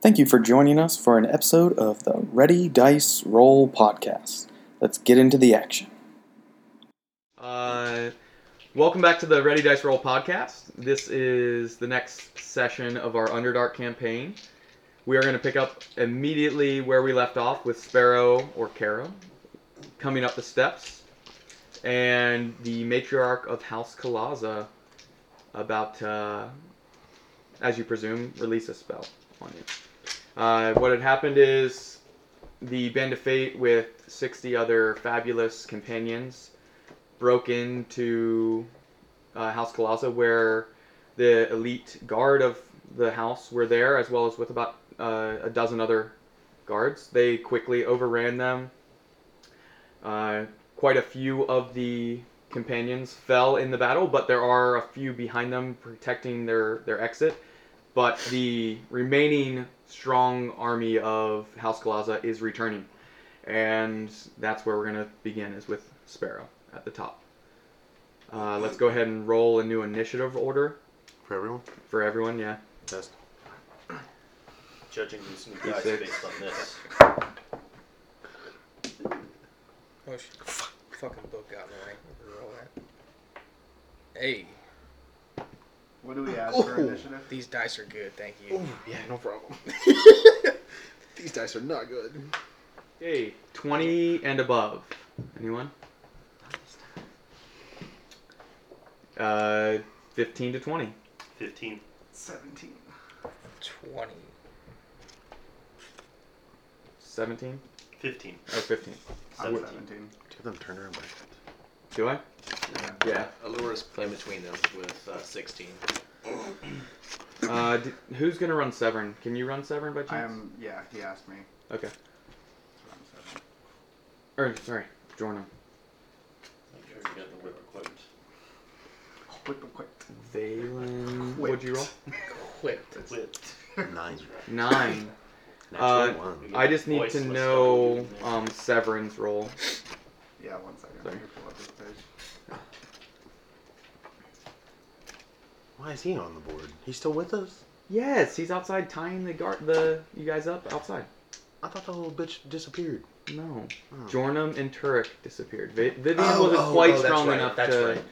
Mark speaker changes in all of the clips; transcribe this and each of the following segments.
Speaker 1: Thank you for joining us for an episode of the Ready Dice Roll podcast. Let's get into the action.
Speaker 2: Uh, welcome back to the Ready Dice Roll podcast. This is the next session of our Underdark campaign. We are going to pick up immediately where we left off with Sparrow or Caro coming up the steps and the matriarch of House Kalaza about, uh, as you presume, release a spell on you. Uh, what had happened is the Band of Fate with 60 other fabulous companions broke into uh, House Calaza, where the elite guard of the house were there, as well as with about uh, a dozen other guards. They quickly overran them. Uh, quite a few of the companions fell in the battle, but there are a few behind them protecting their, their exit. But the remaining strong army of House Calaza is returning. And that's where we're going to begin, is with Sparrow at the top. Uh, let's go ahead and roll a new initiative order
Speaker 3: for everyone.
Speaker 2: for everyone. Yeah.
Speaker 3: Test.
Speaker 4: Judging these new guys
Speaker 2: six.
Speaker 4: based on this.
Speaker 5: Oh shit. Fucking book got in the way. Roll that. Hey,
Speaker 6: What do we ask for
Speaker 2: Oh.
Speaker 6: initiative?
Speaker 5: these dice are good, thank you.
Speaker 3: yeah, no problem. These dice are not good.
Speaker 2: Hey, twenty and above. Anyone? Uh, fifteen to twenty.
Speaker 4: 15.
Speaker 6: 17.
Speaker 5: 20.
Speaker 2: Seventeen.
Speaker 4: 15.
Speaker 2: Oh, fifteen.
Speaker 6: I'm
Speaker 4: 17.
Speaker 6: 17.
Speaker 3: Two of them turned around by hand.
Speaker 2: Do I? Yeah.
Speaker 7: Allura's playing between them with uh, 16.
Speaker 2: Uh, d- who's gonna run Severn? Can you run Severn by
Speaker 6: I
Speaker 2: chance?
Speaker 6: am, yeah, he asked me.
Speaker 2: Okay.
Speaker 6: so I'm 17.
Speaker 2: Or sorry, Jorna.
Speaker 4: Make sure you got the whip equipped.
Speaker 6: Quick, quick, quick.
Speaker 2: Valen. What'd you roll?
Speaker 5: Quit.
Speaker 4: Whipped.
Speaker 3: Nine.
Speaker 2: Nine.
Speaker 3: Natural
Speaker 2: Uh,
Speaker 3: one.
Speaker 2: I just need to
Speaker 4: Voiceless
Speaker 2: know
Speaker 4: dog.
Speaker 2: um, Severin's roll.
Speaker 6: Yeah, one second.
Speaker 2: Sorry.
Speaker 6: Let me pull up this page.
Speaker 3: Why is he on the board? He's still with us?
Speaker 2: Yes, he's outside tying the guard, the you guys up outside.
Speaker 3: I thought that little bitch disappeared.
Speaker 2: No,
Speaker 7: Hmm.
Speaker 3: Oh.
Speaker 2: Jornum and Turek disappeared. Vi- Vivian
Speaker 7: Oh,
Speaker 2: wasn't
Speaker 7: oh,
Speaker 2: quite
Speaker 7: oh, that's
Speaker 2: strong
Speaker 7: right,
Speaker 2: enough
Speaker 7: that's
Speaker 2: to.
Speaker 7: right.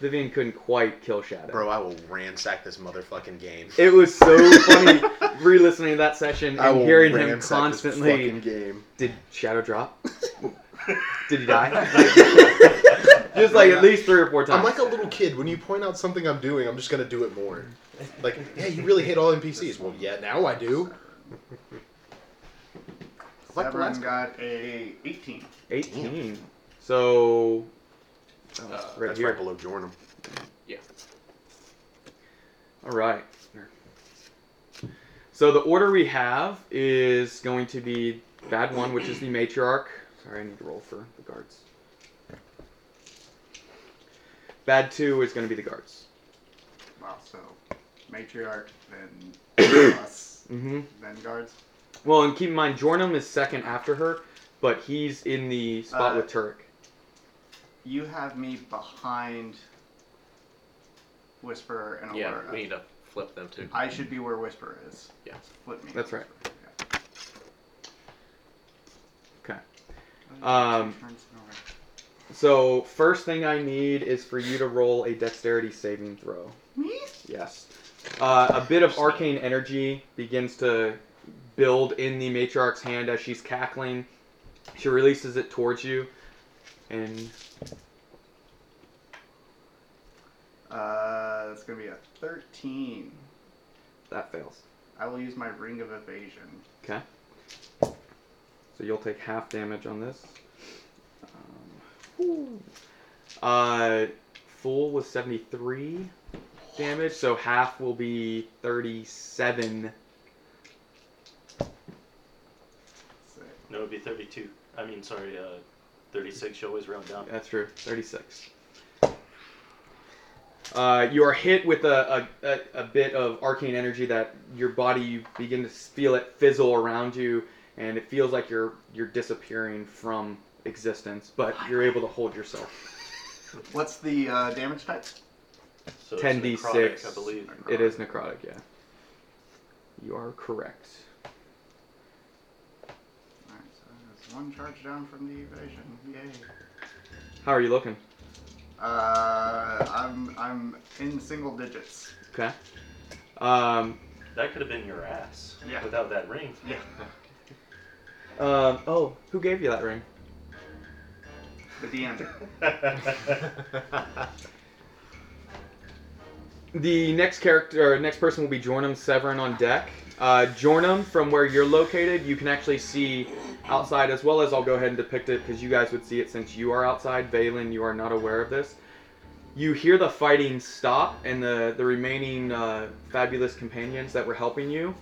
Speaker 2: Vivian couldn't quite kill Shadow.
Speaker 7: Bro, I will ransack this motherfucking game.
Speaker 2: It was so funny re-listening to that session
Speaker 3: I
Speaker 2: and
Speaker 3: will
Speaker 2: hearing him
Speaker 3: ransack this
Speaker 2: constantly.
Speaker 3: fucking game.
Speaker 2: Did Shadow drop? Did he die? Just like at least three or four times.
Speaker 7: I'm like a little kid. When you point out something I'm doing, I'm just gonna do it more. Like, yeah, you really hate all NPCs. Well, yeah, now I do. Like the
Speaker 6: Severn
Speaker 7: last
Speaker 6: got a 18.
Speaker 2: 18. So
Speaker 7: Uh,
Speaker 2: right
Speaker 7: that's
Speaker 2: here.
Speaker 7: right below Jornum.
Speaker 2: All right. So the order we have is going to be bad one, which is the matriarch. Sorry, I need to roll for the guards. Bad two is going to be the guards.
Speaker 6: Wow, so matriarch, then us,
Speaker 2: Mm-hmm.
Speaker 6: then guards.
Speaker 2: Well, and keep in mind, Jornum is second after her, but he's in the spot
Speaker 6: Uh,
Speaker 2: with Turk.
Speaker 6: You have me behind Whisperer and
Speaker 7: Yeah,
Speaker 6: Aurora.
Speaker 7: we need to flip them too.
Speaker 6: I should be where Whisperer is.
Speaker 7: Yeah.
Speaker 6: Flip me.
Speaker 2: That's right.
Speaker 6: Yeah.
Speaker 2: Okay.
Speaker 6: Two
Speaker 2: Um,
Speaker 6: turns in a row.
Speaker 2: So first thing I need is for you to roll a dexterity saving throw.
Speaker 6: Me?
Speaker 2: Yes. Uh, a bit of arcane energy begins to build in the matriarch's hand as she's cackling. She releases it towards you, and
Speaker 6: Uh, that's gonna be a 13.
Speaker 2: that fails.
Speaker 6: I will use my ring of evasion.
Speaker 2: Okay. So you'll take half damage on this. Um, ooh. uh, full was 73 damage, so half will be 37.
Speaker 6: So,
Speaker 4: No, it'd be 32. I mean, sorry, uh, 36. You always round down.
Speaker 2: That's true. 36. Uh, you are hit with a, a, a, a bit of arcane energy that your body, you begin to feel it fizzle around you, and it feels like you're you're disappearing from existence, but you're able to hold yourself.
Speaker 6: What's the uh, damage type?
Speaker 4: So it's
Speaker 2: 10d6.
Speaker 4: necrotic, I believe.
Speaker 2: It is necrotic, yeah. You are correct.
Speaker 6: One charge down from the evasion. Yay.
Speaker 2: How are you looking?
Speaker 6: Uh, I'm I'm in single digits.
Speaker 2: Okay. Um,
Speaker 4: That could have been your ass
Speaker 6: Yeah.
Speaker 4: without that ring.
Speaker 6: Yeah.
Speaker 2: um, oh, who gave you that ring?
Speaker 6: The DM.
Speaker 2: The next character, or next person, will be Jornum Severin on deck. Uh, Jornum, from where you're located, you can actually see outside, as well as I'll go ahead and depict it because you guys would see it since you are outside. Valen, you are not aware of this. You hear the fighting stop, and the the remaining uh, fabulous companions that were helping you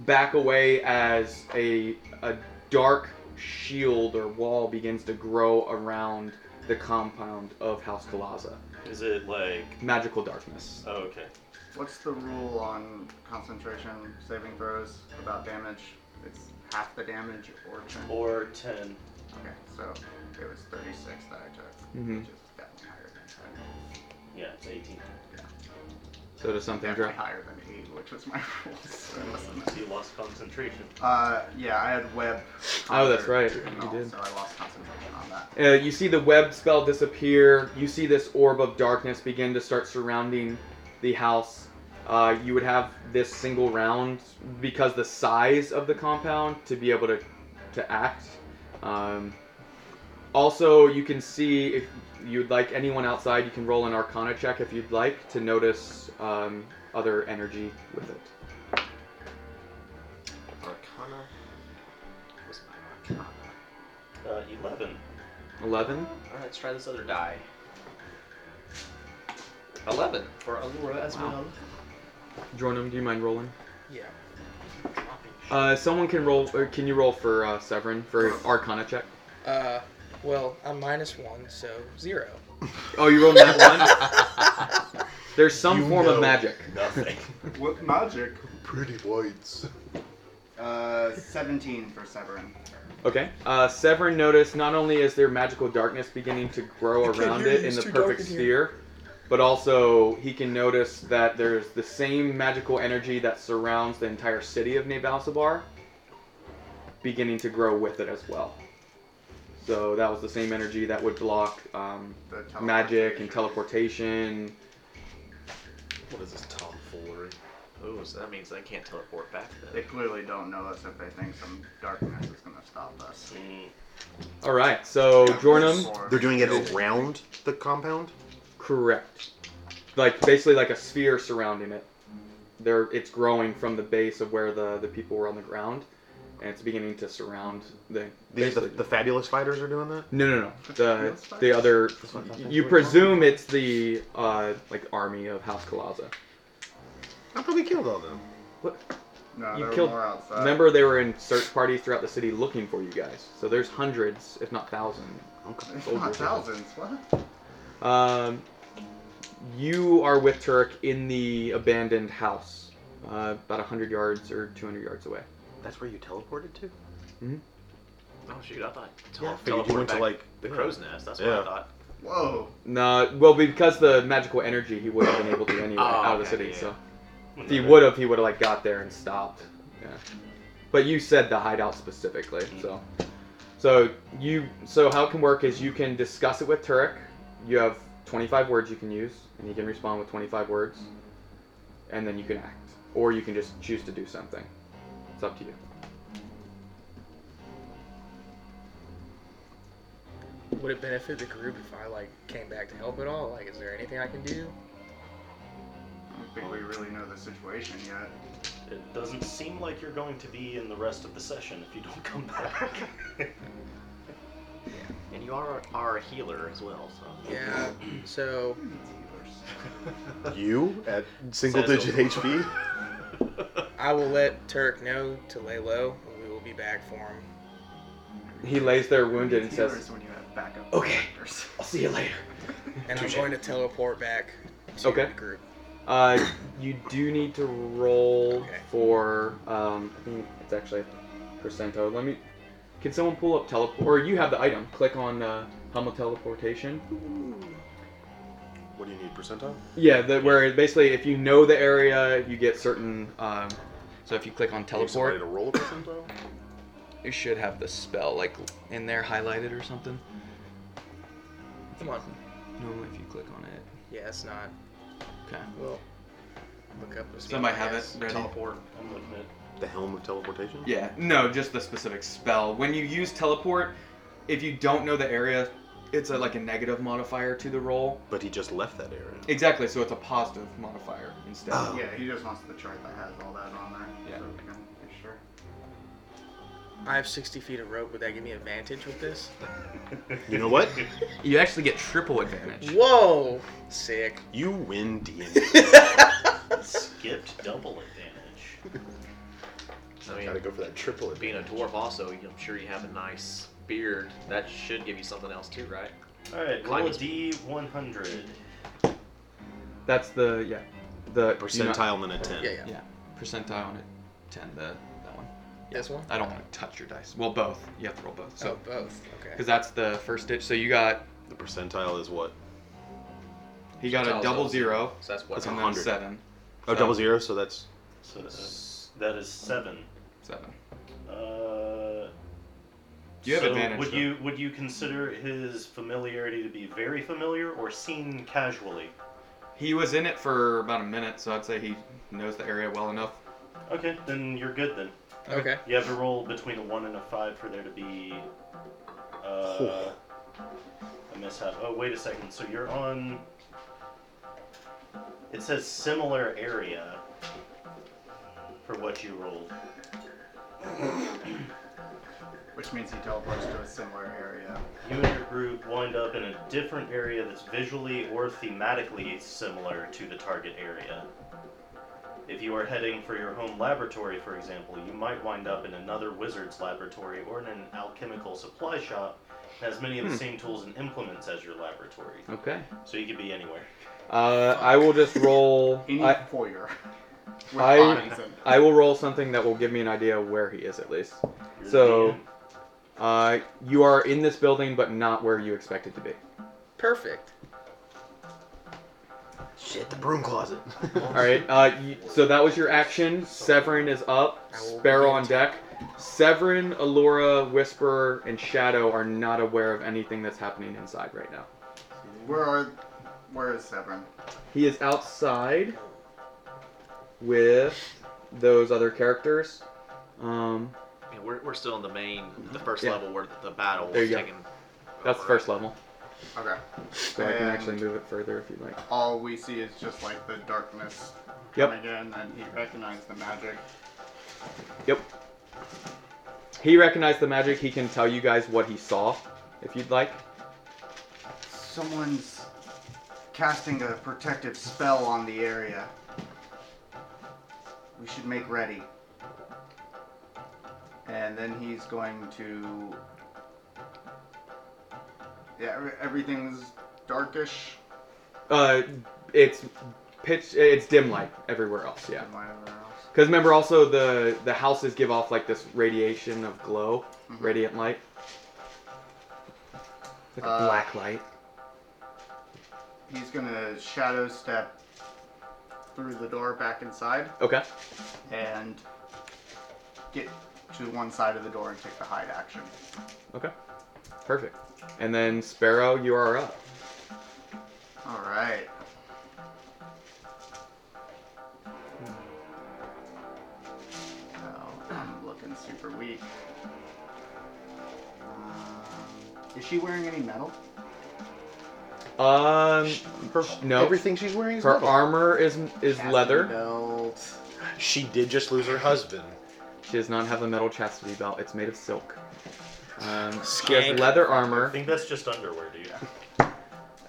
Speaker 2: back away as a a dark shield or wall begins to grow around the compound of House Kalaza.
Speaker 4: Is it like?
Speaker 2: Magical darkness.
Speaker 4: Oh, okay.
Speaker 6: What's the rule on concentration saving throws about damage? It's half the damage or ten.
Speaker 4: Or ten.
Speaker 6: Okay, so it was 36 that I took,
Speaker 2: Mhm.
Speaker 6: which is definitely higher than 10.
Speaker 4: Yeah, it's eighteen.
Speaker 2: So does something
Speaker 6: Definitely
Speaker 2: drop?
Speaker 6: higher than 8, which was my rule. So it wasn't
Speaker 4: So you lost concentration.
Speaker 6: Uh, yeah, I had web.
Speaker 2: Oh, that's right,
Speaker 6: concert and
Speaker 2: you
Speaker 6: all,
Speaker 2: did.
Speaker 6: So I lost concentration on that.
Speaker 2: Uh, you see the web spell disappear. You see this orb of darkness begin to start surrounding the house. Uh, you would have this single round because the size of the compound to be able to to act. Um, also, you can see if you'd like anyone outside, you can roll an Arcana check if you'd like to notice um, other energy with it.
Speaker 7: Arcana. What's my Arcana?
Speaker 4: Uh, eleven.
Speaker 2: Eleven.
Speaker 8: All right, let's try this other die. Eleven for Allura as well.
Speaker 2: Jornum, do you mind rolling?
Speaker 5: Yeah.
Speaker 2: Uh, someone can roll. Or can you roll for uh, Severin for Arcana check?
Speaker 5: Uh, well, I'm minus one, so zero.
Speaker 2: Oh, you rolled that one. There's some
Speaker 7: You
Speaker 2: form
Speaker 7: know.
Speaker 2: of magic.
Speaker 4: Nothing.
Speaker 6: What magic?
Speaker 7: Pretty lights.
Speaker 6: Uh, 17 for Severin.
Speaker 2: Okay. Uh, Severin noticed not only is there magical darkness beginning to grow
Speaker 5: can't
Speaker 2: around
Speaker 5: hear
Speaker 2: it
Speaker 5: you,
Speaker 2: in
Speaker 5: it's
Speaker 2: the
Speaker 5: too dark
Speaker 2: perfect
Speaker 5: in here.
Speaker 2: sphere, but also he can notice that there's the same magical energy that surrounds the entire city of Nabalsabar beginning to grow with it as well. So that was the same energy that would block um,
Speaker 6: The
Speaker 2: magic and
Speaker 6: teleportation.
Speaker 2: teleportation.
Speaker 7: What is this tomfoolery?
Speaker 8: Ooh, so that means they can't teleport back
Speaker 6: They
Speaker 8: then.
Speaker 6: clearly don't know us if they think some darkness is gonna stop us.
Speaker 4: Mm,
Speaker 2: All right. So Jornum,
Speaker 6: Or-
Speaker 7: They're doing it around the compound?
Speaker 2: Correct. Like basically like a sphere surrounding it. There it's growing from the base of where the, the people were on the ground and it's beginning to surround the
Speaker 7: These, the,
Speaker 2: basically-
Speaker 7: the fabulous fighters are doing that?
Speaker 2: No no no. The the other you presume it's the uh like army of House Kalaza.
Speaker 7: I thought we killed all them.
Speaker 6: No,
Speaker 2: you
Speaker 6: there were
Speaker 2: killed-
Speaker 6: more outside.
Speaker 2: Remember they were in search parties throughout the city looking for you guys. So there's hundreds, if not thousands.
Speaker 7: Okay.
Speaker 6: It's not thousands. What?
Speaker 2: Um, you are with Turk in the abandoned house, uh, about 100 yards or 200 yards away.
Speaker 8: That's where you teleported to?
Speaker 2: Mhm.
Speaker 8: Oh shoot, I
Speaker 7: Yeah,
Speaker 8: thought
Speaker 7: I
Speaker 8: tele-
Speaker 7: figured you
Speaker 8: teleport
Speaker 7: went to
Speaker 8: back
Speaker 7: like
Speaker 8: the
Speaker 7: yeah.
Speaker 8: crow's nest. That's
Speaker 7: Yeah.
Speaker 8: what I thought.
Speaker 6: Whoa.
Speaker 2: No, well, because the magical energy, he would have been able to anyway
Speaker 8: Oh,
Speaker 2: out of the city.
Speaker 8: okay, yeah,
Speaker 2: So if he
Speaker 4: whatever.
Speaker 2: would have, he would have like got there and stopped. Yeah. But you said the hideout specifically,
Speaker 8: Mm.
Speaker 2: so so you so how it can work is you can discuss it with Turek. You have 25 words you can use, and he can respond with 25 words, and then you can act, or you can just choose to do something. It's up to you.
Speaker 5: Would it benefit the group if I like came back to help at all? Like, is there anything I can do?
Speaker 6: I don't think we really know the situation yet.
Speaker 4: It doesn't seem like you're going to be in the rest of the session if you don't come back.
Speaker 8: And you are are a healer as well, so.
Speaker 5: Yeah. So
Speaker 7: You at single
Speaker 8: Says
Speaker 7: digit
Speaker 8: over.
Speaker 7: HP?
Speaker 5: I will let Turk know to lay low. and We will be back for him.
Speaker 2: He lays there wounded and
Speaker 6: Healers
Speaker 2: says,
Speaker 6: when you have backup
Speaker 2: Okay.
Speaker 6: characters.
Speaker 2: "I'll see you later."
Speaker 5: And I'm going to teleport back to
Speaker 2: Okay.
Speaker 5: the group.
Speaker 2: Uh, you do need to roll
Speaker 5: Okay.
Speaker 2: for um, I think it's actually percento. Let me. Can someone pull up teleport? Or you have the item. Click on uh, Hummel teleportation.
Speaker 7: What do you need, percentile?
Speaker 2: Yeah, the, where basically if you know the area, you get certain. Um, so if you click on
Speaker 7: You need
Speaker 2: teleport,
Speaker 7: somebody to roll a percentile?
Speaker 2: You should have the spell like in there highlighted or something.
Speaker 5: Come on.
Speaker 2: Normally, if you click on it.
Speaker 5: Yeah, it's not.
Speaker 2: Okay.
Speaker 7: Well,
Speaker 5: Look up. This
Speaker 2: Somebody have it ready?
Speaker 5: Teleport.
Speaker 4: I'm looking at
Speaker 8: The helm of teleportation?
Speaker 2: Yeah. No, just the specific spell. When you use teleport, if you don't know the area, it's a, like a negative modifier to the roll.
Speaker 8: But he just left that area.
Speaker 2: Exactly. So it's a positive modifier instead.
Speaker 8: Oh.
Speaker 6: Yeah, he just wants the chart that has all that on there.
Speaker 2: Yeah.
Speaker 6: So we can be sure.
Speaker 5: I have 60 feet of rope. Would that give me advantage with this?
Speaker 8: You know what?
Speaker 2: You actually get triple advantage.
Speaker 5: Whoa! Sick.
Speaker 8: You win D&D.
Speaker 4: skipped double advantage.
Speaker 8: I
Speaker 7: gotta
Speaker 8: mean,
Speaker 7: go for that triple. advantage.
Speaker 8: being a dwarf also, I'm sure you have a nice beard. That should give you something else too, right?
Speaker 4: All right, roll a d100.
Speaker 2: That's the yeah, the
Speaker 8: Percentile and a 10.
Speaker 5: Yeah, yeah.
Speaker 2: yeah, percentile on it. Ten. The that one.
Speaker 5: This one?
Speaker 2: I don't want to touch your dice. Well, both. You have to roll both.
Speaker 5: So
Speaker 8: Oh.
Speaker 2: So
Speaker 5: both. Okay.
Speaker 2: because that's the first ditch. So you got
Speaker 8: The percentile is what?
Speaker 2: he got a
Speaker 8: Percentile's
Speaker 2: double
Speaker 8: up.
Speaker 2: zero.
Speaker 8: So that's what?
Speaker 2: That's and then
Speaker 8: 100.
Speaker 2: seven.
Speaker 8: Oh,
Speaker 2: So-
Speaker 8: double zero, so that's
Speaker 4: So that's, that is seven.
Speaker 2: Seven.
Speaker 4: Uh,
Speaker 2: You have
Speaker 4: so
Speaker 2: advantage,
Speaker 4: Would
Speaker 2: though.
Speaker 4: you would you consider his familiarity to be very familiar or seen casually?
Speaker 2: He was in it for about a minute, so I'd say he knows the area well enough.
Speaker 4: Okay, then you're good then.
Speaker 5: Okay.
Speaker 4: You have to roll between a one and a five for there to be uh, a mishap. Oh, wait a second. So you're on. It says similar area for what you rolled.
Speaker 6: Which means he teleports to a similar area.
Speaker 4: You and your group wind up in a different area that's visually or thematically similar to the target area. If you are heading for your home laboratory, for example, you might wind up in another wizard's laboratory or in an alchemical supply shop that has many of the same tools and implements as your laboratory.
Speaker 2: Okay.
Speaker 4: So you could be anywhere.
Speaker 2: Uh, I will just roll.
Speaker 6: Any
Speaker 2: I,
Speaker 6: foyer. With
Speaker 2: I-
Speaker 6: bodies in.
Speaker 2: I will roll something that will give me an idea of where he is at least.
Speaker 4: You're
Speaker 2: So-
Speaker 4: the
Speaker 2: Uh, you are in this building, but not where you expect it to be.
Speaker 5: Perfect.
Speaker 8: shit, the broom closet.
Speaker 2: All right. Uh, you, so that was your action. Severin is up. Sparrow on deck. Severin, Allura, Whisper, and Shadow are not aware of anything that's happening inside right now.
Speaker 6: Where are. Where is Severin?
Speaker 2: He is outside with those other characters. Um,
Speaker 8: Yeah, we're, we're still in the main, the first
Speaker 2: Yeah.
Speaker 8: level where the battle
Speaker 2: There
Speaker 8: was
Speaker 2: you go.
Speaker 8: taken.
Speaker 2: that's the
Speaker 8: over.
Speaker 2: first level.
Speaker 6: Okay.
Speaker 2: So I can
Speaker 6: And
Speaker 2: actually move it further if you'd like.
Speaker 6: All we see is just like the darkness
Speaker 2: Yep.
Speaker 6: coming in, and he recognized the magic.
Speaker 2: Yep. He recognized the magic. He can tell you guys what he saw, if you'd like.
Speaker 6: Someone's casting a protective spell on the area. We should make ready. And then he's going to. Yeah, e- everything's darkish.
Speaker 2: Uh, it's pitch. It's dim light everywhere else. Yeah.
Speaker 6: Whatever else.
Speaker 2: Because remember, also the the houses give off like this radiation of glow,
Speaker 7: Mm-hmm.
Speaker 2: radiant light, like a
Speaker 6: Uh,
Speaker 2: black light.
Speaker 6: He's gonna shadow step through the door back inside
Speaker 2: Okay.
Speaker 6: and get to one side of the door and take the hide action.
Speaker 2: Okay. Perfect. And then Sparrow, you are up.
Speaker 6: All right. Hmm. So I'm looking super weak. Um, is she wearing any metal?
Speaker 2: Um, her, no,
Speaker 7: Everything she's wearing is
Speaker 2: her
Speaker 7: metal.
Speaker 2: armor is is
Speaker 6: Chastity
Speaker 2: leather.
Speaker 6: Belt.
Speaker 7: She did just lose her husband.
Speaker 2: She does not have a metal chastity belt. It's made of silk. Um, she
Speaker 5: Skank.
Speaker 2: has leather
Speaker 4: I
Speaker 2: armor.
Speaker 4: think that's just underwear, dude.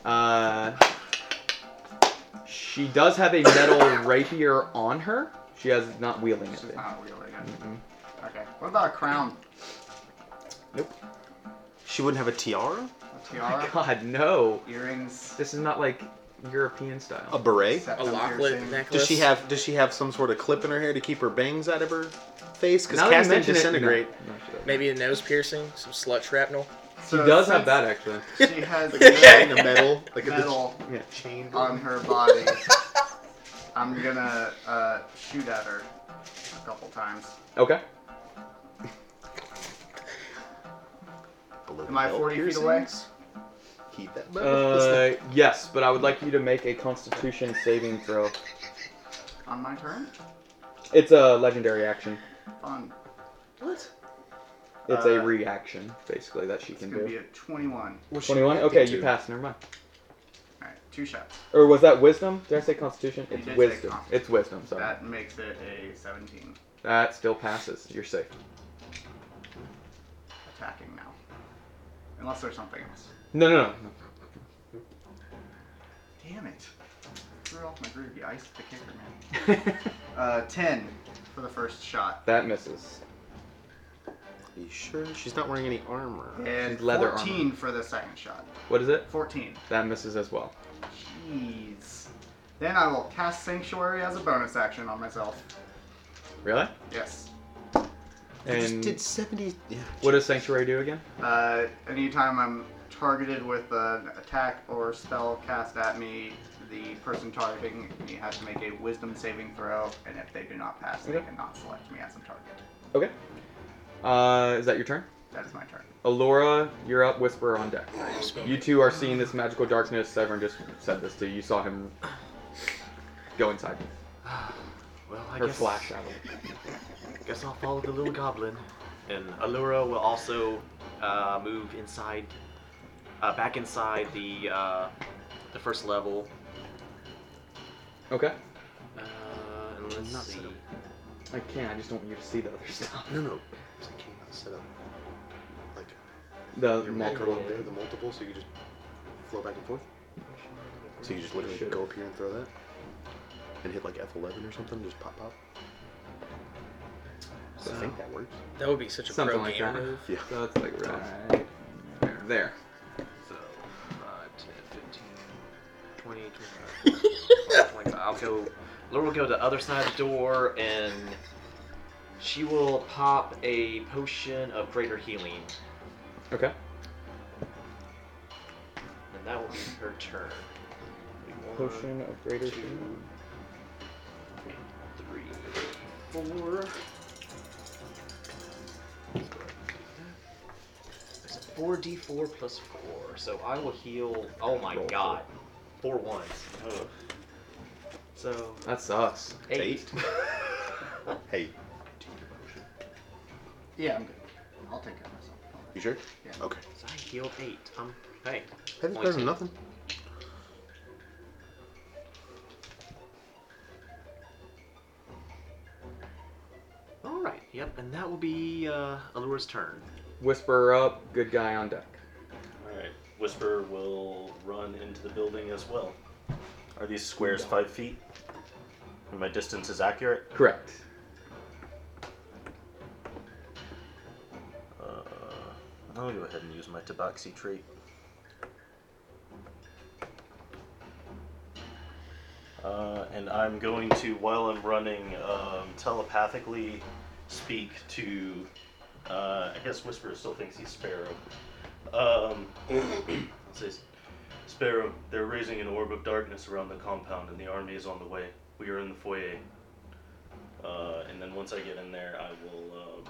Speaker 2: Uh, she does have a metal rapier on her. She has not wielding it.
Speaker 6: She's
Speaker 2: though.
Speaker 6: not wielding it.
Speaker 2: Mm-hmm.
Speaker 6: Okay. What about a crown?
Speaker 8: She wouldn't have a tiara?
Speaker 6: A tiara?
Speaker 2: Oh God no!
Speaker 6: Earrings?
Speaker 2: This is not like European
Speaker 8: A
Speaker 2: style.
Speaker 8: beret?
Speaker 5: A
Speaker 6: septum
Speaker 5: locklet
Speaker 6: piercing?
Speaker 5: necklace.
Speaker 8: Does she have does she have some sort of clip in her hair to keep her bangs out of her face? Because
Speaker 2: Now that you
Speaker 8: cast and
Speaker 2: mention it, no.
Speaker 8: disintegrate.
Speaker 2: No, she doesn't.
Speaker 5: Maybe a nose piercing, some slut shrapnel.
Speaker 6: So
Speaker 2: She does have
Speaker 6: since
Speaker 2: that actually.
Speaker 6: She has
Speaker 7: Wearing
Speaker 6: no
Speaker 7: a Oh, metal, like
Speaker 6: metal
Speaker 2: Yeah.
Speaker 7: a chain.
Speaker 6: on her body. I'm gonna uh, shoot at her a couple times.
Speaker 2: Okay.
Speaker 6: Am I
Speaker 7: belt
Speaker 6: 40 feet away?
Speaker 7: piercings? Heat that metal.
Speaker 2: Uh, yes, but I would like you to make a Constitution saving throw.
Speaker 6: On my turn?
Speaker 2: It's a legendary action.
Speaker 6: Fun.
Speaker 7: what?
Speaker 2: It's
Speaker 6: Uh,
Speaker 2: a reaction, basically, that she
Speaker 6: It's
Speaker 2: can
Speaker 6: going to be
Speaker 2: do.
Speaker 6: a 21.
Speaker 7: Well, shit,
Speaker 2: 21?
Speaker 7: I
Speaker 2: Okay,
Speaker 7: did
Speaker 2: you
Speaker 7: too.
Speaker 2: pass, never mind.
Speaker 6: Alright, two shots.
Speaker 2: Or was that wisdom? Did I say constitution?
Speaker 6: You
Speaker 2: It's
Speaker 6: did say
Speaker 2: wisdom.
Speaker 6: con.
Speaker 2: It's wisdom, sorry. That.
Speaker 6: That makes it a 17.
Speaker 2: still passes. You're safe.
Speaker 6: Attacking now. Unless there's something else.
Speaker 2: No, no, no. no.
Speaker 6: Damn it. Threw off my groove. You iced the kicker, man. Uh, 10 for the first shot.
Speaker 2: That misses.
Speaker 7: Are you sure? She's not wearing any armor.
Speaker 6: And
Speaker 2: leather
Speaker 6: 14 for the second shot.
Speaker 2: What is it?
Speaker 6: 14.
Speaker 2: That misses as well.
Speaker 6: Jeez. Then I will cast Sanctuary as a bonus action on myself.
Speaker 2: Really?
Speaker 6: Yes.
Speaker 7: You just
Speaker 2: And
Speaker 7: did 70. Yeah.
Speaker 2: what does sanctuary do again?
Speaker 6: Uh, anytime I'm targeted with an attack or spell cast at me, the person targeting me has to make a wisdom saving throw, and if they do not pass, they
Speaker 2: Okay.
Speaker 6: cannot select me as a target.
Speaker 2: Okay. Uh, is that your turn?
Speaker 6: That is my turn.
Speaker 2: Alora, you're up. Whisperer on deck. You two are seeing this magical darkness. Severn just said this to you. You saw him go inside.
Speaker 8: Well, I
Speaker 2: Her
Speaker 8: guess,
Speaker 2: flash out.
Speaker 8: guess I'll follow the little goblin. And Allura will also uh, move inside, uh, back inside the uh, the first level.
Speaker 2: Okay.
Speaker 8: Uh, and let's
Speaker 7: Not
Speaker 8: see.
Speaker 7: set up.
Speaker 2: I can't. I just don't want you to see the other stuff.
Speaker 7: No, no. I cannot set up. Like,
Speaker 2: The
Speaker 7: your macro
Speaker 2: multiple.
Speaker 7: up there, the multiple, so you just flow back and forth. So you just literally go up here and throw that? And hit like F11 or something, just pop pop? So I think that works.
Speaker 5: That would be such a
Speaker 2: Something
Speaker 5: pro
Speaker 2: like
Speaker 5: gamer
Speaker 2: that.
Speaker 5: move.
Speaker 7: Yeah.
Speaker 2: So it's like right there. there.
Speaker 8: So, 5, 10, 15, 20, 25, 25. I'll go. Laura will go to the other side of the door and she will pop a potion of greater healing.
Speaker 2: Okay.
Speaker 8: And that will be her turn. One,
Speaker 2: Potion of greater. healing.
Speaker 8: three, four. Four D four plus four, so I will heal. Oh my
Speaker 2: Roll
Speaker 8: god, four ones. Ugh. So
Speaker 2: That sucks.
Speaker 8: eight.
Speaker 7: Hey,
Speaker 6: Yeah, I'm good. I'll take care of myself.
Speaker 7: you sure?
Speaker 6: Yeah.
Speaker 7: Okay.
Speaker 8: so I healed eight. Um, hey,
Speaker 7: That's
Speaker 8: Only
Speaker 7: better than
Speaker 8: two.
Speaker 7: nothing.
Speaker 8: all right, yep, and that will be uh, Allura's turn.
Speaker 2: Whisperer up. Good guy on deck.
Speaker 4: Alright. Whisper will run into the building as well. Are these squares five feet? And my distance is accurate?
Speaker 2: Correct.
Speaker 4: Uh, I'll go ahead and use my tabaxi treat. Uh, and I'm going to, while I'm running, um, telepathically speak to. Uh, I guess Whisper still thinks he's Sparrow. Um, it says, Sparrow, they're raising an orb of darkness around the compound, and the army is on the way. We are in the foyer. Uh, and then once I get in there, I will. Um,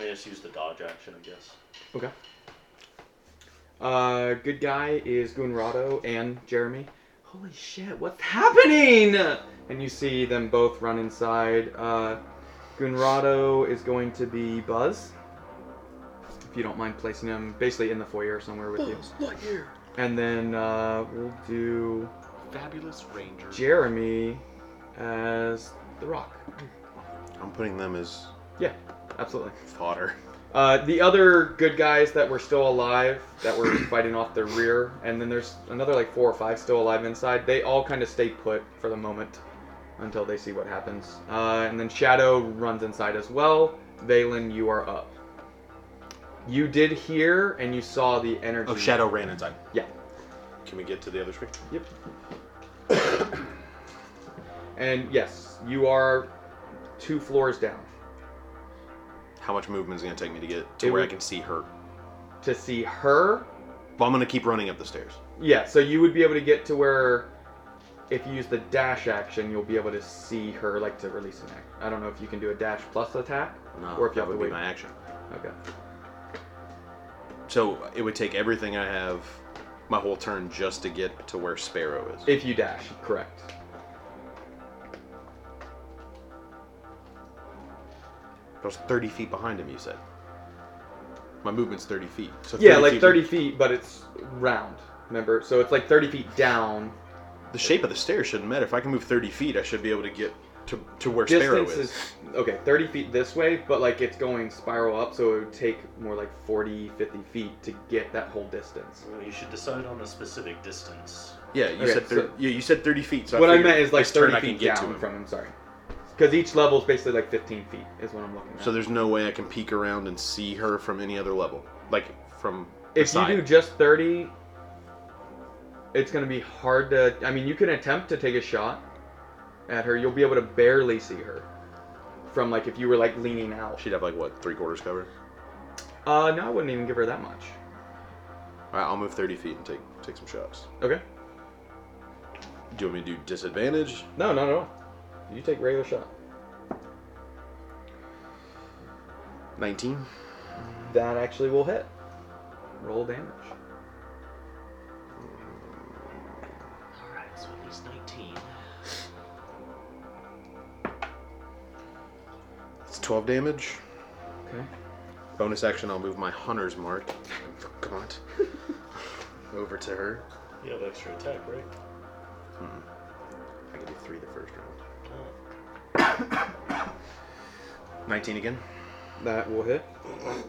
Speaker 4: I just use the dodge action, I guess.
Speaker 2: Okay. Uh, good guy is Gunrado and Jeremy. Holy shit, what's happening? And you see them both run inside. Uh, Gunrado is going to be Buzz. If you don't mind placing him basically in the foyer somewhere with you. And then uh, we'll do
Speaker 8: Fabulous Ranger.
Speaker 2: Jeremy as The Rock.
Speaker 7: I'm putting them as
Speaker 2: Yeah, absolutely.
Speaker 7: fodder.
Speaker 2: Uh, the other good guys that were still alive, that were fighting off the rear, and then there's another like four or five still alive inside. They all kind of stay put for the moment until they see what happens. Uh, and then Shadow runs inside as well. Valen, you are up. You did hear and you saw the energy.
Speaker 7: Oh, Shadow ran inside.
Speaker 2: Yeah.
Speaker 7: Can we get to the other screen?
Speaker 2: Yep. and yes, you are two floors down
Speaker 7: How much movement is it going to take me to get to
Speaker 2: It
Speaker 7: where
Speaker 2: would-
Speaker 7: I can see her?
Speaker 2: to see her
Speaker 7: Well, I'm going to keep running up the stairs.
Speaker 2: Yeah, so you would be able to get to where, if you use the dash action, you'll be able to see her, like to release an act. I don't know if you can do a dash plus attack,
Speaker 7: No,
Speaker 2: or if you have
Speaker 7: that
Speaker 2: to
Speaker 7: would be
Speaker 2: wait.
Speaker 7: my action.
Speaker 2: Okay.
Speaker 7: So it would take everything I have, my whole turn, just to get to where Sparrow is.
Speaker 2: If you dash, correct.
Speaker 7: I was 30 feet behind him, you said. My movement's 30 feet. So
Speaker 2: Yeah, like
Speaker 7: feet-
Speaker 2: 30 feet, but it's round. Remember, so it's like 30 feet down.
Speaker 7: The shape of the stairs shouldn't matter. If I can move 30 feet, I should be able to get to, to where Sparrow
Speaker 2: Distance
Speaker 7: is.
Speaker 2: is okay, 30 feet this way, but like it's going spiral up, so it would take more like 40, 50 feet to get that whole distance.
Speaker 4: Well, you should decide on a specific distance.
Speaker 7: Yeah, you
Speaker 2: Okay,
Speaker 7: said
Speaker 2: so-
Speaker 7: 30, yeah, you said 30 feet. So
Speaker 2: what I
Speaker 7: figured
Speaker 2: meant is like
Speaker 7: this turn
Speaker 2: 30
Speaker 7: I can
Speaker 2: feet
Speaker 7: get to
Speaker 2: down
Speaker 7: him.
Speaker 2: from him. Sorry, because each level is basically like 15 feet is what I'm looking at.
Speaker 7: So there's no way I can peek around and see her from any other level, like from the
Speaker 2: if you
Speaker 7: side.
Speaker 2: do just 30, it's gonna be hard to. I mean, you can attempt to take a shot at her. You'll be able to barely see her from like if you were like leaning out.
Speaker 7: She'd have like what three quarters cover.
Speaker 2: Uh, no, I wouldn't even give her that much.
Speaker 7: All right, I'll move 30 feet and take take some shots.
Speaker 2: Okay.
Speaker 7: Do you want me to do disadvantage?
Speaker 2: No, no, no. You take regular shot.
Speaker 7: 19.
Speaker 2: That actually will hit. Roll damage.
Speaker 8: Alright, so at least 19.
Speaker 7: It's 12 damage.
Speaker 2: Okay.
Speaker 7: Bonus action, I'll move my hunter's mark. God. Over to her.
Speaker 4: You have extra attack, right?
Speaker 7: I can do three the first round. 19 again.
Speaker 2: That will hit.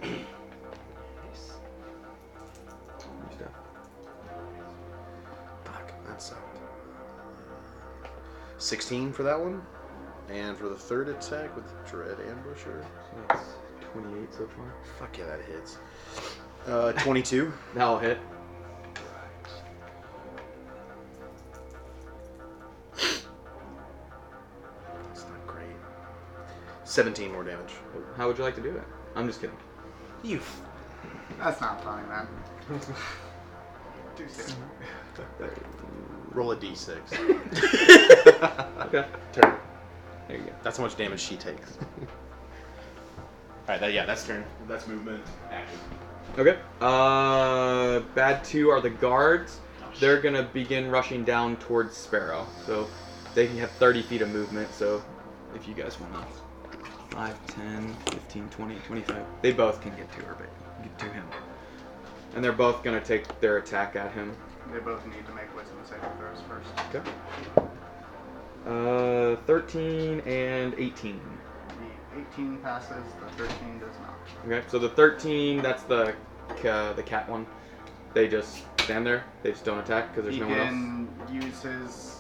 Speaker 8: Nice.
Speaker 7: Fuck, that sucked. 16 for that one. And for the third attack with Dread Ambusher.
Speaker 2: So that's 28 so far.
Speaker 7: Fuck yeah, that hits. Uh, 22.
Speaker 2: That'll hit.
Speaker 7: That's not great. 17 more damage.
Speaker 2: How would you like to do it? I'm just kidding.
Speaker 7: You. F-
Speaker 6: That's not funny, man. Too soon.
Speaker 7: Roll a d6.
Speaker 2: Okay.
Speaker 7: turn.
Speaker 2: There you go.
Speaker 7: That's how much damage she takes. Alright, that, yeah, that's turn. That's movement. Action.
Speaker 2: Okay. Uh, bad two are the guards. They're gonna begin rushing down towards Sparrow. So they can have 30 feet of movement. So if you guys want to, 5, 10, 15, 20, 25. They both can get to her, but get to him. And they're both gonna take their attack at him.
Speaker 6: They both need to make wisdom saving throws first.
Speaker 2: Okay. Uh, 13 and 18.
Speaker 6: The 18 passes, the 13 does not.
Speaker 2: Okay, so the 13, that's the ca- the cat one. They just stand there. They just don't attack because there's
Speaker 6: he
Speaker 2: no one else.
Speaker 6: can use his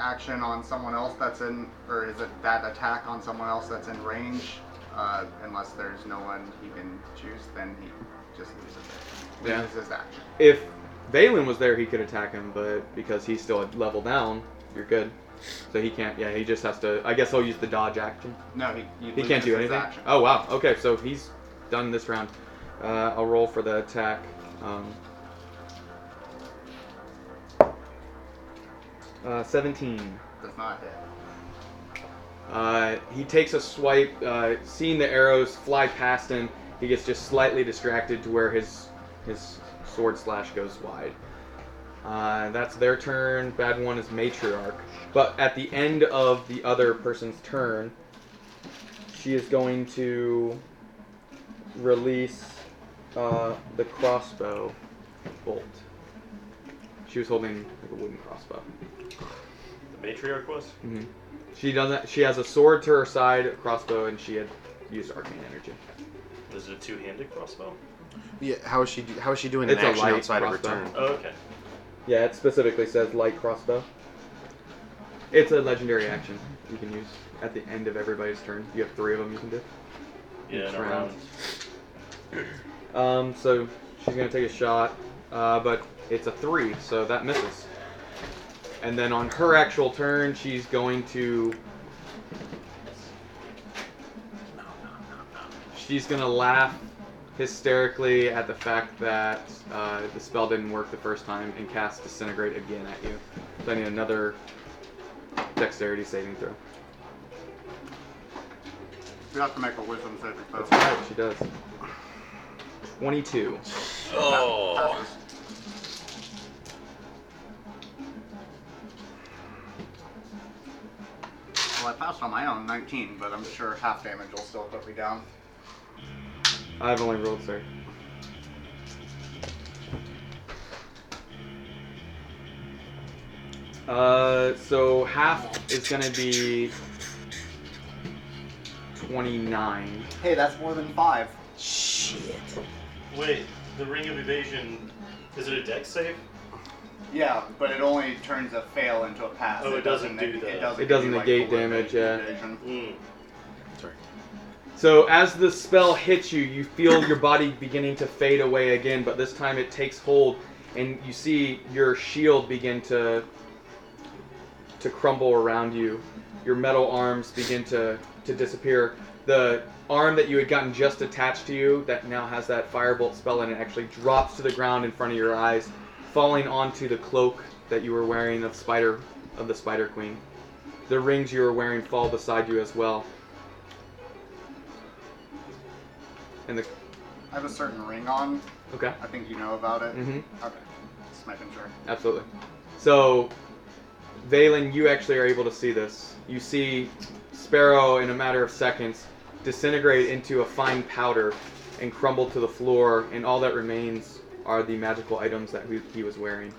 Speaker 6: action on someone else that's in, or is it that attack on someone else that's in range? Uh, unless there's no one he can choose, then he just loses it.
Speaker 2: Yeah.
Speaker 6: Loses his action.
Speaker 2: If Valen was there, he could attack him, but because he's still at level down, you're good. So he can't. Yeah, he just has to. I guess he'll use the dodge action.
Speaker 6: No, he
Speaker 2: He
Speaker 6: he, loses
Speaker 2: can't do
Speaker 6: his
Speaker 2: anything.
Speaker 6: Action.
Speaker 2: Oh wow. Okay, so he's done this round. Uh, I'll roll for the attack. Um, uh, 17.
Speaker 6: Does not hit.
Speaker 2: Uh, he takes a swipe, uh, seeing the arrows fly past him. He gets just slightly distracted to where his his sword slash goes wide. Uh, that's their turn. Bad one is matriarch, but at the end of the other person's turn, she is going to release uh, the crossbow bolt. She was holding like a wooden crossbow.
Speaker 4: The matriarch was?
Speaker 2: Mhm. She doesn't. She has a sword to her side, a crossbow, and she had used arcane energy.
Speaker 4: Is it a two handed crossbow?
Speaker 7: Yeah, how is she? do- How is she doing an
Speaker 2: It's a
Speaker 7: action
Speaker 2: light
Speaker 7: outside of her
Speaker 2: crossbow.
Speaker 7: turn?
Speaker 4: Oh, okay.
Speaker 2: Yeah, it specifically says light crossbow. It's a legendary action you can use at the end of everybody's turn. You have three of them you can do.
Speaker 4: Yeah,
Speaker 2: Each
Speaker 4: in a
Speaker 2: round.
Speaker 4: round.
Speaker 2: Um, so she's gonna take a shot, uh, but it's a three, so that misses. And then on her actual turn, she's going to. She's gonna laugh hysterically at the fact that uh, the spell didn't work the first time and cast disintegrate again at you. So I need another dexterity saving throw.
Speaker 6: You have to make a wisdom saving throw.
Speaker 2: That's right, she does. 22.
Speaker 8: Oh.
Speaker 6: Well, I passed on my own 19, but I'm sure half damage will still put me down.
Speaker 2: I've only rolled three. Uh, so half is gonna be 29.
Speaker 6: Hey, that's more than five.
Speaker 4: Wait, the Ring of Evasion, is it a deck save?
Speaker 6: Yeah, but it only turns a fail into a pass.
Speaker 4: Oh, it doesn't do
Speaker 6: neg-
Speaker 4: that.
Speaker 2: It doesn't
Speaker 6: give you,
Speaker 2: negate
Speaker 6: full
Speaker 2: damage,
Speaker 6: evade-
Speaker 2: yeah.
Speaker 6: evasion.
Speaker 4: Mm.
Speaker 7: Sorry.
Speaker 2: So as the spell hits you, you feel your body beginning to fade away again, but this time it takes hold, and you see your shield begin to to crumble around you. Your metal arms begin to to disappear. The arm that you had gotten just attached to you, that now has that firebolt spell in it, actually drops to the ground in front of your eyes, falling onto the cloak that you were wearing of spider of the spider queen. The rings you were wearing fall beside you as well. And the
Speaker 6: I have a certain ring on.
Speaker 2: okay.
Speaker 6: I think you know about it.
Speaker 2: Mm-hmm.
Speaker 6: Okay. Just making sure.
Speaker 2: Absolutely. So, Valen, you actually are able to see this. You see Sparrow in a matter of seconds disintegrate into a fine powder and crumble to the floor, and all that remains are the magical items that he, he was wearing.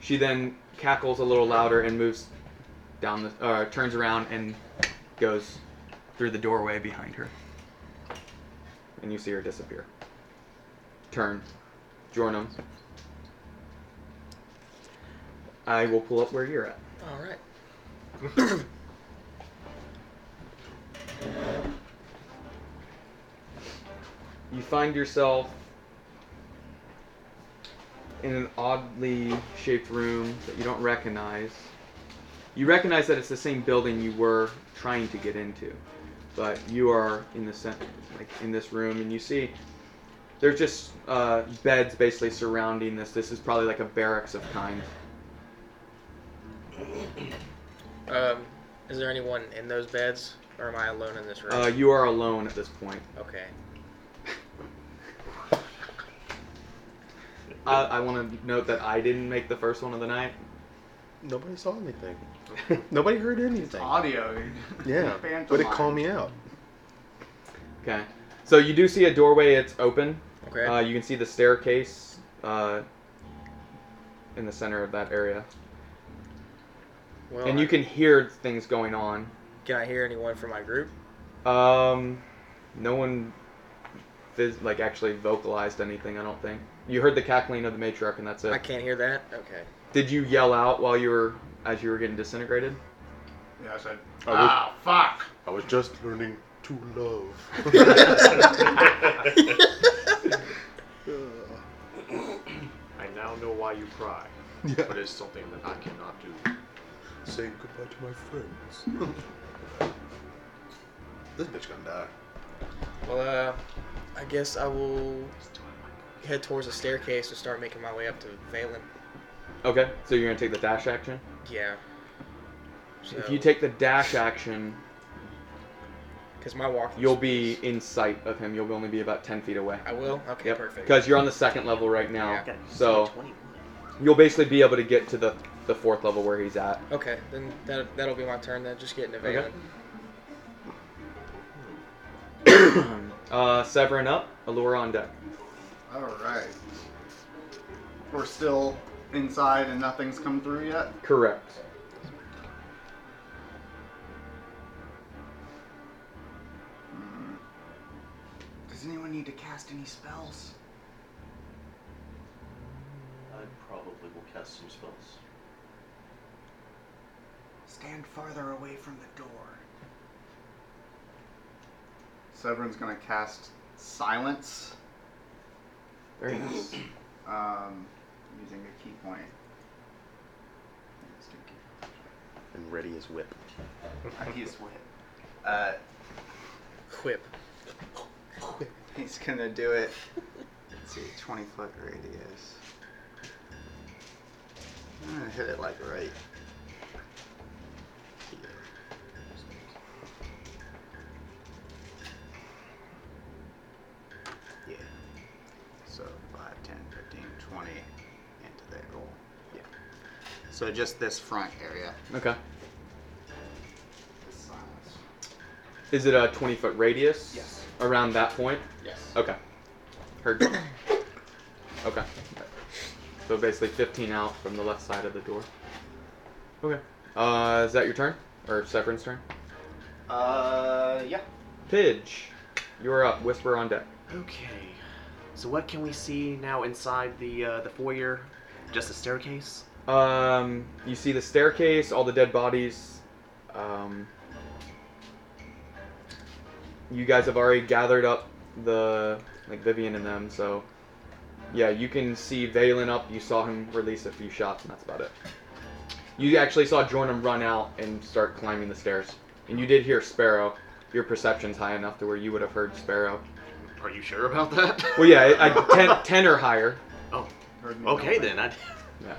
Speaker 2: She then cackles a little louder and moves down the, uh, turns around and goes through the doorway behind her and you see her disappear. Turn. Jornum. I will pull up where you're at.
Speaker 5: All right.
Speaker 2: You find yourself in an oddly shaped room that you don't recognize. You recognize that it's the same building you were trying to get into, but you are in the center, like in this room, and you see there's just uh, beds basically surrounding this. This is probably like a barracks of kind.
Speaker 5: Um, is there anyone in those beds, or am I alone in this room?
Speaker 2: Uh, you are alone at this point.
Speaker 5: okay.
Speaker 2: I, I want to note that I didn't make the first one of the night.
Speaker 7: Nobody saw anything. Nobody heard anything.
Speaker 6: Audio.
Speaker 7: Yeah.
Speaker 6: Pantomime.
Speaker 7: But it called me out.
Speaker 2: Okay. So you do see a doorway. It's open.
Speaker 5: Okay.
Speaker 2: Uh, you can see the staircase uh, in the center of that area,
Speaker 5: well,
Speaker 2: and you can hear things going on.
Speaker 5: can I hear anyone from my group?
Speaker 2: Um, no one, phys- like actually vocalized anything. I don't think you heard the cackling of the matriarch, and that's it.
Speaker 5: I can't hear that. Okay.
Speaker 2: Did you yell out while you were as you were getting disintegrated?
Speaker 6: Yeah, I said.
Speaker 7: I was,
Speaker 6: Ah, fuck.
Speaker 7: I was just learning to love.
Speaker 9: I now know why you cry,
Speaker 7: Yeah.
Speaker 9: but it's something that I cannot do.
Speaker 7: Saying goodbye to my friends. this bitch gonna die.
Speaker 5: Well, uh, I guess I will head towards the staircase and start making my way up to Valen.
Speaker 2: Okay. So you're gonna take the dash action.
Speaker 5: Yeah. So,
Speaker 2: If you take the dash action,
Speaker 5: because my walk,
Speaker 2: You'll be in sight of him. You'll only be about 10 feet away.
Speaker 5: I will. Okay. Perfect.
Speaker 2: Because you're on the second level right now.
Speaker 5: Yeah.
Speaker 2: So you'll basically be able to get to the, the fourth level where he's at.
Speaker 5: Okay, then that that'll be my turn. Then just getting to
Speaker 2: Okay.
Speaker 5: Valen.
Speaker 2: Uh, Severin up, Allure on deck.
Speaker 6: All right. We're still inside and nothing's come through yet.
Speaker 2: Correct.
Speaker 6: Does anyone need to cast any spells?
Speaker 4: I probably will cast some spells.
Speaker 6: Stand farther away from the door. Severin's gonna cast silence,
Speaker 2: Very nice.
Speaker 6: um, using a key point. Let's do key
Speaker 7: And ready as whip.
Speaker 6: I use whip. Uh,
Speaker 5: Quip.
Speaker 6: he's gonna do it. Let's see, 20 foot radius. I'm gonna hit it like right. here. So just this front area.
Speaker 2: Okay. Is it a 20 foot radius?
Speaker 3: Yes.
Speaker 2: Around that point?
Speaker 3: Yes.
Speaker 2: Okay. Heard. you. okay. So basically 15 out from the left side of the door. Okay. Uh, is that your turn? Or Severin's turn?
Speaker 8: Uh, yeah.
Speaker 2: Pidge, you're up. Whisper on deck.
Speaker 8: Okay. So what can we see now inside the uh, the foyer? Just a staircase.
Speaker 2: Um, you see the staircase, all the dead bodies. Um, you guys have already gathered up the like Vivian and them, so yeah, you can see Valen up. You saw him release a few shots, and that's about it. You actually saw Jornum run out and start climbing the stairs, and you did hear Sparrow. Your perception's high enough to where you would have heard Sparrow.
Speaker 8: Are you sure about that?
Speaker 2: Well, yeah, I, I, ten, ten or higher.
Speaker 6: Heard me
Speaker 8: Oh, okay
Speaker 6: going.
Speaker 8: then. I.
Speaker 2: Yeah.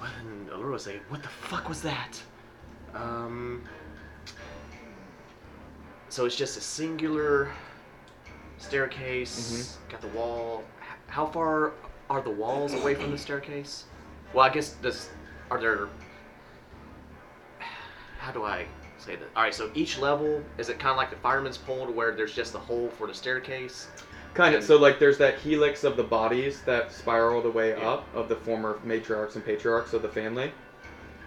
Speaker 8: Well, then Allura was like, "What the fuck was that?" Um. So it's just a singular staircase. Got the wall. H- How far are the walls away from the staircase? Well, I guess this. Are there? How do I say that? All right. So each level is it kind of like the fireman's pole, to where there's just a hole for the staircase?
Speaker 2: Kind of.
Speaker 8: And-
Speaker 2: So like, there's that helix of the bodies that spiral the way
Speaker 8: Yeah.
Speaker 2: up of the former matriarchs and patriarchs of the family,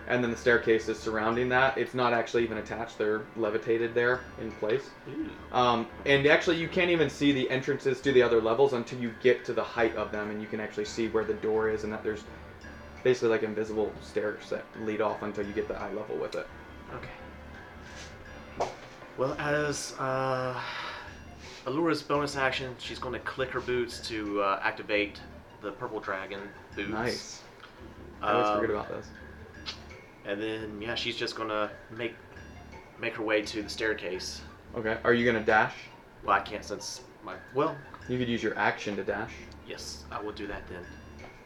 Speaker 2: and then the staircase is surrounding that. It's not actually even attached; they're levitated there in place.
Speaker 8: Hmm.
Speaker 2: Um, and actually, you can't even see the entrances to the other levels until you get to the height of them, and you can actually see where the door is, and that there's basically like invisible stairs that lead off until you get to eye level with it.
Speaker 8: Okay. Well, as uh, Allura's bonus action, she's going to click her boots to uh, activate the purple dragon boots.
Speaker 2: Nice. I always
Speaker 8: Um,
Speaker 2: forget about this.
Speaker 8: and then yeah, she's just going to make make her way to the staircase.
Speaker 2: Okay. Are you gonna dash?
Speaker 8: Well, I can't since my well.
Speaker 2: You could use your action to dash.
Speaker 8: Yes, I will do that then.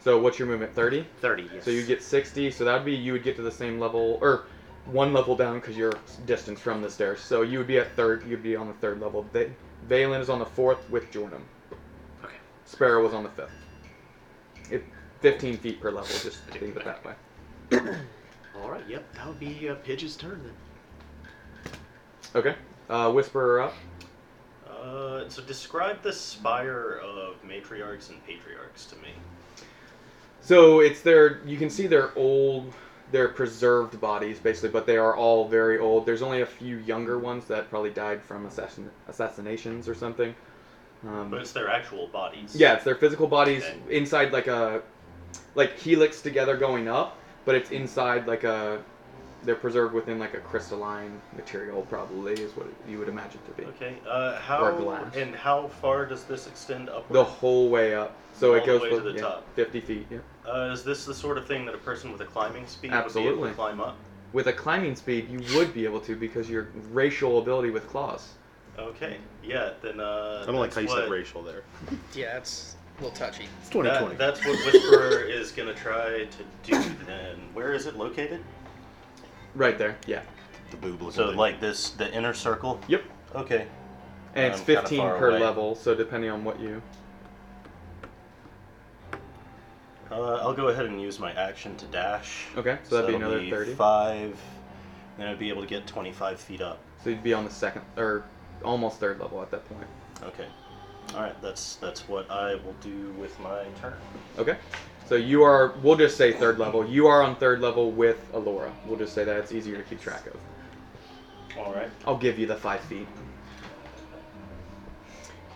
Speaker 2: So what's your movement? Thirty.
Speaker 8: Thirty. Yes.
Speaker 2: So you get 60, so that would be you would get to the same level or one level down because you're distance from the stairs. So you would be at third, you'd be on the third level. Va- Valen is on the fourth with Jordan.
Speaker 8: Okay.
Speaker 2: Sparrow was on the fifth. It, 15 feet per level, just leave it that way.
Speaker 8: All right. Yep. That would be uh, Pidge's turn then.
Speaker 2: Okay. Uh, Whisperer up.
Speaker 4: Uh, so describe the spire of matriarchs and patriarchs to me.
Speaker 2: So it's their you can see their old their preserved bodies basically, but they are all very old. There's only a few younger ones that probably died from assassin, assassinations or something. Um,
Speaker 4: But it's their actual bodies.
Speaker 2: Yeah, it's their physical bodies
Speaker 4: Okay.
Speaker 2: inside like a like helix together going up, but it's inside like a they're preserved within like a crystalline material probably is what you would imagine to be.
Speaker 4: Okay. Uh, how
Speaker 2: Or glass.
Speaker 4: and how far does this extend upward?
Speaker 2: The whole way up. So
Speaker 4: All
Speaker 2: it
Speaker 4: the
Speaker 2: goes
Speaker 4: way
Speaker 2: for-
Speaker 4: to the
Speaker 2: yeah,
Speaker 4: top.
Speaker 2: 50 feet, yeah.
Speaker 4: Uh, is this the sort of thing that a person with a climbing speed would be
Speaker 2: Absolutely.
Speaker 4: able to climb up?
Speaker 2: With a climbing speed, you would be able to because your racial ability with claws.
Speaker 4: Okay. Yeah. Then. Uh,
Speaker 7: I don't like
Speaker 4: that's
Speaker 7: how you
Speaker 4: what,
Speaker 7: said racial there.
Speaker 5: Yeah, that's a little touchy.
Speaker 7: It's
Speaker 4: That, that's what Whisperer is gonna try to do. Then, where is it located?
Speaker 2: Right there, yeah.
Speaker 7: the boob looking
Speaker 4: So,
Speaker 7: thing.
Speaker 4: like this, the inner circle.
Speaker 2: Yep.
Speaker 4: Okay.
Speaker 2: And it's
Speaker 4: I'm kinda
Speaker 2: 15
Speaker 4: far
Speaker 2: per
Speaker 4: away.
Speaker 2: level, so depending on what you.
Speaker 4: Uh, I'll go ahead and use my action to dash.
Speaker 2: Okay, so that'd be
Speaker 4: that'll
Speaker 2: another 30.
Speaker 4: Five. Then I'd be able to get 25 feet up.
Speaker 2: So you'd be on the second or almost third level at that point.
Speaker 4: Okay. All right. That's that's what I will do with my turn.
Speaker 2: Okay. So you are, we'll just say third level. You are on third level with Alora. We'll just say that. It's easier to keep track of.
Speaker 4: All right.
Speaker 2: I'll give you the five feet.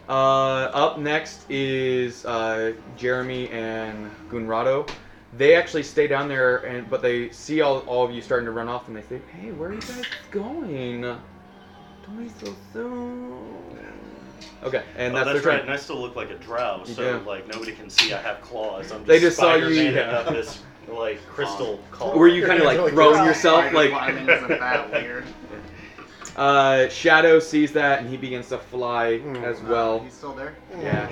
Speaker 2: Uh, up next is uh, Jeremy and Gunrado. They actually stay down there, and but they see all, all of you starting to run off, and they say, "Hey, where are you guys going? Don't leave so soon." Okay, and
Speaker 4: Oh,
Speaker 2: that's,
Speaker 4: that's
Speaker 2: their turn.
Speaker 4: right. And I still look like a drow,
Speaker 2: You
Speaker 4: so
Speaker 2: do.
Speaker 4: like nobody can see I have claws. I'm just
Speaker 2: They just saw you,
Speaker 4: Spider-Man-ing
Speaker 2: yeah.
Speaker 4: up this like crystal claw.
Speaker 2: Were you kind of like throwing yourself,
Speaker 6: Spider
Speaker 2: like
Speaker 6: climbing isn't that weird?
Speaker 2: Uh, Shadow sees that and he begins to fly
Speaker 7: Mm.
Speaker 2: as
Speaker 6: Uh,
Speaker 2: well.
Speaker 6: he's still there.
Speaker 2: Yeah,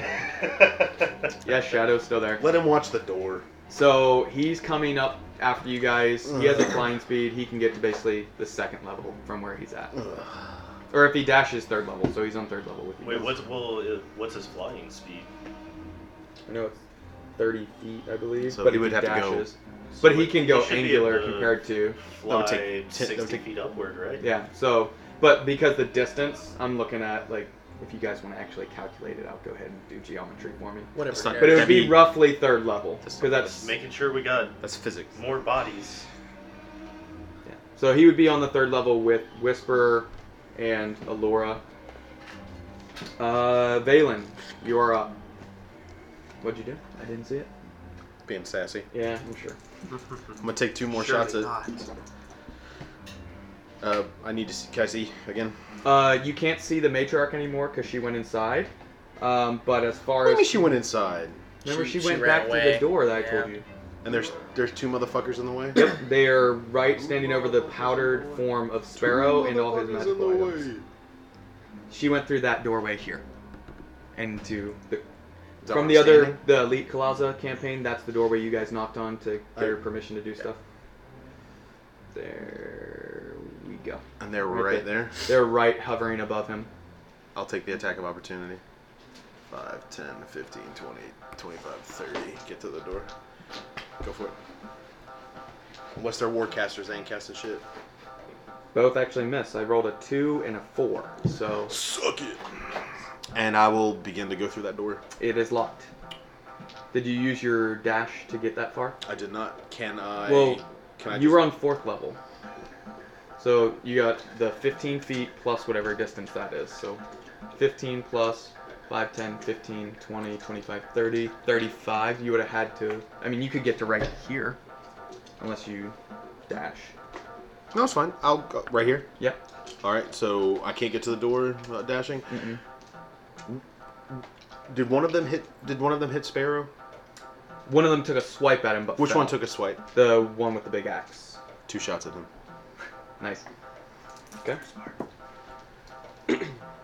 Speaker 2: yeah, Shadow's still there.
Speaker 7: Let him watch the door.
Speaker 2: So he's coming up after you guys. He
Speaker 7: Mm.
Speaker 2: has a flying speed. He can get to basically the second level from where he's at. Or if he dashes third level, so he's on third level with you.
Speaker 4: Wait,
Speaker 2: guys.
Speaker 4: what's well, uh, what's his flying speed?
Speaker 2: No, it's thirty feet, I believe.
Speaker 7: So
Speaker 2: but
Speaker 7: he
Speaker 2: if
Speaker 7: would have to go-
Speaker 2: dashes,
Speaker 4: So
Speaker 2: But he
Speaker 4: it-
Speaker 2: can
Speaker 4: it
Speaker 2: go
Speaker 4: should be
Speaker 2: angular
Speaker 4: able to
Speaker 2: compared to
Speaker 4: Fly
Speaker 7: would take ten- that would
Speaker 4: 60
Speaker 7: take-
Speaker 4: feet upward, right?
Speaker 2: yeah. So, but because the distance, I'm looking at like if you guys want to actually calculate it, I'll go ahead and do geometry for me.
Speaker 5: Whatever.
Speaker 7: It's not-
Speaker 5: Derek.
Speaker 2: But it would be
Speaker 7: That'd be-
Speaker 2: roughly third level
Speaker 7: That's-
Speaker 2: because that's
Speaker 4: Making sure we got
Speaker 7: That's physics.
Speaker 4: more bodies.
Speaker 2: Yeah. So he would be on the third level with Whisperer and Allura. Uh, Valen, you are up. What'd you do? I didn't see it.
Speaker 7: Being sassy.
Speaker 2: Yeah, I'm sure.
Speaker 7: I'm gonna take two more shots at. Uh, I need to see. Can I see again?
Speaker 2: Uh, you can't see the matriarch anymore because she went inside. Um, but as far
Speaker 7: Maybe
Speaker 2: as
Speaker 7: she went inside,
Speaker 2: remember,
Speaker 5: She-
Speaker 2: she,
Speaker 5: she
Speaker 2: went
Speaker 5: ran
Speaker 2: back to
Speaker 5: away.
Speaker 2: the door that I
Speaker 5: Yeah.
Speaker 2: told you.
Speaker 7: and there's there's two motherfuckers in the way.
Speaker 2: Yep, they are right standing over the powdered form of Sparrow and all his
Speaker 7: Motherfuckers in the
Speaker 2: magical items.
Speaker 7: way.
Speaker 2: She went through that doorway here, and to the
Speaker 7: Is that
Speaker 2: From
Speaker 7: where
Speaker 2: the
Speaker 7: I'm
Speaker 2: other,
Speaker 7: standing?
Speaker 2: the Elite Kalaza campaign, that's the doorway you guys knocked on to get
Speaker 7: I-
Speaker 2: your permission to do stuff. There we go.
Speaker 7: And they're
Speaker 2: Right
Speaker 7: right,
Speaker 2: there.
Speaker 7: there.
Speaker 2: They're right hovering above him.
Speaker 7: I'll take the attack of opportunity. 5, 10, 15, 20, 25, 30. Get to the door. Go for it. Unless they're war casters, they ain't casting shit.
Speaker 2: Both actually miss. I rolled a two and a four, so
Speaker 7: Suck it! And I will begin to go through that door.
Speaker 2: it is locked. Did you use your dash to get that far?
Speaker 7: I did not. Can I.
Speaker 2: Well,
Speaker 7: can I
Speaker 2: you
Speaker 7: just-
Speaker 2: were on fourth level, so you got the 15 feet plus whatever distance that is. So 15 plus 5, 10, 15, 20, 25, 30, 35. You would have had to. I mean, you could get to right here, unless you dash.
Speaker 7: No, it's fine. I'll go right here.
Speaker 2: Yep.
Speaker 7: Alright, so I can't get to the door without dashing. Did one of them hit? Did one of them hit Sparrow?
Speaker 2: One of them took a swipe at him, but
Speaker 7: Which
Speaker 2: fell.
Speaker 7: one took a swipe?
Speaker 2: the one with the big axe?
Speaker 7: Two shots at him.
Speaker 2: Nice. Okay.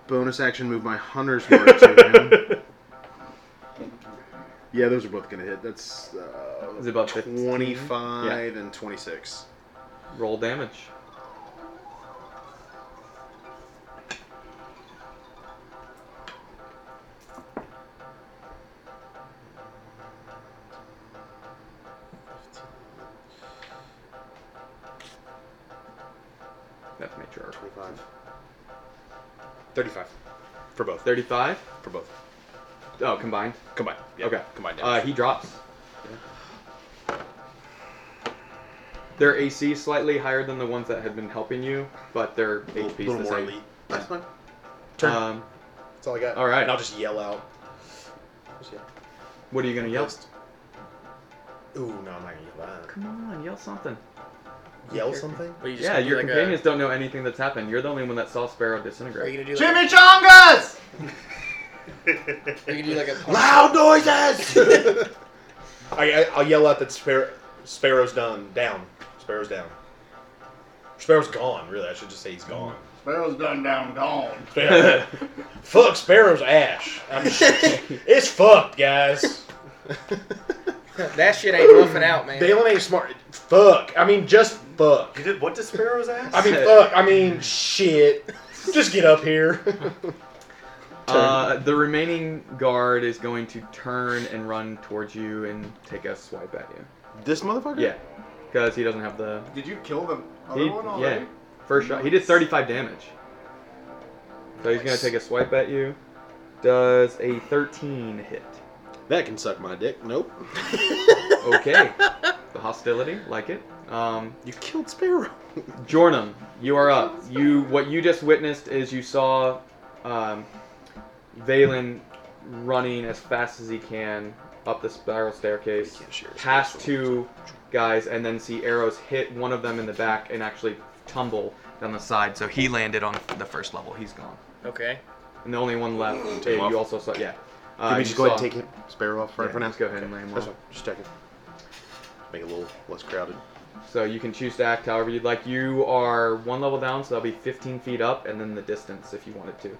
Speaker 7: bonus action move my hunter's mark to him. Yeah, those are both gonna hit. That's uh,
Speaker 2: Is it about 15?
Speaker 7: twenty-five and twenty-six.
Speaker 2: Roll damage. That's matriarch.
Speaker 7: 25. 35. for both.
Speaker 2: 35?
Speaker 7: For both.
Speaker 2: Oh, combined.
Speaker 7: Combined.
Speaker 2: Okay.
Speaker 7: Combined.
Speaker 2: Uh,
Speaker 7: damage.
Speaker 2: he drops. Their AC is slightly higher than the ones that had been helping you, but their
Speaker 7: A little,
Speaker 2: HP
Speaker 7: little
Speaker 2: is the
Speaker 7: more
Speaker 2: same.
Speaker 7: elite. That's fine. Turn.
Speaker 2: Um,
Speaker 7: That's all I got.
Speaker 2: all right.
Speaker 7: And I'll just yell out. Just yell.
Speaker 2: what are you gonna yell?
Speaker 7: Just- Ooh, no, I'm not gonna yell that.
Speaker 2: Come on, yell something.
Speaker 7: Yell something?
Speaker 5: What, you just
Speaker 2: Yeah,
Speaker 5: gonna do
Speaker 2: your
Speaker 5: like a-
Speaker 2: companions don't know anything that's happened. You're the only one that saw Sparrow disintegrate.
Speaker 5: Are you gonna do like,
Speaker 6: Chimichangas!
Speaker 5: Are you gonna do like a punch?
Speaker 7: Loud noises! I, I, I'll yell out that Spar- Sparrow's done. Down. Sparrow's down. Sparrow's gone, really. I should just say he's gone.
Speaker 6: Sparrow's done down gone.
Speaker 7: Sparrow. Fuck Sparrow's ash. I'm it's fucked, guys.
Speaker 5: that shit ain't buffing out, man.
Speaker 7: Balin ain't smart. Fuck. I mean, just fuck.
Speaker 4: You did what to Sparrow's ass?
Speaker 7: I mean, fuck. I mean, shit. Just get up here.
Speaker 2: Uh, the remaining guard is going to turn and run towards you and take a swipe at you.
Speaker 7: This motherfucker?
Speaker 2: Yeah, because he doesn't have the.
Speaker 6: Did you kill the other
Speaker 2: He,
Speaker 6: one
Speaker 2: yeah,
Speaker 6: already?
Speaker 2: first shot. He did 35 damage. So he's gonna take a swipe at you. Does a 13 hit?
Speaker 7: That can suck my dick. Nope.
Speaker 2: Okay. the hostility, like it. Um,
Speaker 7: You killed Sparrow.
Speaker 2: Jornum, you are up. You what you just witnessed is you saw um, Valen running as fast as he can up the spiral staircase, past two guys, and then see arrows hit one of them in the back and actually tumble down the side. So he landed on the first level. He's gone,
Speaker 5: Okay.
Speaker 2: and the only one left.
Speaker 7: Take him
Speaker 2: eh,
Speaker 7: off.
Speaker 2: you also saw yeah. Uh,
Speaker 7: Can we
Speaker 2: you
Speaker 7: just go ahead
Speaker 2: saw-
Speaker 7: and take him, Sparrow off right
Speaker 2: yeah,
Speaker 7: for now?
Speaker 2: just go ahead and lay him
Speaker 7: That's
Speaker 2: off.
Speaker 7: fine. Just checking. Make it a little less crowded.
Speaker 2: So you can choose to act however you'd like. You are one level down, so that'll be 15 feet up, and then the distance if you wanted to.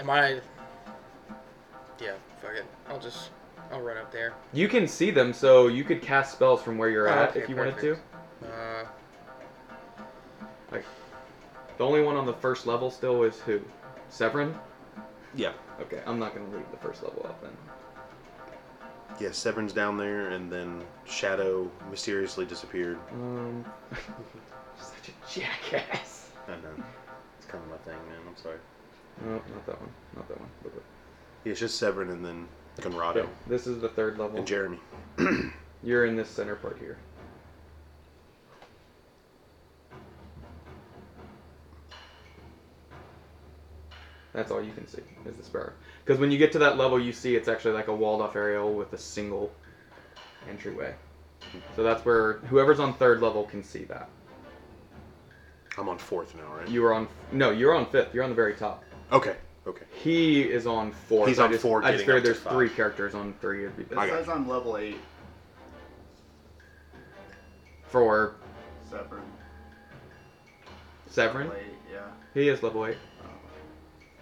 Speaker 5: Am I? Yeah. Fuck it. I'll just. I'll run up there.
Speaker 2: You can see them, so you could cast spells from where you're
Speaker 5: Oh,
Speaker 2: at
Speaker 5: okay,
Speaker 2: if you wanted
Speaker 5: perfect. Uh,
Speaker 2: to. The only one on the first level still is who? Severin?
Speaker 7: Yeah.
Speaker 2: Okay, I'm not gonna leave the first level up then.
Speaker 7: Yeah, Severn's down there, and then Shadow mysteriously disappeared.
Speaker 2: Um,
Speaker 8: Such a jackass.
Speaker 7: I know. It's kind of my thing, man. I'm sorry.
Speaker 2: no, not that one. Not that one. But- but-
Speaker 7: Yeah, it's just Severn and then Conrado
Speaker 2: This is the third level.
Speaker 7: and Jeremy.
Speaker 2: You're in this center part here. That's all you can see is the sparrow. Because when you get to that level, you see it's actually like a walled off area with a single entryway. So that's where whoever's on third level can see that.
Speaker 7: I'm on fourth now, right?
Speaker 2: You are on no, you're on fifth. You're on the very top.
Speaker 7: Okay. Okay.
Speaker 2: He is on four.
Speaker 7: He's
Speaker 2: I
Speaker 7: on
Speaker 2: just,
Speaker 7: four,
Speaker 2: I just figured
Speaker 7: getting up to
Speaker 2: there's
Speaker 7: five.
Speaker 2: three characters on three. It'd be
Speaker 6: It
Speaker 7: I got
Speaker 6: says on level eight,
Speaker 2: for
Speaker 6: Severn.
Speaker 2: Severin.
Speaker 6: Level eight, yeah.
Speaker 2: He is level eight.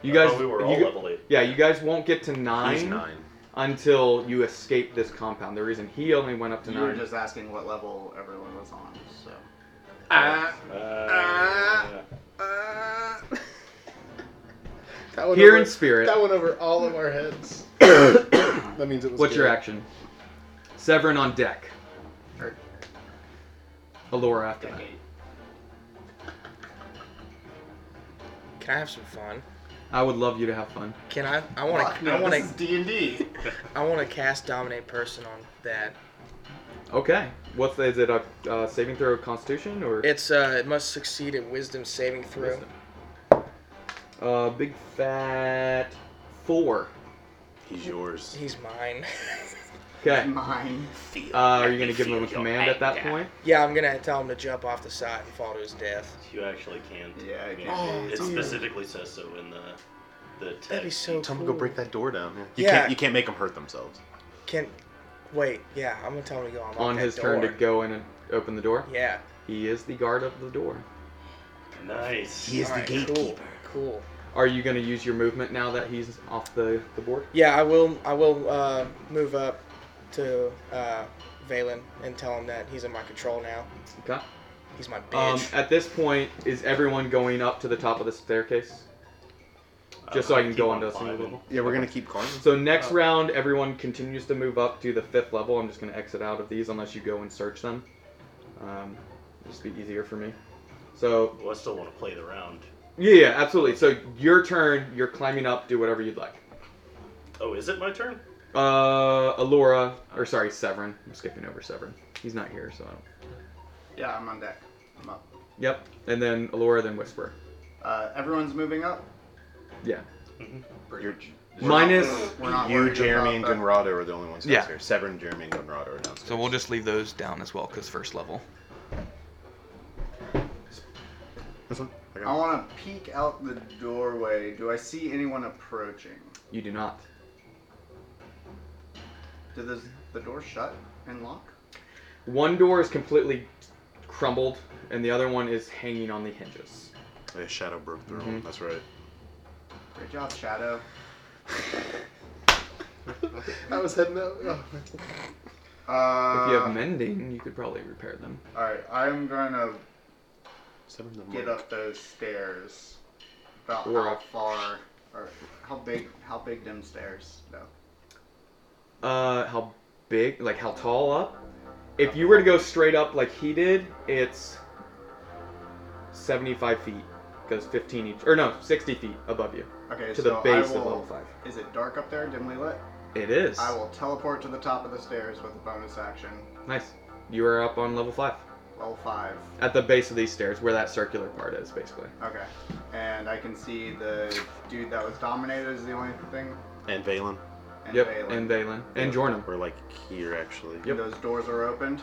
Speaker 2: You
Speaker 4: I
Speaker 2: guys,
Speaker 4: thought Oh, we were all
Speaker 2: you-
Speaker 4: level eight.
Speaker 2: Yeah, you guys won't get to
Speaker 7: He's
Speaker 2: nine,
Speaker 7: nine.
Speaker 2: until you escape this compound. The reason he only went up to
Speaker 6: You were
Speaker 2: nine.
Speaker 6: just asking what level everyone was on, so.
Speaker 4: Uh,
Speaker 7: Uh,
Speaker 3: That went
Speaker 2: Here
Speaker 3: over,
Speaker 2: in spirit.
Speaker 3: That went over all of our heads. that means it was.
Speaker 2: What's your
Speaker 3: good.
Speaker 2: action? Severin on deck.
Speaker 6: Or-
Speaker 2: Allura after that.
Speaker 6: Decade.
Speaker 5: Can I have some fun?
Speaker 2: I would love you to have fun.
Speaker 5: Can I? I want
Speaker 6: Fuck,
Speaker 5: to.
Speaker 6: no,
Speaker 5: I want
Speaker 6: this is
Speaker 5: to.
Speaker 6: D and D.
Speaker 5: I want to cast dominate person on that.
Speaker 2: Okay. What's the, is it a uh, saving throw of Constitution or?
Speaker 5: It's uh, it must succeed at wisdom saving throw.
Speaker 2: Uh, big fat four.
Speaker 7: He's yours.
Speaker 5: He's mine.
Speaker 2: Okay.
Speaker 6: Mine.
Speaker 2: Uh, are you gonna give him a command at that point?
Speaker 5: yeah, I'm gonna tell him to jump off the side and fall to his death.
Speaker 4: You actually can't.
Speaker 6: Yeah, I
Speaker 4: I mean,
Speaker 6: can't.
Speaker 4: it specifically says so in the the text.
Speaker 5: That'd be so
Speaker 7: Tell him
Speaker 5: cool.
Speaker 7: to go break that door down. You
Speaker 5: Yeah.
Speaker 7: can't. You can't make them hurt themselves.
Speaker 5: Can wait? Yeah, I'm gonna tell him to go on.
Speaker 2: On his turn to go in and open the door.
Speaker 5: Yeah.
Speaker 2: He is the guard of the door.
Speaker 4: nice.
Speaker 7: He is the
Speaker 5: Alright, Cool.
Speaker 7: gatekeeper.
Speaker 5: Cool.
Speaker 2: Are you going to use your movement now that he's off the, the board?
Speaker 5: Yeah, I will. I will uh, move up to uh, Valen and tell him that he's in my control now.
Speaker 2: Okay.
Speaker 5: He's my
Speaker 2: Um,
Speaker 5: bitch.
Speaker 2: at this point, is everyone going up to the top of the staircase?
Speaker 4: Uh,
Speaker 2: Just so I can
Speaker 4: keep
Speaker 2: go
Speaker 4: on
Speaker 2: onto a single
Speaker 4: climbing.
Speaker 2: level.
Speaker 7: Yeah, we're gonna keep climbing.
Speaker 2: So next round, everyone continues to move up to the fifth level. I'm just going to exit out of these unless you go and search them. Um, just be easier for me. So
Speaker 4: Well, I still want to play the round.
Speaker 2: yeah, yeah, absolutely. So your turn. You're climbing up. Do whatever you'd like.
Speaker 4: Oh, is it my turn?
Speaker 2: Uh, Alora, or sorry, Severin. I'm skipping over Severin. He's not here, so I don't.
Speaker 6: Yeah, I'm on deck. I'm up.
Speaker 2: Yep. And then Alora, then Whisper.
Speaker 6: Uh, everyone's moving up.
Speaker 2: Yeah.
Speaker 7: You're-
Speaker 2: Minus.
Speaker 6: We're not
Speaker 7: you,
Speaker 6: worried
Speaker 7: Jeremy, and
Speaker 6: about the-
Speaker 7: Conrado are the only ones
Speaker 2: Yeah.
Speaker 7: downstairs. Severn, Jeremy, and Conrado are downstairs.
Speaker 2: So we'll just leave those down as well, because first level.
Speaker 7: This one? I got
Speaker 6: I want to peek out the doorway. Do I see anyone approaching?
Speaker 2: You do not.
Speaker 6: Did this, the door shut and lock?
Speaker 2: One door is completely crumbled, and the other one is hanging on the hinges.
Speaker 7: it. Yeah, Shadow broke through.
Speaker 2: Mhm.
Speaker 7: That's right.
Speaker 6: Great job, Shadow.
Speaker 3: I was heading out. Oh,
Speaker 6: Uh,
Speaker 2: if you have mending, you could probably repair them.
Speaker 6: all right, I'm gonna
Speaker 7: Severn's the
Speaker 6: get up those stairs. About
Speaker 2: Or
Speaker 6: how
Speaker 2: up.
Speaker 6: far or how big? How big them stairs? No.
Speaker 2: Uh, how big? Like how tall up? If you were to go straight up like he did, it's 75 feet, because 15 each, or no, 60 feet above you
Speaker 6: Okay,
Speaker 2: to
Speaker 6: so
Speaker 2: the base
Speaker 6: I
Speaker 2: of
Speaker 6: will.
Speaker 2: level five.
Speaker 6: Is it dark up there? Dimly lit.
Speaker 2: It is
Speaker 6: I will teleport to the top of the stairs with a bonus action.
Speaker 2: nice. You are up on level five
Speaker 6: Level five.
Speaker 2: at the base of these stairs, where that circular part is, basically.
Speaker 6: Okay. And I can see the dude that was dominated is the only thing.
Speaker 7: And Valen.
Speaker 6: And
Speaker 2: yep,
Speaker 6: Valen.
Speaker 2: and Valen and Jordan.
Speaker 7: We're like here, actually.
Speaker 2: Yep.
Speaker 6: Those doors are opened.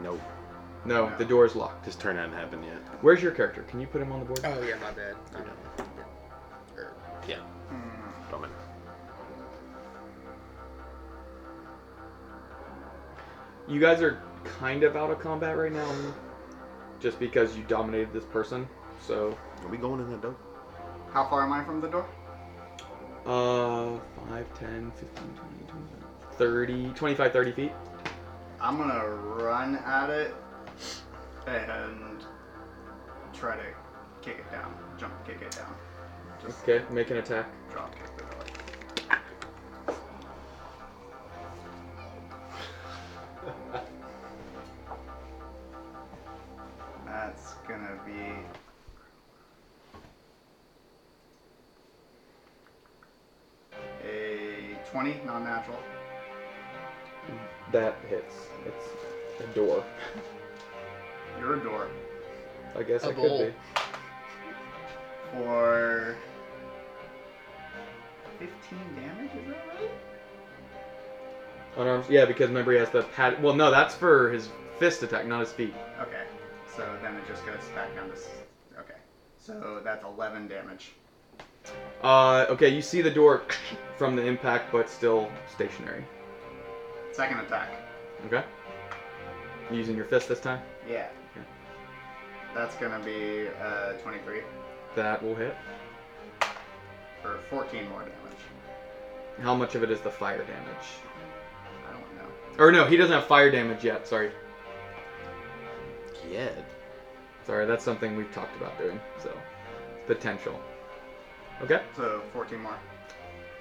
Speaker 7: Nope.
Speaker 2: No,
Speaker 6: No.
Speaker 2: the door's locked.
Speaker 7: His turn hadn't happened yet.
Speaker 2: Where's your character? Can you put him on the board?
Speaker 5: oh yeah, my bad. I know.
Speaker 6: Hmm.
Speaker 7: Bummer.
Speaker 2: You guys are kind of out of combat right now, mm, just because you dominated this person. So,
Speaker 7: Are we going in that door?
Speaker 6: How far am I from the door?
Speaker 2: uh, 5, 10, 15, 20, 25, 30, 25, 30 feet.
Speaker 6: I'm gonna run at it and try to kick it down. Jump kick it down. Just
Speaker 2: Okay, make an attack.
Speaker 6: drop kick the door. 20, non natural.
Speaker 2: That hits. It's a door.
Speaker 6: You're a door.
Speaker 2: I guess
Speaker 5: A
Speaker 2: it
Speaker 5: bowl.
Speaker 2: could be.
Speaker 6: For 15 damage, is that right?
Speaker 2: Unarmed. Yeah, because remember he has the pat. Well, no, that's for his fist attack, not his feet.
Speaker 6: Okay, so then it just goes back down to. s- Okay, so that's 11 damage.
Speaker 2: Uh, okay, you see the door from the impact, but still stationary.
Speaker 6: Second attack.
Speaker 2: Okay. You using your fist this time?
Speaker 6: Yeah.
Speaker 2: Okay.
Speaker 6: That's gonna be uh, 23
Speaker 2: That will hit.
Speaker 6: for 14 more damage.
Speaker 2: How much of it is the fire damage?
Speaker 6: I don't know.
Speaker 2: Or no, he doesn't have fire damage yet. Sorry.
Speaker 8: Yeah.
Speaker 2: Sorry, that's something we've talked about doing. So, potential. Okay.
Speaker 6: So 14 more.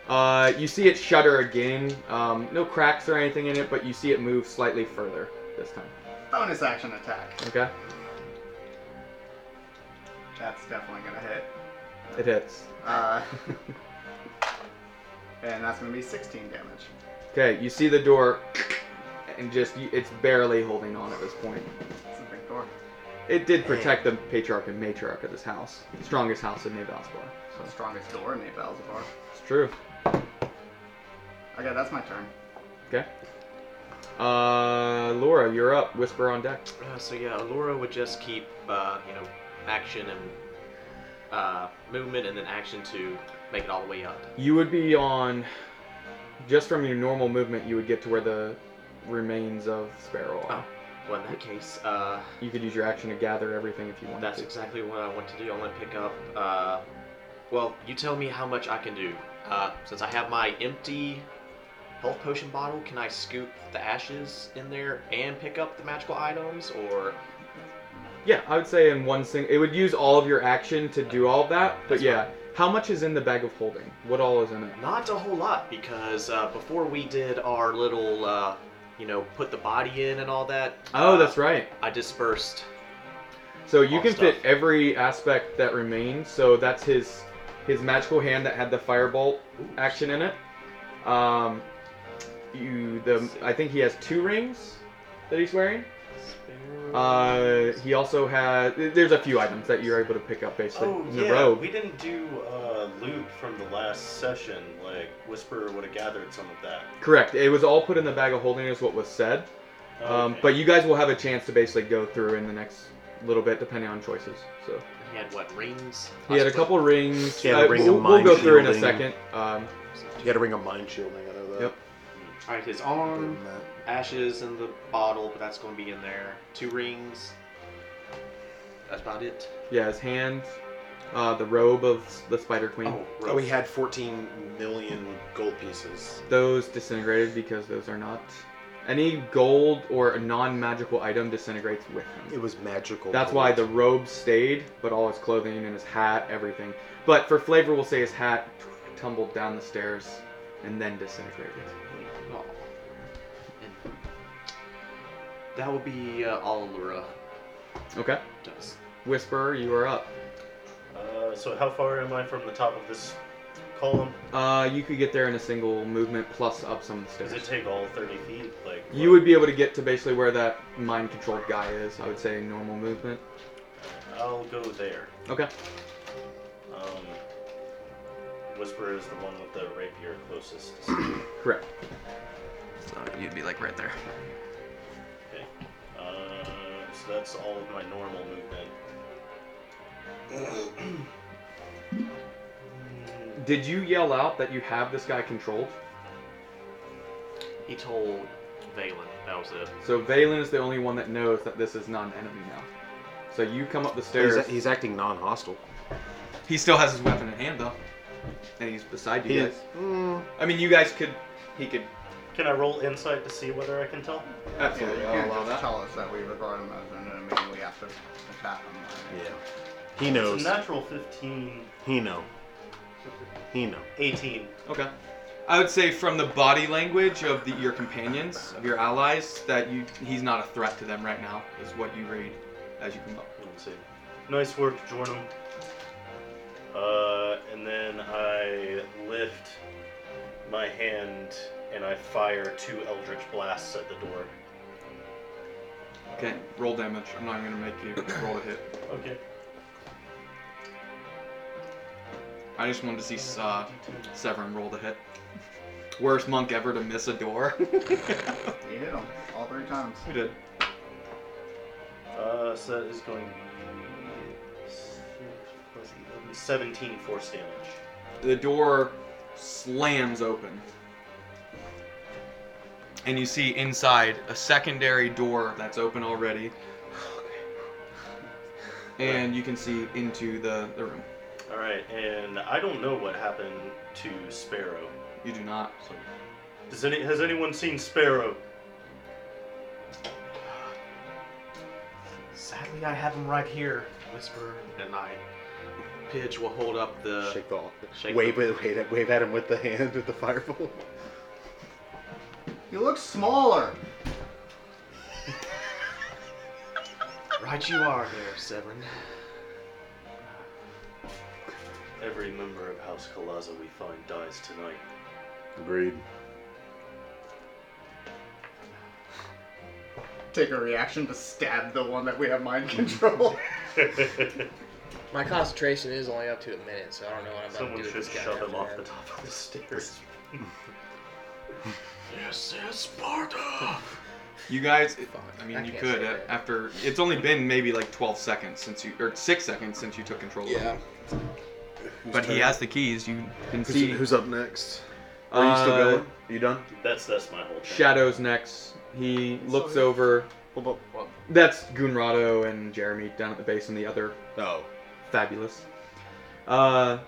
Speaker 2: Uh, you see it shudder again. Um, no cracks or anything in it, but you see it move slightly further this time.
Speaker 6: Bonus action attack.
Speaker 2: Okay.
Speaker 6: That's definitely gonna hit.
Speaker 2: It hits.
Speaker 6: Uh, and that's gonna be 16 damage.
Speaker 2: Okay, you see the door, and just it's barely holding on at this point.
Speaker 6: It's a big door.
Speaker 2: It did protect the patriarch and matriarch of this house, the strongest house in Navalspar.
Speaker 6: The
Speaker 2: So
Speaker 6: strongest door in the Belzebar.
Speaker 2: it's true.
Speaker 6: Okay, that's my turn.
Speaker 2: Okay. Uh, Laura, you're up. Whisper on deck.
Speaker 8: Uh, so yeah, Laura would just keep uh, you know action and uh, movement, and then action to make it all the way up.
Speaker 2: You would be on. Just from your normal movement, you would get to where the remains of Sparrow are.
Speaker 8: Well, in that case, uh,
Speaker 2: You could use your action to gather everything if you want
Speaker 8: that's
Speaker 2: to.
Speaker 8: exactly what I want to do. I want to pick up. Uh, well, you tell me how much I can do. Uh, since I have my empty health potion bottle, can I scoop the ashes in there and pick up the magical items, or
Speaker 2: Yeah, I would say in one single. It would use all of your action to do all of that, but
Speaker 8: That's
Speaker 2: yeah. How much is in the bag of holding? What all is in it?
Speaker 8: Not a whole lot because uh, before we did our little, uh, you know, put the body in and all that.
Speaker 2: Oh,
Speaker 8: uh,
Speaker 2: that's right.
Speaker 8: I dispersed.
Speaker 2: So you
Speaker 8: all
Speaker 2: can
Speaker 8: stuff.
Speaker 2: fit every aspect that remains. So that's his his magical hand that had the firebolt action in it. Um, you the I think he has two rings that he's wearing. Uh, he also had there's a few items that you're able to pick up basically
Speaker 4: Oh
Speaker 2: in
Speaker 4: yeah,
Speaker 2: a row.
Speaker 4: we didn't do uh, loot from the last session. Like Whisperer would have gathered some of that.
Speaker 2: Correct. It was all put in the bag of holding is what was said. Um,
Speaker 4: Okay.
Speaker 2: but you guys will have a chance to basically go through in the next little bit, depending on choices. So
Speaker 8: He had what rings?
Speaker 2: he had a
Speaker 8: Possibly.
Speaker 2: couple rings.
Speaker 7: He had a
Speaker 2: Uh,
Speaker 7: ring of
Speaker 2: we'll, we'll
Speaker 7: mind
Speaker 2: go through in a
Speaker 7: shielding.
Speaker 2: second. Um,
Speaker 7: You had a ring of mind shielding. I know that.
Speaker 2: Yep.
Speaker 8: All right, his
Speaker 7: Other
Speaker 8: arm,
Speaker 7: than that,
Speaker 8: ashes in the bottle, but that's going to be in there. Two rings. That's about it.
Speaker 2: yeah, his hand, uh, the robe of s- the Spider Queen.
Speaker 8: Oh,
Speaker 7: Oh, he had 14 million gold pieces.
Speaker 2: Those disintegrated because those are not any gold or a non-magical item disintegrates with
Speaker 7: It
Speaker 2: him.
Speaker 7: was magical.
Speaker 2: That's
Speaker 7: gold.
Speaker 2: why the robe stayed, but all his clothing and his hat, everything. But for flavor, we'll say his hat tumbled down the stairs and then disintegrated.
Speaker 8: Oh. And that will be uh, all Laura
Speaker 2: Okay,
Speaker 8: does.
Speaker 2: Whisperer, you are up.
Speaker 4: Uh, so how far am I from the top of this column?
Speaker 2: Uh, you could get there in a single movement, plus up some of the
Speaker 4: Does it
Speaker 2: stairs.
Speaker 4: take all 30 feet? Like
Speaker 2: You would be able to get to basically where that mind-controlled guy is. I would say normal movement.
Speaker 4: I'll go there.
Speaker 2: Okay.
Speaker 4: Um, Whisperer is the one with the rapier closest. okay.
Speaker 2: Correct.
Speaker 8: So you'd be like right there.
Speaker 4: Uh, so that's all of my normal movement. Mm,
Speaker 2: Did you yell out that you have this guy controlled?
Speaker 8: He told Valen that was it.
Speaker 2: So Valen is the only one that knows that this is not an enemy now. So you come up the stairs.
Speaker 7: He's, he's acting non-hostile.
Speaker 2: he still has his weapon in hand though, and he's beside you
Speaker 7: He-
Speaker 2: guys.
Speaker 7: Mm,
Speaker 2: I mean, you guys could. He could
Speaker 4: Can I roll insight to see whether I can tell?
Speaker 2: absolutely
Speaker 6: yeah, you can't
Speaker 2: allow
Speaker 6: just
Speaker 2: that.
Speaker 6: tell us that we regard him as an enemy and we have to attack him.
Speaker 7: yeah. He knows.
Speaker 4: It's a natural 15,
Speaker 7: he know. He know.
Speaker 4: 18.
Speaker 2: Okay. I would say from the body language of the, your companions, of your allies, that you he's not a threat to them right now, is what you read as you come up.
Speaker 4: Let's see. Nice work, Jordan. Uh, and then I lift my hand and I fire two eldritch blasts at the door.
Speaker 2: Okay, roll damage. I'm not gonna make you roll a hit.
Speaker 4: Okay.
Speaker 2: I just wanted to see uh, Severin roll the hit. Worst monk ever to miss a door.
Speaker 6: You hit him all three times.
Speaker 2: we did.
Speaker 4: Uh, so that is going to be 17 force damage.
Speaker 2: The door slams open. And you see inside a secondary door that's open already. And you can see into the, the room.
Speaker 4: All right, and I don't know what happened to Sparrow.
Speaker 2: You do not.
Speaker 4: Does any has anyone seen Sparrow?
Speaker 8: Sadly, I have him right here. Whisper and I. Pidge will hold up the.
Speaker 7: Shake the
Speaker 8: Uh, shake
Speaker 7: wave,
Speaker 8: the-
Speaker 7: wave, wave, wave at him with the hand with the fireball.
Speaker 6: You look smaller.
Speaker 8: Right, you are there, Severin.
Speaker 4: Every member of House Kalaza we find dies tonight.
Speaker 7: Agreed.
Speaker 6: Take a reaction to stab the one that we have mind control.
Speaker 5: My concentration is only up to a minute, so I don't know what I'm about
Speaker 4: Someone
Speaker 5: to do
Speaker 4: should
Speaker 5: with this guy.
Speaker 4: shove him
Speaker 5: after
Speaker 4: off the
Speaker 5: that.
Speaker 4: top of the stairs.
Speaker 8: This is Sparta!
Speaker 2: You guys,
Speaker 5: Fuck,
Speaker 2: I mean,
Speaker 5: I
Speaker 2: you
Speaker 5: can't
Speaker 2: could
Speaker 5: say
Speaker 2: uh,
Speaker 5: that.
Speaker 2: after. It's only been maybe like 12 seconds since you, or six seconds since you took control. of
Speaker 3: Yeah.
Speaker 2: him. But he has the keys. You can
Speaker 7: Who's,
Speaker 2: see.
Speaker 7: who's up next? Are you still
Speaker 2: Uh,
Speaker 7: going? Are you done?
Speaker 4: That's that's my whole thing.
Speaker 2: Shadows next. He looks over. That's Gunrado and Jeremy down at the base, and the other
Speaker 7: Oh.
Speaker 2: fabulous. Uh,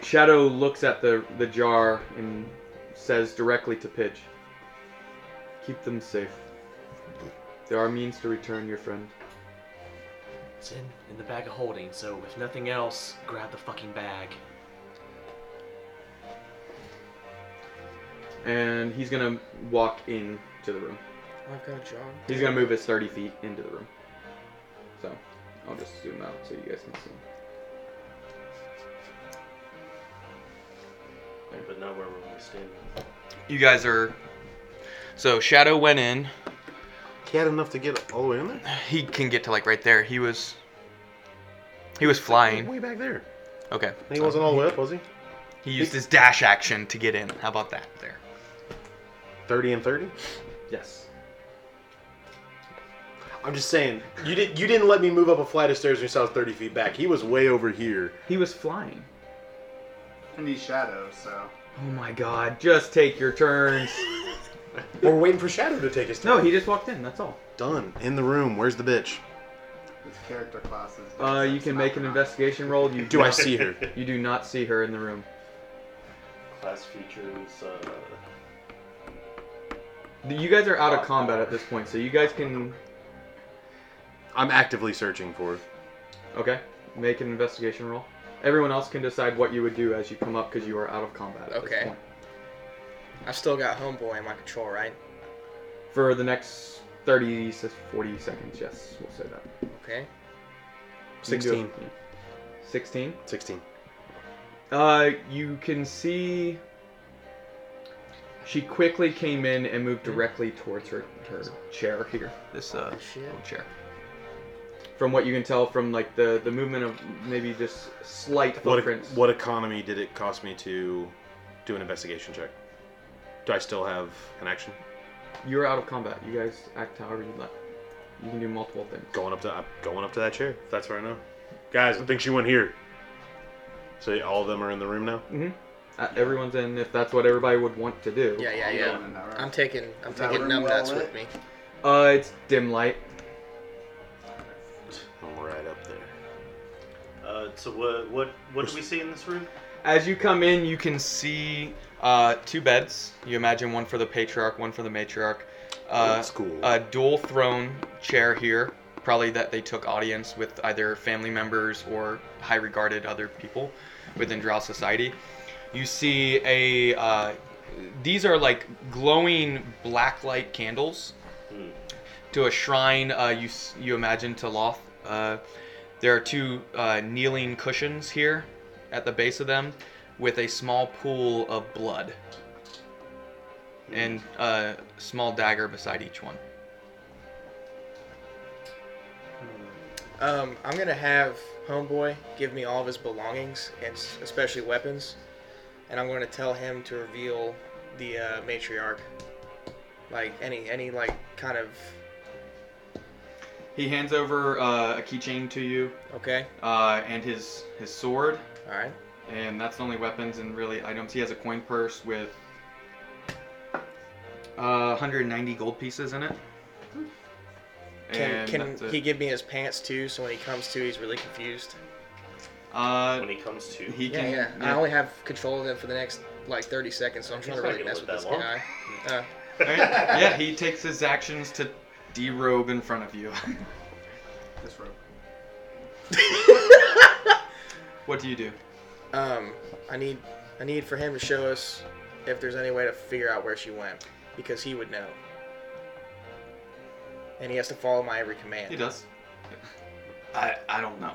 Speaker 2: Shadow looks at the the jar and says directly to Pidge, "Keep them safe. There are means to return your friend."
Speaker 8: It's in, in the bag of holding, so if nothing else, grab the fucking bag.
Speaker 2: And he's gonna walk into the room.
Speaker 5: I've got a job.
Speaker 2: He's gonna move his 30 feet into the room. So I'll just zoom out so you guys can see.
Speaker 4: But now where we're standing.
Speaker 2: You guys are. So Shadow went in.
Speaker 7: He had enough to get all the way in there?
Speaker 2: He can get to like right there. He was. He was flying.
Speaker 7: Way back there.
Speaker 2: Okay.
Speaker 7: And he wasn't all the way up, was he?
Speaker 2: He used his dash action to get in. How about that there?
Speaker 7: 30 and 30?
Speaker 2: Yes.
Speaker 7: I'm just saying, you didn't you didn't let me move up a flight of stairs when you saw I was 30 feet back. He was way over here.
Speaker 2: He was flying.
Speaker 6: and he's shadow, so
Speaker 2: Oh my god, just take your turns.
Speaker 7: We're waiting for Shadow to take his turn.
Speaker 2: no, he just walked in, that's all.
Speaker 7: done in the room. Where's the bitch?
Speaker 6: his character classes.
Speaker 2: Uh, you can make an investigation roll. You
Speaker 7: Do I see her?
Speaker 2: You do not see her in the room.
Speaker 4: Class features. Uh,
Speaker 2: You guys are out of combat at this point, so you guys can.
Speaker 7: I'm actively searching for her.
Speaker 2: Okay, make an investigation roll. Everyone else can decide what you would do as you come up because you are out of combat at this
Speaker 5: Okay.
Speaker 2: point.
Speaker 5: I've still got homeboy in my control, right?
Speaker 2: For the next 30 to 40 seconds, yes, we'll say that.
Speaker 5: Okay.
Speaker 2: You can do it.
Speaker 7: 16.
Speaker 2: 16?
Speaker 7: 16.
Speaker 2: Uh, you can see she quickly came in and moved directly towards her, her chair here. Hmm. This uh,
Speaker 5: Shit.
Speaker 2: little chair. From what you can tell from like the the movement of maybe just slight
Speaker 7: What, e-,
Speaker 2: footprints.
Speaker 7: what economy did it cost me to do an investigation check? Do I still have an action?
Speaker 2: You're out of combat. You guys act however you like. You can do multiple things.
Speaker 7: Going up to I'm going up to that chair. That's where I know. Guys, I think she went here. So all of them are in the room now.
Speaker 2: Uh, everyone's in if that's what everybody would want to do.
Speaker 5: Yeah, yeah,
Speaker 6: Yeah.
Speaker 5: yeah. I'm taking I'm
Speaker 6: Is that
Speaker 5: taking
Speaker 6: room
Speaker 5: numb
Speaker 6: well
Speaker 5: nuts
Speaker 6: lit?
Speaker 5: with me.
Speaker 2: Uh, it's dim light.
Speaker 7: I'm right up there.
Speaker 4: Uh, so what what what do we see in this room?
Speaker 2: As you come in, you can see uh, two beds. You imagine one for the patriarch, one for the matriarch. Uh,
Speaker 7: Old school.
Speaker 2: a dual throne chair here, probably that they took audience with either family members or high regarded other people within Drow society. You see a. Uh, these are like glowing black light candles
Speaker 4: Hmm.
Speaker 2: to a shrine uh, you, s- you imagine to Loth. Uh, there are two uh, kneeling cushions here at the base of them with a small pool of blood and a small dagger beside each one.
Speaker 5: Um, I'm gonna have homeboy give me all of his belongings and s- especially weapons, and I'm going to tell him to reveal the uh, matriarch, like any any like kind of
Speaker 2: He hands over uh, a keychain to you
Speaker 5: okay,
Speaker 2: uh, and his his sword,
Speaker 5: all right,
Speaker 2: and that's the only weapons and really items. He has a coin purse with uh, 190 gold pieces in it.
Speaker 5: Can,
Speaker 2: And
Speaker 5: can
Speaker 2: that's
Speaker 5: he
Speaker 2: it.
Speaker 5: give me his pants too? So when he comes to, he's really confused.
Speaker 2: Uh,
Speaker 4: When he comes to,
Speaker 2: he
Speaker 5: Yeah,
Speaker 2: can.
Speaker 5: yeah. I only have control of him for the next like 30 seconds, so I'm trying to
Speaker 4: He's not
Speaker 5: really
Speaker 4: gonna
Speaker 5: mess with
Speaker 4: live
Speaker 5: this
Speaker 4: that long.
Speaker 5: guy. Uh,
Speaker 2: Alright, yeah, he takes his actions to derobe in front of you.
Speaker 6: This rope.
Speaker 2: what do you do?
Speaker 5: um, I need I need for him to show us if there's any way to figure out where she went, because he would know. And he has to follow my every
Speaker 2: He
Speaker 5: command.
Speaker 2: does. I I don't know.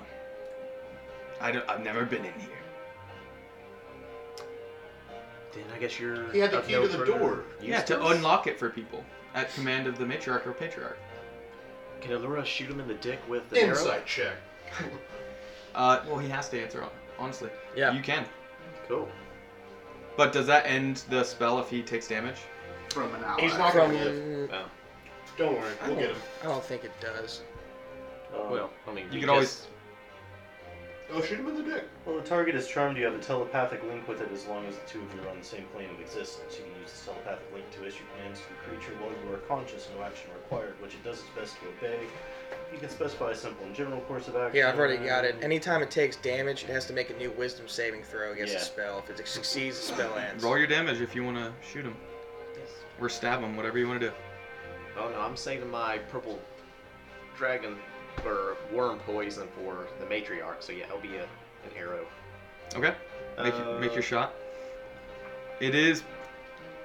Speaker 2: I don't, I've never been in here.
Speaker 8: Then I guess you're.
Speaker 9: He had the
Speaker 8: of
Speaker 9: key
Speaker 8: no
Speaker 9: to the
Speaker 8: further
Speaker 9: door.
Speaker 8: use
Speaker 2: yeah, to
Speaker 8: us.
Speaker 2: unlock it for people at command of the matriarch or patriarch.
Speaker 8: Can Allura shoot him in the dick with the arrow?
Speaker 9: Insight check.
Speaker 2: Uh, well, he has to answer hon- honestly.
Speaker 5: Yeah.
Speaker 2: You can.
Speaker 8: Cool.
Speaker 2: But does that end the spell if he takes damage?
Speaker 6: From an ally.
Speaker 9: He's not gonna live.
Speaker 5: From, Oh.
Speaker 9: Don't worry,
Speaker 5: I
Speaker 9: we'll
Speaker 5: don't,
Speaker 9: get him.
Speaker 5: I don't think it does.
Speaker 4: um,
Speaker 8: Well, I mean,
Speaker 2: You
Speaker 8: we
Speaker 2: could always.
Speaker 8: just-
Speaker 9: Oh, shoot him in the dick.
Speaker 4: Well, the target is charmed. You have a telepathic link with it as long as the two of you are on the same plane of existence. You can use this telepathic link to issue commands to the creature while you are conscious, no action required, which it does its best to obey. You can specify a simple and general course of action.
Speaker 5: Yeah, I've already got it. Anytime it takes damage, it has to make a new wisdom saving throw against
Speaker 4: Yeah.
Speaker 5: the spell. If it succeeds, the spell ends.
Speaker 2: Roll your damage if you want to shoot him or stab him, whatever you want to do.
Speaker 8: Oh no, I'm saving my purple dragon or worm poison for the matriarch. So yeah, it'll be a, an arrow.
Speaker 2: Okay. Make, make
Speaker 4: Uh,
Speaker 2: your shot. It is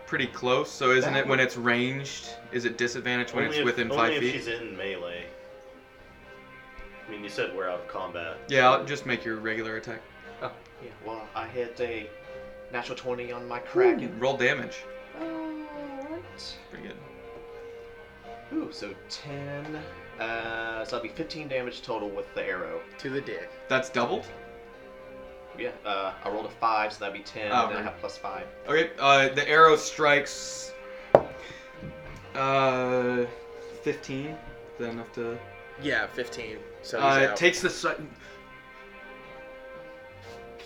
Speaker 2: pretty close, so isn't it when it's ranged? Is it disadvantage when
Speaker 4: Only
Speaker 2: it's
Speaker 4: if-
Speaker 2: within
Speaker 4: only
Speaker 2: five
Speaker 4: if
Speaker 2: feet?
Speaker 4: she's in melee. I mean, you said we're out of combat.
Speaker 2: Yeah, I'll just make your regular attack.
Speaker 8: Oh yeah. Well, I hit a natural twenty on my kraken.
Speaker 2: Roll damage.
Speaker 8: Alright.
Speaker 2: Pretty good.
Speaker 8: Ooh, so ten. Uh, so that'll be fifteen damage total with the arrow.
Speaker 5: To the dick.
Speaker 2: That's doubled.
Speaker 8: Yeah. Uh, I rolled a five, so that'd be ten.
Speaker 2: Oh,
Speaker 8: and then I
Speaker 2: right.
Speaker 8: have plus five.
Speaker 2: Okay, uh, the arrow strikes. Uh, fifteen. Is that enough to?
Speaker 5: Yeah, 15. So he's
Speaker 2: Uh,
Speaker 5: out.
Speaker 2: takes the. si-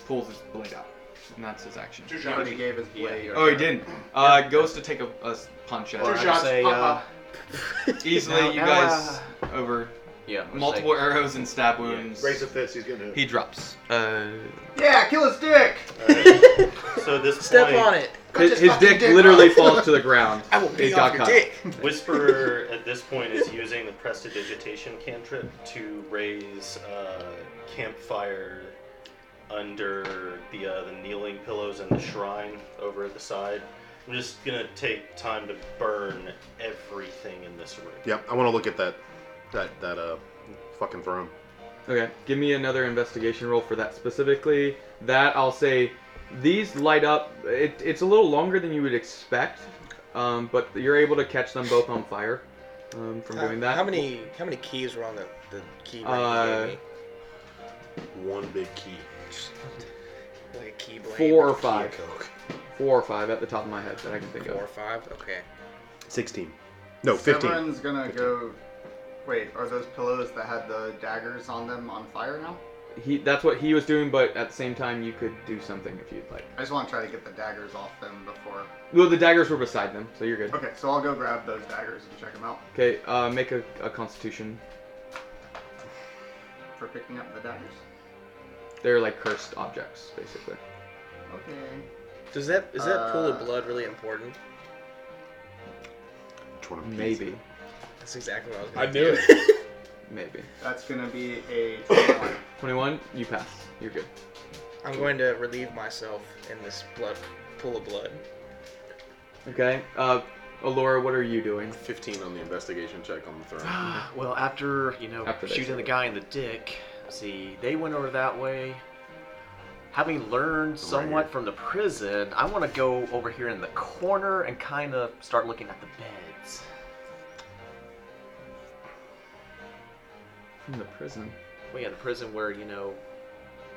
Speaker 2: Pulls his blade out, and that's his action.
Speaker 9: Two
Speaker 6: He
Speaker 9: shots.
Speaker 6: already gave his blade.
Speaker 2: Oh, he didn't. Uh, goes to take a, a s- punch at
Speaker 9: Two
Speaker 8: Alright,
Speaker 2: it.
Speaker 9: shots. uh-huh.
Speaker 8: say,
Speaker 9: pop,
Speaker 8: uh,
Speaker 9: pop.
Speaker 2: Easily,
Speaker 8: Now-
Speaker 2: you
Speaker 8: now,
Speaker 2: guys
Speaker 8: uh,
Speaker 2: over
Speaker 8: Yeah. I'm gonna
Speaker 2: multiple arrows and stab wounds.
Speaker 9: Raise a fist. He's gonna hit.
Speaker 2: He drops. Uh,
Speaker 6: Yeah, kill his dick.
Speaker 4: So at this
Speaker 5: Step
Speaker 4: point,
Speaker 5: on it.
Speaker 2: his, his dick, literally falls to the ground.
Speaker 5: I will
Speaker 2: He
Speaker 5: beat
Speaker 2: got
Speaker 5: off your
Speaker 2: caught.
Speaker 5: dick.
Speaker 4: Whisperer at this point is using the prestidigitation cantrip to raise uh, campfire under the uh, the kneeling pillows and the shrine over at the side. I'm just gonna take time to burn everything in this room.
Speaker 7: Yeah, I want to look at that, that that uh, fucking throne.
Speaker 2: Okay, give me another investigation roll for that specifically. That I'll say these light up. It, it's a little longer than you would expect, um, but you're able to catch them both on fire um, from
Speaker 5: How,
Speaker 2: doing that.
Speaker 5: Uh, how many how many keys were on the, the key ring?
Speaker 2: Uh,
Speaker 5: you gave
Speaker 7: One big key.
Speaker 5: me? like a key blade.
Speaker 2: Four or five. Four or five at the top of my head that I can think
Speaker 5: Four or
Speaker 2: of.
Speaker 5: five. Okay.
Speaker 7: Sixteen.
Speaker 2: Oh,
Speaker 7: No, fifteen.
Speaker 6: Severin's gonna go. Wait, are those pillows that had the daggers on them on fire now?
Speaker 2: He that's what he was doing, but at the same time you could do something if you'd like.
Speaker 6: I just want to try to get the daggers off them before.
Speaker 2: Well, the daggers were beside them, so you're good.
Speaker 6: Okay, so I'll go grab those daggers and check them out
Speaker 2: Okay, uh, make a, a Constitution.
Speaker 6: for picking up the daggers.
Speaker 2: They're like cursed objects, basically.
Speaker 6: Okay.
Speaker 5: Does that is that pool
Speaker 6: Uh,
Speaker 5: of blood really important?
Speaker 2: Maybe,
Speaker 5: That's exactly what I was.
Speaker 9: I
Speaker 5: Gonna
Speaker 9: knew it.
Speaker 2: maybe.
Speaker 6: That's gonna be a 21.
Speaker 2: Twenty-one, you pass. You're good.
Speaker 5: I'm going to relieve myself in this blood pool of blood.
Speaker 2: Okay. Uh, Alora, what are you doing?
Speaker 7: Fifteen on the investigation check on the throne.
Speaker 8: Ah, well, after you know
Speaker 2: After they
Speaker 8: shooting the
Speaker 2: started.
Speaker 8: guy in the dick, see, they went over that way. having learned somewhat
Speaker 7: here.
Speaker 8: from the prison, I want to go over here in the corner and kind of start looking at the beds.
Speaker 2: From the prison.
Speaker 8: Well, yeah, the prison where you know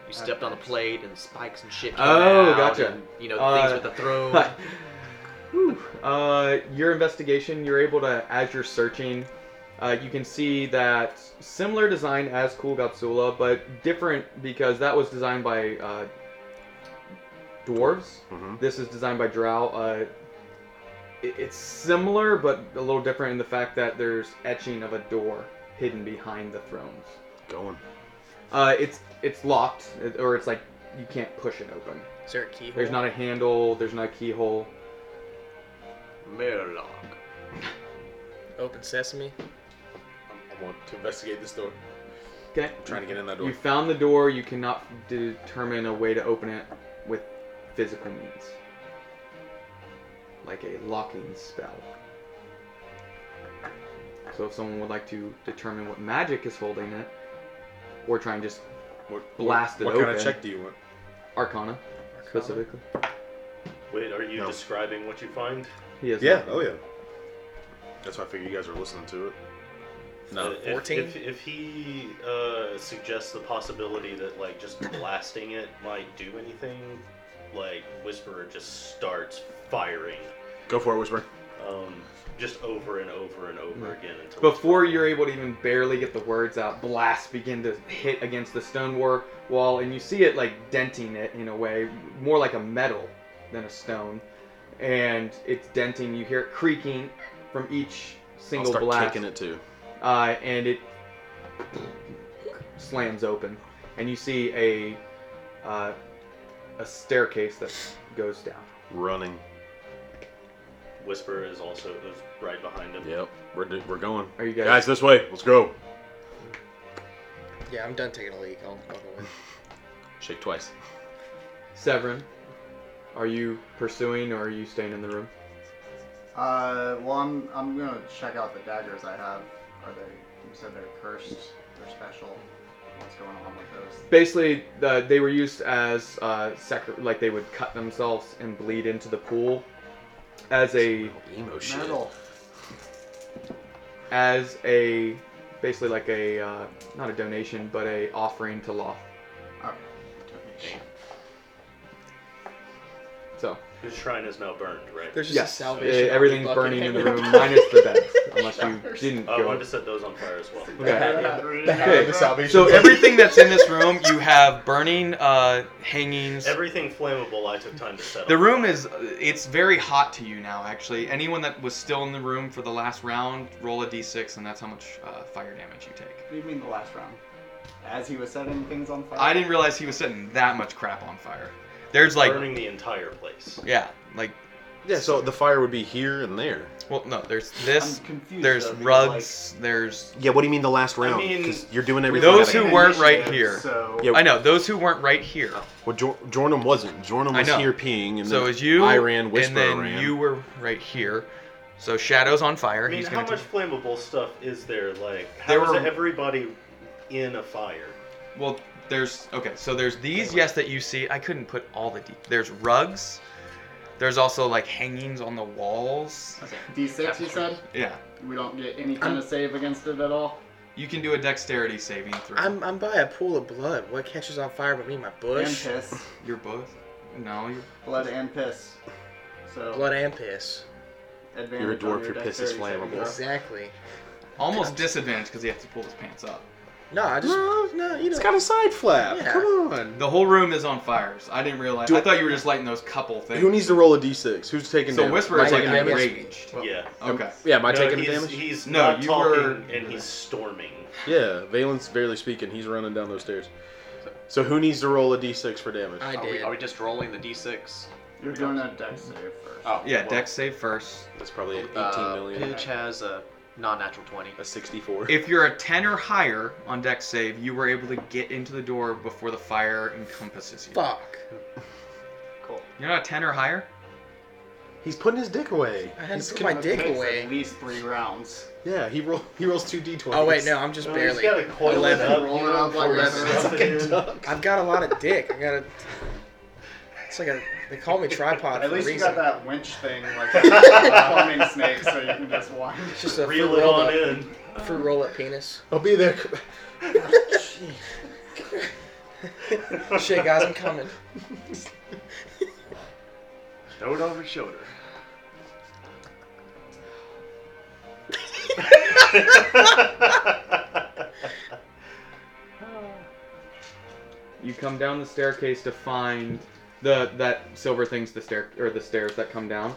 Speaker 8: you stepped on the plate and spikes and shit. Came
Speaker 2: Oh,
Speaker 8: out
Speaker 2: gotcha.
Speaker 8: And, you know
Speaker 2: Uh,
Speaker 8: things with the throne.
Speaker 2: Whew. uh, your investigation, you're able to, as you're searching, uh, you can see that similar design as Cool Gapsula, but different because that was designed by uh, dwarves.
Speaker 7: Mm-hmm.
Speaker 2: This is designed by Drow. Uh, it- it's similar, but a little different in the fact that there's etching of a door hidden behind the thrones.
Speaker 7: Going.
Speaker 2: Uh, it's it's locked, it- or it's like you can't push it open.
Speaker 5: Is there a keyhole?
Speaker 2: There's not a handle. There's not a keyhole.
Speaker 8: Mirlock.
Speaker 5: Open sesame.
Speaker 7: I want to investigate this door.
Speaker 2: Okay.
Speaker 7: I'm trying to get in that door.
Speaker 2: You found the door. You cannot determine a way to open it with physical means, like a locking spell. So if someone would like to determine what magic is holding it, or try and just
Speaker 7: What,
Speaker 2: blast it
Speaker 7: what kind of
Speaker 2: open.
Speaker 7: check do you want?
Speaker 2: Arcana specifically,
Speaker 4: Wait, are you
Speaker 7: No.
Speaker 4: describing what you find?
Speaker 2: he has
Speaker 7: Yeah.
Speaker 2: nothing.
Speaker 7: Oh yeah. That's why I figured you guys were listening to it.
Speaker 4: Uh,
Speaker 7: No.
Speaker 4: if-
Speaker 5: 14?
Speaker 4: If, if, he uh, suggests the possibility that like just blasting it might do anything, like Whisperer just starts firing,
Speaker 7: Go for it, Whisper.
Speaker 4: um, just over and over and over
Speaker 2: Mm.
Speaker 4: again until
Speaker 2: Before you're able to even barely get the words out, blasts begin to hit against the stone war wall, and you see it like denting it in a way, more like a metal than a stone. And it's denting. You hear it creaking from each
Speaker 7: I'll
Speaker 2: single
Speaker 7: start
Speaker 2: blast,
Speaker 7: kicking it too.
Speaker 2: Uh, and it slams open, and you see a uh, a staircase that goes down.
Speaker 7: Running.
Speaker 4: Whisperer is also is right behind him.
Speaker 7: Yep. We're do- we're going.
Speaker 2: Are you guys?
Speaker 7: Guys, this way. Let's go.
Speaker 5: Yeah, I'm done taking a leak. I'll, I'll go in.
Speaker 7: Shake twice.
Speaker 2: Severin, are you pursuing or are you staying in the room?
Speaker 6: Uh, well, I'm I'm gonna check out the daggers I have. Are they? You said they're cursed. They're special. What's going on with those?
Speaker 2: basically uh, they were used as uh, sacri- like they would cut themselves and bleed into the pool as a
Speaker 7: Emo shit.
Speaker 6: Metal.
Speaker 2: as a basically like a uh, not a donation but a offering to Loth.
Speaker 6: Okay.
Speaker 2: So
Speaker 4: His shrine is now burned, right?
Speaker 5: There's just
Speaker 2: yes,
Speaker 5: a
Speaker 2: uh,
Speaker 5: salvation. army
Speaker 2: everything's
Speaker 5: bucket
Speaker 2: burning in the
Speaker 5: hanging
Speaker 2: room minus the beds unless you
Speaker 6: Dollars.
Speaker 2: didn't
Speaker 4: Oh, I
Speaker 2: go.
Speaker 4: wanted to set those on fire as well.
Speaker 2: Okay.
Speaker 7: Okay.
Speaker 2: Okay. So everything that's in this room, you have burning uh, hangings.
Speaker 4: Everything flammable I took time to set
Speaker 2: The
Speaker 4: up.
Speaker 2: room is it's very hot to you now actually. Anyone that was still in the room for the last round, roll a d6 and that's how much uh, fire damage you take.
Speaker 6: What do you mean the last round? As he was setting things on fire.
Speaker 2: I didn't realize he was setting that much crap on fire. There's like
Speaker 4: burning the entire place.
Speaker 2: yeah, like
Speaker 7: Yeah. So the fire would be here and there.
Speaker 2: well no, there's this,
Speaker 6: I'm confused.
Speaker 2: there's
Speaker 6: though, because,
Speaker 2: rugs, there's
Speaker 7: Yeah. What do you mean the last round?
Speaker 4: mean,
Speaker 7: 'Cause you're doing
Speaker 6: like,
Speaker 7: everything.
Speaker 2: Those
Speaker 7: at
Speaker 2: who
Speaker 7: a-
Speaker 6: an
Speaker 2: weren't right
Speaker 6: initiative,
Speaker 2: here.
Speaker 6: So
Speaker 7: Yeah.
Speaker 2: I know those who weren't right here.
Speaker 7: Well, Jor- Jordan wasn't. Jordan
Speaker 2: I
Speaker 7: was
Speaker 2: know.
Speaker 7: here peeing, and
Speaker 2: So it
Speaker 7: then
Speaker 2: was you
Speaker 7: I ran.
Speaker 2: and
Speaker 7: Whisper
Speaker 2: then
Speaker 7: ran.
Speaker 2: you were right here. So shadows on fire.
Speaker 4: I mean,
Speaker 2: He's
Speaker 4: how
Speaker 2: gonna
Speaker 4: much
Speaker 2: take-
Speaker 4: flammable stuff is there? Like, how
Speaker 2: There
Speaker 4: is
Speaker 2: were-
Speaker 4: everybody in a fire?
Speaker 2: Well, there's okay. So there's these yes that you see. I couldn't put all the. De- there's rugs. There's also like hangings on the walls.
Speaker 6: D6, you said
Speaker 2: Yeah.
Speaker 6: we don't get any kind of save against it at all.
Speaker 2: You can do a dexterity saving throw.
Speaker 5: I'm, I'm by a pool of blood. What catches on fire but me? My bush?
Speaker 6: And piss,
Speaker 2: You're both. No, you're.
Speaker 6: blood and piss. So
Speaker 5: Blood and piss.
Speaker 6: advantage
Speaker 7: You're a dwarf,
Speaker 6: on
Speaker 7: your piss is
Speaker 6: dexterity saving
Speaker 7: flammable.
Speaker 6: throw.
Speaker 5: Exactly.
Speaker 2: Almost disadvantaged because he has to pull his pants up.
Speaker 5: No, I just.
Speaker 7: No,
Speaker 5: No, you know.
Speaker 7: it's got a side flap.
Speaker 5: Yeah.
Speaker 7: Come on.
Speaker 2: The whole room is on fires. I didn't realize.
Speaker 7: Do-
Speaker 2: I thought you were just lighting those couple things.
Speaker 7: Who needs to roll a d6? Who's taking
Speaker 2: so
Speaker 7: damage?
Speaker 2: Whisper is
Speaker 5: My
Speaker 2: like
Speaker 5: damage.
Speaker 2: enraged.
Speaker 4: yeah.
Speaker 2: Okay.
Speaker 7: Yeah, am I
Speaker 4: no,
Speaker 7: taking
Speaker 4: he's,
Speaker 7: damage?
Speaker 4: He's
Speaker 2: No,
Speaker 4: not
Speaker 2: you
Speaker 4: talking
Speaker 2: were-
Speaker 4: and he's storming.
Speaker 7: Yeah, Valen's barely speaking. He's running down those stairs. So who needs to roll a d6 for damage?
Speaker 5: I
Speaker 8: Are we,
Speaker 5: did.
Speaker 8: are we just rolling the d6?
Speaker 6: You're doing a dex save first.
Speaker 8: Oh,
Speaker 2: Yeah.
Speaker 8: well,
Speaker 2: Dex save first.
Speaker 7: That's probably an 18
Speaker 8: uh,
Speaker 7: million.
Speaker 8: Pidge has a non-natural 20.
Speaker 7: A 64.
Speaker 2: If you're a 10 or higher on dex save, you were able to get into the door before the fire encompasses you.
Speaker 5: Fuck.
Speaker 2: You're not a 10 or higher?
Speaker 7: He's putting his dick away.
Speaker 5: I had
Speaker 7: He's
Speaker 5: to put my
Speaker 7: gonna-
Speaker 5: dick
Speaker 6: Takes
Speaker 5: away.
Speaker 6: At least three rounds.
Speaker 7: Yeah, he roll, he rolls two d20s.
Speaker 5: Oh wait, no, I'm just
Speaker 4: No, you
Speaker 5: barely.
Speaker 4: just gotta coil
Speaker 5: Eleven.
Speaker 4: it up.
Speaker 6: Roll
Speaker 4: you
Speaker 6: it
Speaker 4: know,
Speaker 6: up like
Speaker 4: before you
Speaker 6: that.
Speaker 4: stuff it in.
Speaker 5: I've got a lot of dick. I got a. It's like a. They call me tripod for
Speaker 6: At
Speaker 5: a
Speaker 6: least you
Speaker 5: reason.
Speaker 6: got that winch thing, like a plumbing snake, so you can just wind.
Speaker 5: It's just a fruit
Speaker 4: Reel it
Speaker 5: roll
Speaker 4: on
Speaker 5: up,
Speaker 4: in.
Speaker 5: fruit roll up penis.
Speaker 7: I'll be there.
Speaker 5: Shit, guys, I'm coming.
Speaker 8: Throw it over his shoulder.
Speaker 2: You come down the staircase to find the that silver thing's the stair or the stairs that come down.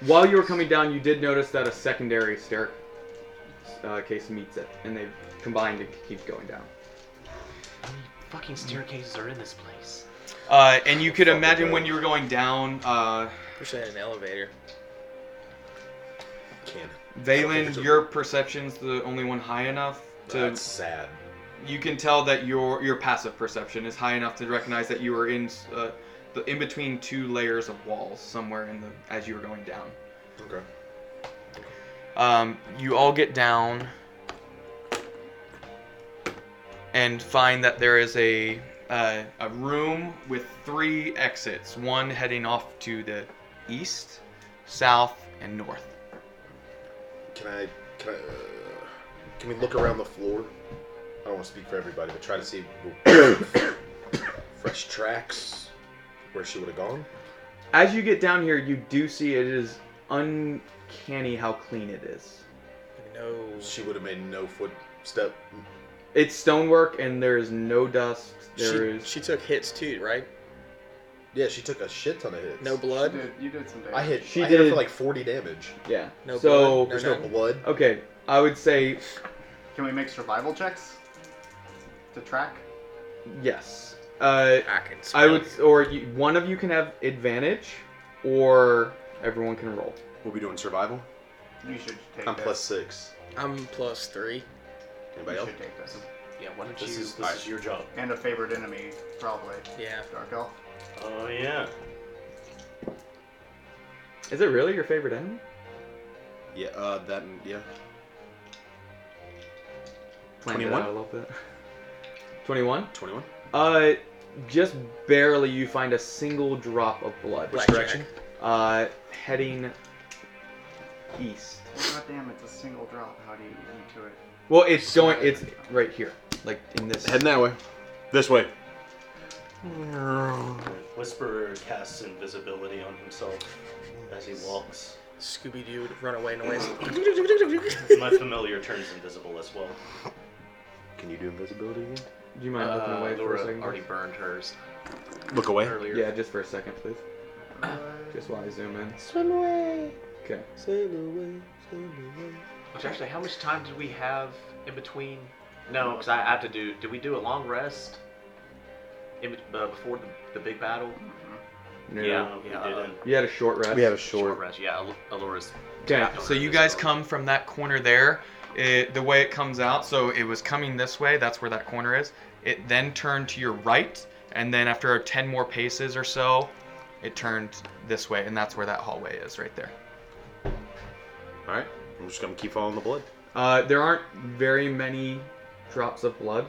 Speaker 2: While you were coming down, you did notice that a secondary staircase uh, case meets it, and they've combined to keep going down.
Speaker 8: Fucking staircases are in this place.
Speaker 2: Uh, and you could imagine when you were going down, uh,
Speaker 5: Wish I had an elevator.
Speaker 7: Can't.
Speaker 2: Valen, your perception's the only one high enough to.
Speaker 7: That's sad.
Speaker 2: You can tell that your your passive perception is high enough to recognize that you were in uh, the in between two layers of walls somewhere in the as you were going down.
Speaker 7: Okay.
Speaker 2: Um, you all get down and find that there is a uh, a room with three exits. One heading off to the east, south, and north.
Speaker 7: Can I? Can I? Uh, can we look around the floor? I don't want to speak for everybody, but try to see fresh tracks where she would have gone.
Speaker 2: As you get down here, you do see it is uncanny how clean it is.
Speaker 5: No.
Speaker 7: She would have made no footstep.
Speaker 2: It's stonework, and there is no dust. There
Speaker 5: She,
Speaker 2: is
Speaker 5: she took hits too, right?
Speaker 7: Yeah, she took a shit ton of hits.
Speaker 5: No
Speaker 6: You
Speaker 5: blood.
Speaker 6: did, you did some
Speaker 7: I
Speaker 6: damage.
Speaker 7: hit.
Speaker 2: She
Speaker 7: I hit her
Speaker 2: did-
Speaker 7: for like 40 damage.
Speaker 2: yeah.
Speaker 5: No
Speaker 2: so
Speaker 5: blood,
Speaker 7: There's no
Speaker 5: none.
Speaker 7: blood.
Speaker 2: okay, I would say
Speaker 6: Can we make survival checks to track?
Speaker 2: yes. Uh,
Speaker 5: I can. Smell
Speaker 2: I would,
Speaker 5: it.
Speaker 2: or you, one of you can have advantage, or everyone can roll.
Speaker 7: We'll be doing survival.
Speaker 6: You should take.
Speaker 7: I'm
Speaker 6: this.
Speaker 7: plus six.
Speaker 5: I'm plus three.
Speaker 7: Anybody
Speaker 6: You
Speaker 7: else?
Speaker 6: should take this.
Speaker 8: Yeah, why don't
Speaker 7: This
Speaker 8: you?
Speaker 7: is-
Speaker 8: this
Speaker 7: alright.
Speaker 8: is your job.
Speaker 6: And a favorite enemy, probably
Speaker 5: Yeah.
Speaker 6: dark elf.
Speaker 4: Oh yeah.
Speaker 2: Is it really your favorite enemy?
Speaker 7: Yeah. Uh, that. Yeah.
Speaker 2: Planned it
Speaker 7: 21?
Speaker 2: out a little bit. Twenty-one.
Speaker 7: 21.
Speaker 2: Uh, just barely you find a single drop of blood.
Speaker 5: Blackjack.
Speaker 7: direction?
Speaker 2: Uh, heading east.
Speaker 6: Well, God damn, it's a single drop. How do you eat to it?
Speaker 2: Well, it's going. It's right here, like in this.
Speaker 7: Heading that way. This way.
Speaker 4: Whisperer casts invisibility on himself as he walks.
Speaker 5: Scooby Doo would run away noise.
Speaker 4: My familiar turns invisible as well.
Speaker 7: Can you do invisibility again?
Speaker 2: Do you mind looking
Speaker 8: Uh,
Speaker 2: away for a
Speaker 8: Laura
Speaker 2: second?
Speaker 8: already burned hers
Speaker 7: Look away.
Speaker 8: earlier.
Speaker 2: please? Yeah, just for a second, please. Just while I zoom in.
Speaker 5: Uh, Swim away.
Speaker 2: Okay.
Speaker 5: Sail away. Swim away.
Speaker 8: Which actually, how much time did we have in between? No, because I have to do. Did we do a long rest? In, bet- uh, before the, the big battle.
Speaker 6: Mm-hmm.
Speaker 2: No.
Speaker 8: Yeah.
Speaker 4: we
Speaker 8: Yeah.
Speaker 4: Um, didn't.
Speaker 2: You had a short rest.
Speaker 7: We have a
Speaker 8: Short
Speaker 7: short.
Speaker 8: rest. Yeah, Al- Alora's.
Speaker 2: Okay,
Speaker 8: Yeah.
Speaker 2: so you guys come from that corner there. It, the way it comes out, so it was coming this way. That's where that corner is. It then turned to your right, and then after ten more paces or so, it turned this way, and that's where that hallway is right there.
Speaker 7: All right. I'm just gonna keep following the blood.
Speaker 2: Uh, there aren't very many drops of blood.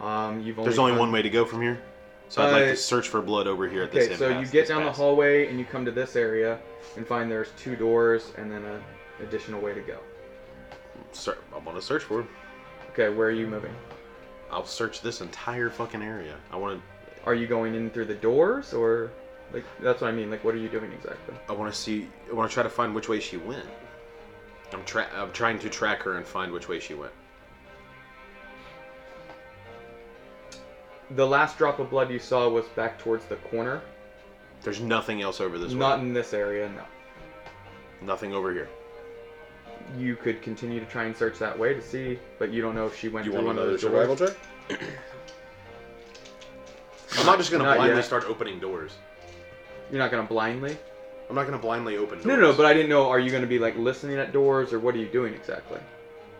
Speaker 2: Um, you've only
Speaker 7: There's only
Speaker 2: found-
Speaker 7: one way to go from here. So I'd like
Speaker 2: Uh,
Speaker 7: to search for blood over here at this
Speaker 2: Okay, so you
Speaker 7: impasse,
Speaker 2: get
Speaker 7: this
Speaker 2: down the
Speaker 7: pass.
Speaker 2: hallway and you come to this area and find there's two doors and then an additional way to go.
Speaker 7: Ser- I want to search for him.
Speaker 2: Okay, where are you moving?
Speaker 7: I'll search this entire fucking area. I want to.
Speaker 2: Are you going in through the doors or like that's what I mean? Like what are you doing exactly?
Speaker 7: I want to see. I want to try to find which way she went. I'm tra- I'm trying to track her and find which way she went.
Speaker 2: The last drop of blood you saw was back towards the corner.
Speaker 7: There's nothing else over this
Speaker 2: Not
Speaker 7: way.
Speaker 2: in this area, no.
Speaker 7: Nothing over here.
Speaker 2: You could continue to try and search that way to see, but you don't know if she went
Speaker 7: You
Speaker 2: through one
Speaker 7: want
Speaker 2: of
Speaker 7: another
Speaker 2: those
Speaker 7: survival
Speaker 2: doors.
Speaker 7: check? I'm not just gonna
Speaker 2: Not
Speaker 7: blindly
Speaker 2: yet.
Speaker 7: start opening doors.
Speaker 2: You're not gonna blindly.
Speaker 7: I'm not gonna blindly open doors.
Speaker 2: No, no, but I didn't know. Are you gonna be like listening at doors or what are you doing exactly?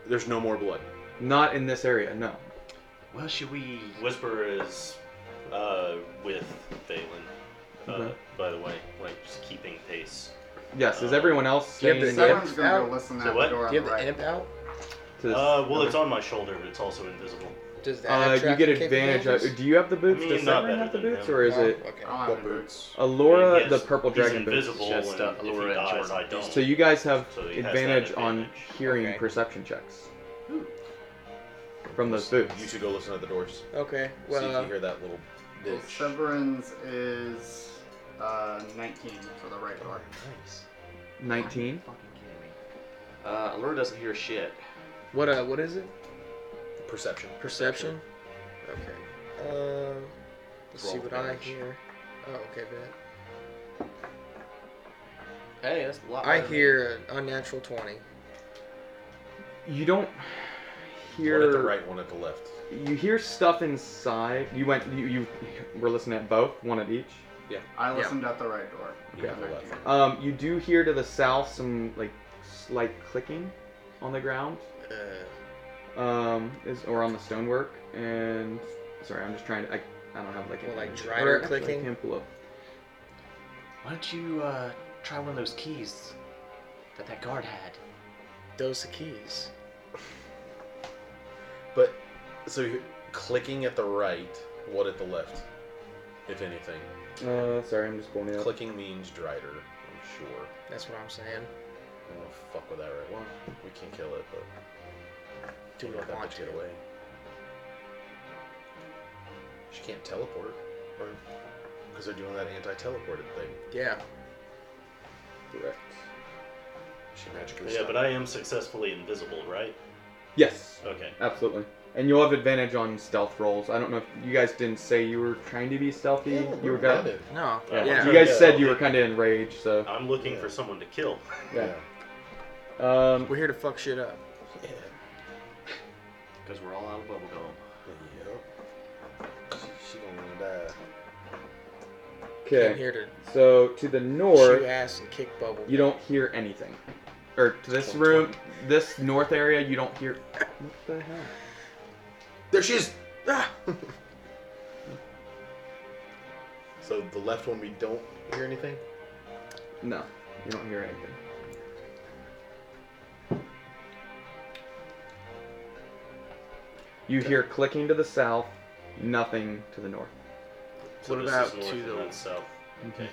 Speaker 7: there's no more blood.
Speaker 2: Not in this area, no.
Speaker 8: Well, should we?
Speaker 4: Whisperer is uh, with Valen. uh, by the way, like just keeping pace.
Speaker 2: Yes. Is everyone else
Speaker 5: Do you have
Speaker 2: staying
Speaker 5: the
Speaker 6: Someone's
Speaker 5: Yep.
Speaker 6: gonna go listen
Speaker 4: So
Speaker 6: at the
Speaker 4: what?
Speaker 6: door
Speaker 5: Do
Speaker 6: on
Speaker 5: you
Speaker 6: the
Speaker 5: have the
Speaker 6: right.
Speaker 5: amp out?
Speaker 2: to this?
Speaker 4: Uh, well, it's on my shoulder, but it's also invisible.
Speaker 5: Does that
Speaker 2: Uh,
Speaker 5: have
Speaker 2: you get
Speaker 5: tracking
Speaker 2: advantage.
Speaker 5: capabilities?
Speaker 2: uh, do you have the boots?
Speaker 4: I mean,
Speaker 2: Does
Speaker 4: not
Speaker 2: Severin have the
Speaker 4: better than
Speaker 2: boots,
Speaker 4: him.
Speaker 2: or is it
Speaker 5: Oh, okay.
Speaker 6: I don't have any boots.
Speaker 2: Allura,
Speaker 4: Yes,
Speaker 2: the purple dragon
Speaker 4: He's
Speaker 2: boot?
Speaker 4: invisible,
Speaker 8: It's just, uh,
Speaker 4: and if
Speaker 8: Allura
Speaker 4: he
Speaker 8: and
Speaker 4: dies,
Speaker 8: Jordan.
Speaker 4: I don't.
Speaker 2: So you guys have
Speaker 4: So he has that
Speaker 2: advantage on
Speaker 4: advantage.
Speaker 2: hearing
Speaker 5: Okay.
Speaker 2: perception checks from those boots.
Speaker 7: You should go listen at the doors.
Speaker 5: Okay.
Speaker 7: See if you
Speaker 5: Well, uh,
Speaker 7: hear that little
Speaker 6: Well,
Speaker 7: bitch.
Speaker 6: Severin's is uh, 19 for the right door.
Speaker 8: Nice.
Speaker 2: 19.
Speaker 8: Fucking kidding me. Uh, Allure doesn't hear shit.
Speaker 5: what uh, what is it?
Speaker 7: Perception.
Speaker 5: Perception. Okay. Um, let's see
Speaker 7: Roll
Speaker 5: what
Speaker 7: advantage.
Speaker 5: I hear. Oh, okay, bet.
Speaker 8: Hey, that's
Speaker 2: Uh,
Speaker 8: a lot.
Speaker 5: I
Speaker 8: better than-
Speaker 5: hear an unnatural twenty.
Speaker 2: You don't
Speaker 7: One at the
Speaker 2: hear.
Speaker 7: right, one at the left.
Speaker 2: You hear stuff inside. You went. You, you were listening at both, one at each.
Speaker 6: I listened at the right door.
Speaker 7: You at the
Speaker 6: Okay.
Speaker 7: left.
Speaker 2: Um, you do hear to the south some like slight clicking on the ground,
Speaker 5: Uh,
Speaker 2: um, is, or on the stonework. And sorry, I'm just trying to. I, I don't have like.
Speaker 5: Well,
Speaker 2: an
Speaker 5: like
Speaker 2: image.
Speaker 5: driver
Speaker 2: Or actually, I
Speaker 5: clicking?
Speaker 2: can't pull up.
Speaker 8: Why don't you uh, try one of those keys that that guard had?
Speaker 5: those are keys.
Speaker 7: But so you- clicking at the right, what at the left? If anything,
Speaker 2: Uh, sorry, I'm just pulling it up.
Speaker 7: clicking means drider. I'm sure.
Speaker 5: That's what I'm saying.
Speaker 7: I don't wanna fuck with that right one. We can kill it, but
Speaker 5: Do
Speaker 7: don't let
Speaker 5: not
Speaker 7: that
Speaker 5: want
Speaker 7: bitch
Speaker 5: to.
Speaker 7: get away. She can't teleport, or because they're doing that anti-teleported thing.
Speaker 5: Yeah.
Speaker 2: Correct.
Speaker 7: She magically.
Speaker 4: Yeah,
Speaker 7: stopped.
Speaker 4: but I am successfully invisible, right?
Speaker 2: Yes.
Speaker 4: Okay.
Speaker 2: Absolutely. And you'll have advantage on stealth rolls. I don't know if you guys didn't say you were trying to be stealthy.
Speaker 7: Yeah,
Speaker 2: you were
Speaker 7: we're
Speaker 2: kind
Speaker 7: grounded.
Speaker 5: No.
Speaker 4: Yeah.
Speaker 5: Yeah.
Speaker 2: You guys said you were kind of enraged, so
Speaker 4: I'm looking
Speaker 7: Yeah.
Speaker 4: for someone to kill.
Speaker 2: yeah.
Speaker 7: Yeah.
Speaker 2: Um,
Speaker 5: We're here to fuck shit up.
Speaker 7: Yeah.
Speaker 8: Because we're all out of bubblegum.
Speaker 7: Yep. She, she gonna die.
Speaker 5: Came
Speaker 2: okay.
Speaker 5: here to
Speaker 2: So to the
Speaker 5: shoot
Speaker 2: north,
Speaker 5: ass and kick bubble.
Speaker 2: you don't hear anything. Or to this room, this north area, you don't hear. What the hell?
Speaker 7: There she is. Ah! so the left one, we don't hear anything.
Speaker 2: No, you don't hear anything. You hear clicking to the south, nothing to the north.
Speaker 4: So
Speaker 5: What
Speaker 4: this
Speaker 5: about
Speaker 4: is north
Speaker 5: to
Speaker 4: and
Speaker 5: the-
Speaker 4: then south? Okay.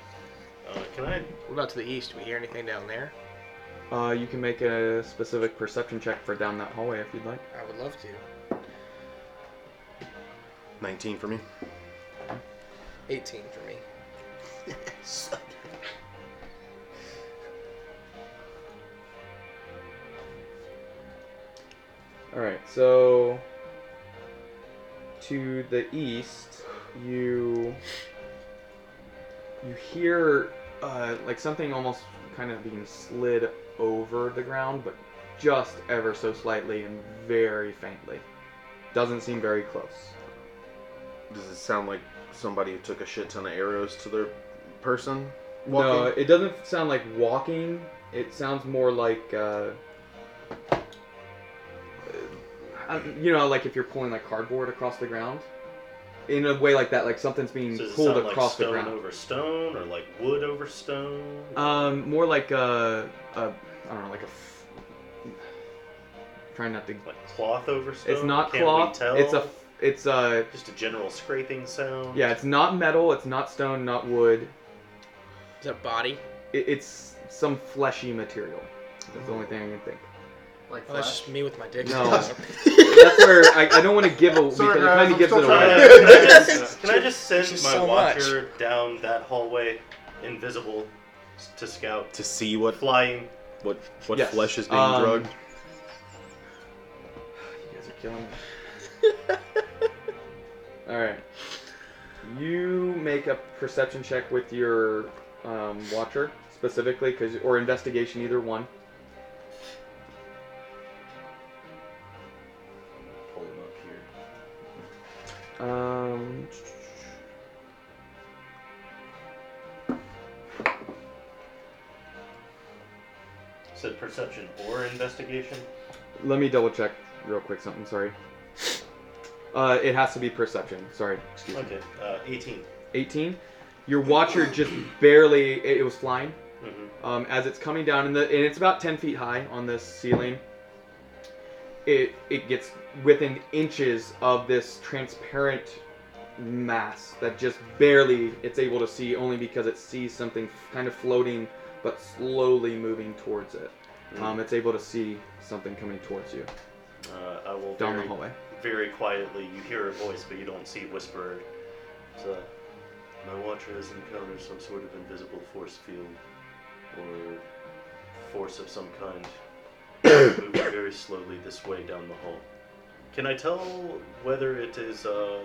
Speaker 4: Uh, can I?
Speaker 5: What about to the east? We hear anything down there?
Speaker 2: Uh, you can make a specific perception check for down that hallway if you'd like.
Speaker 5: I would love to.
Speaker 7: 19 for me.
Speaker 5: 18 for me.
Speaker 2: All right, so to the east, you you hear uh, like something almost kind of being slid over the ground, but just ever so slightly and very faintly. Doesn't seem very close.
Speaker 7: Does it sound like somebody who took a shit ton of arrows to their person?
Speaker 2: No,
Speaker 7: walking?
Speaker 2: it doesn't sound like walking. It sounds more like, uh, I- uh, you know, like if you're pulling like cardboard across the ground, in a way like that, like something's being
Speaker 4: So does it
Speaker 2: pulled
Speaker 4: sound like
Speaker 2: across the
Speaker 4: stone
Speaker 2: ground.
Speaker 4: over stone, or like wood over stone?
Speaker 2: Um, more like a, a, I don't know, like a. F- trying not to.
Speaker 4: like cloth over stone?
Speaker 2: It's not
Speaker 4: Can't
Speaker 2: cloth.
Speaker 4: We tell?
Speaker 2: It's a. f- It's a.
Speaker 4: just a general scraping sound.
Speaker 2: Yeah, it's not metal. It's not stone. Not wood.
Speaker 5: Is that body?
Speaker 2: It, it's some fleshy material. That's the only thing I can think.
Speaker 6: Like
Speaker 5: Oh, that's
Speaker 6: flash.
Speaker 5: just me with my dick.
Speaker 2: No.
Speaker 5: stuck out.
Speaker 2: That's where I, I don't want to give a
Speaker 6: Sorry,
Speaker 2: because it
Speaker 6: guys,
Speaker 2: kind
Speaker 6: I'm
Speaker 2: of gives
Speaker 6: still
Speaker 2: it
Speaker 4: Can
Speaker 2: away.
Speaker 6: trying
Speaker 4: I, can I just, can I just send
Speaker 5: It's just
Speaker 4: my
Speaker 5: so much.
Speaker 4: watcher down that hallway, invisible, s- to scout?
Speaker 7: To see what
Speaker 4: Flying.
Speaker 7: what what
Speaker 2: Yes.
Speaker 7: flesh is being
Speaker 2: Um,
Speaker 7: drugged.
Speaker 2: You guys are killing me. All right. You make a perception check with your um, watcher specifically, cause or investigation, either one.
Speaker 4: Pull him up here.
Speaker 2: Um,
Speaker 4: Said perception or investigation.
Speaker 2: let me double check real quick something. Sorry. Uh, it has to be perception. Sorry. Excuse me.
Speaker 4: Okay, uh, 18.
Speaker 2: 18 Your watcher just barely, it, it was flying.
Speaker 4: Mhm.
Speaker 2: Um, as it's coming down, in the, and it's about 10 feet high on the ceiling, it, it gets within inches of this transparent mass that just barely it's able to see only because it sees something kind of floating but slowly moving towards it.
Speaker 4: Hmm.
Speaker 2: Um, it's able to see something coming towards you
Speaker 4: Uh, I will
Speaker 2: down the
Speaker 4: very,
Speaker 2: hallway.
Speaker 4: very quietly. You hear a voice, but you don't see Whisperer. So, my watcher has encountered some sort of invisible force field or force of some kind. moving very slowly this way down the hall. Can I tell whether it is uh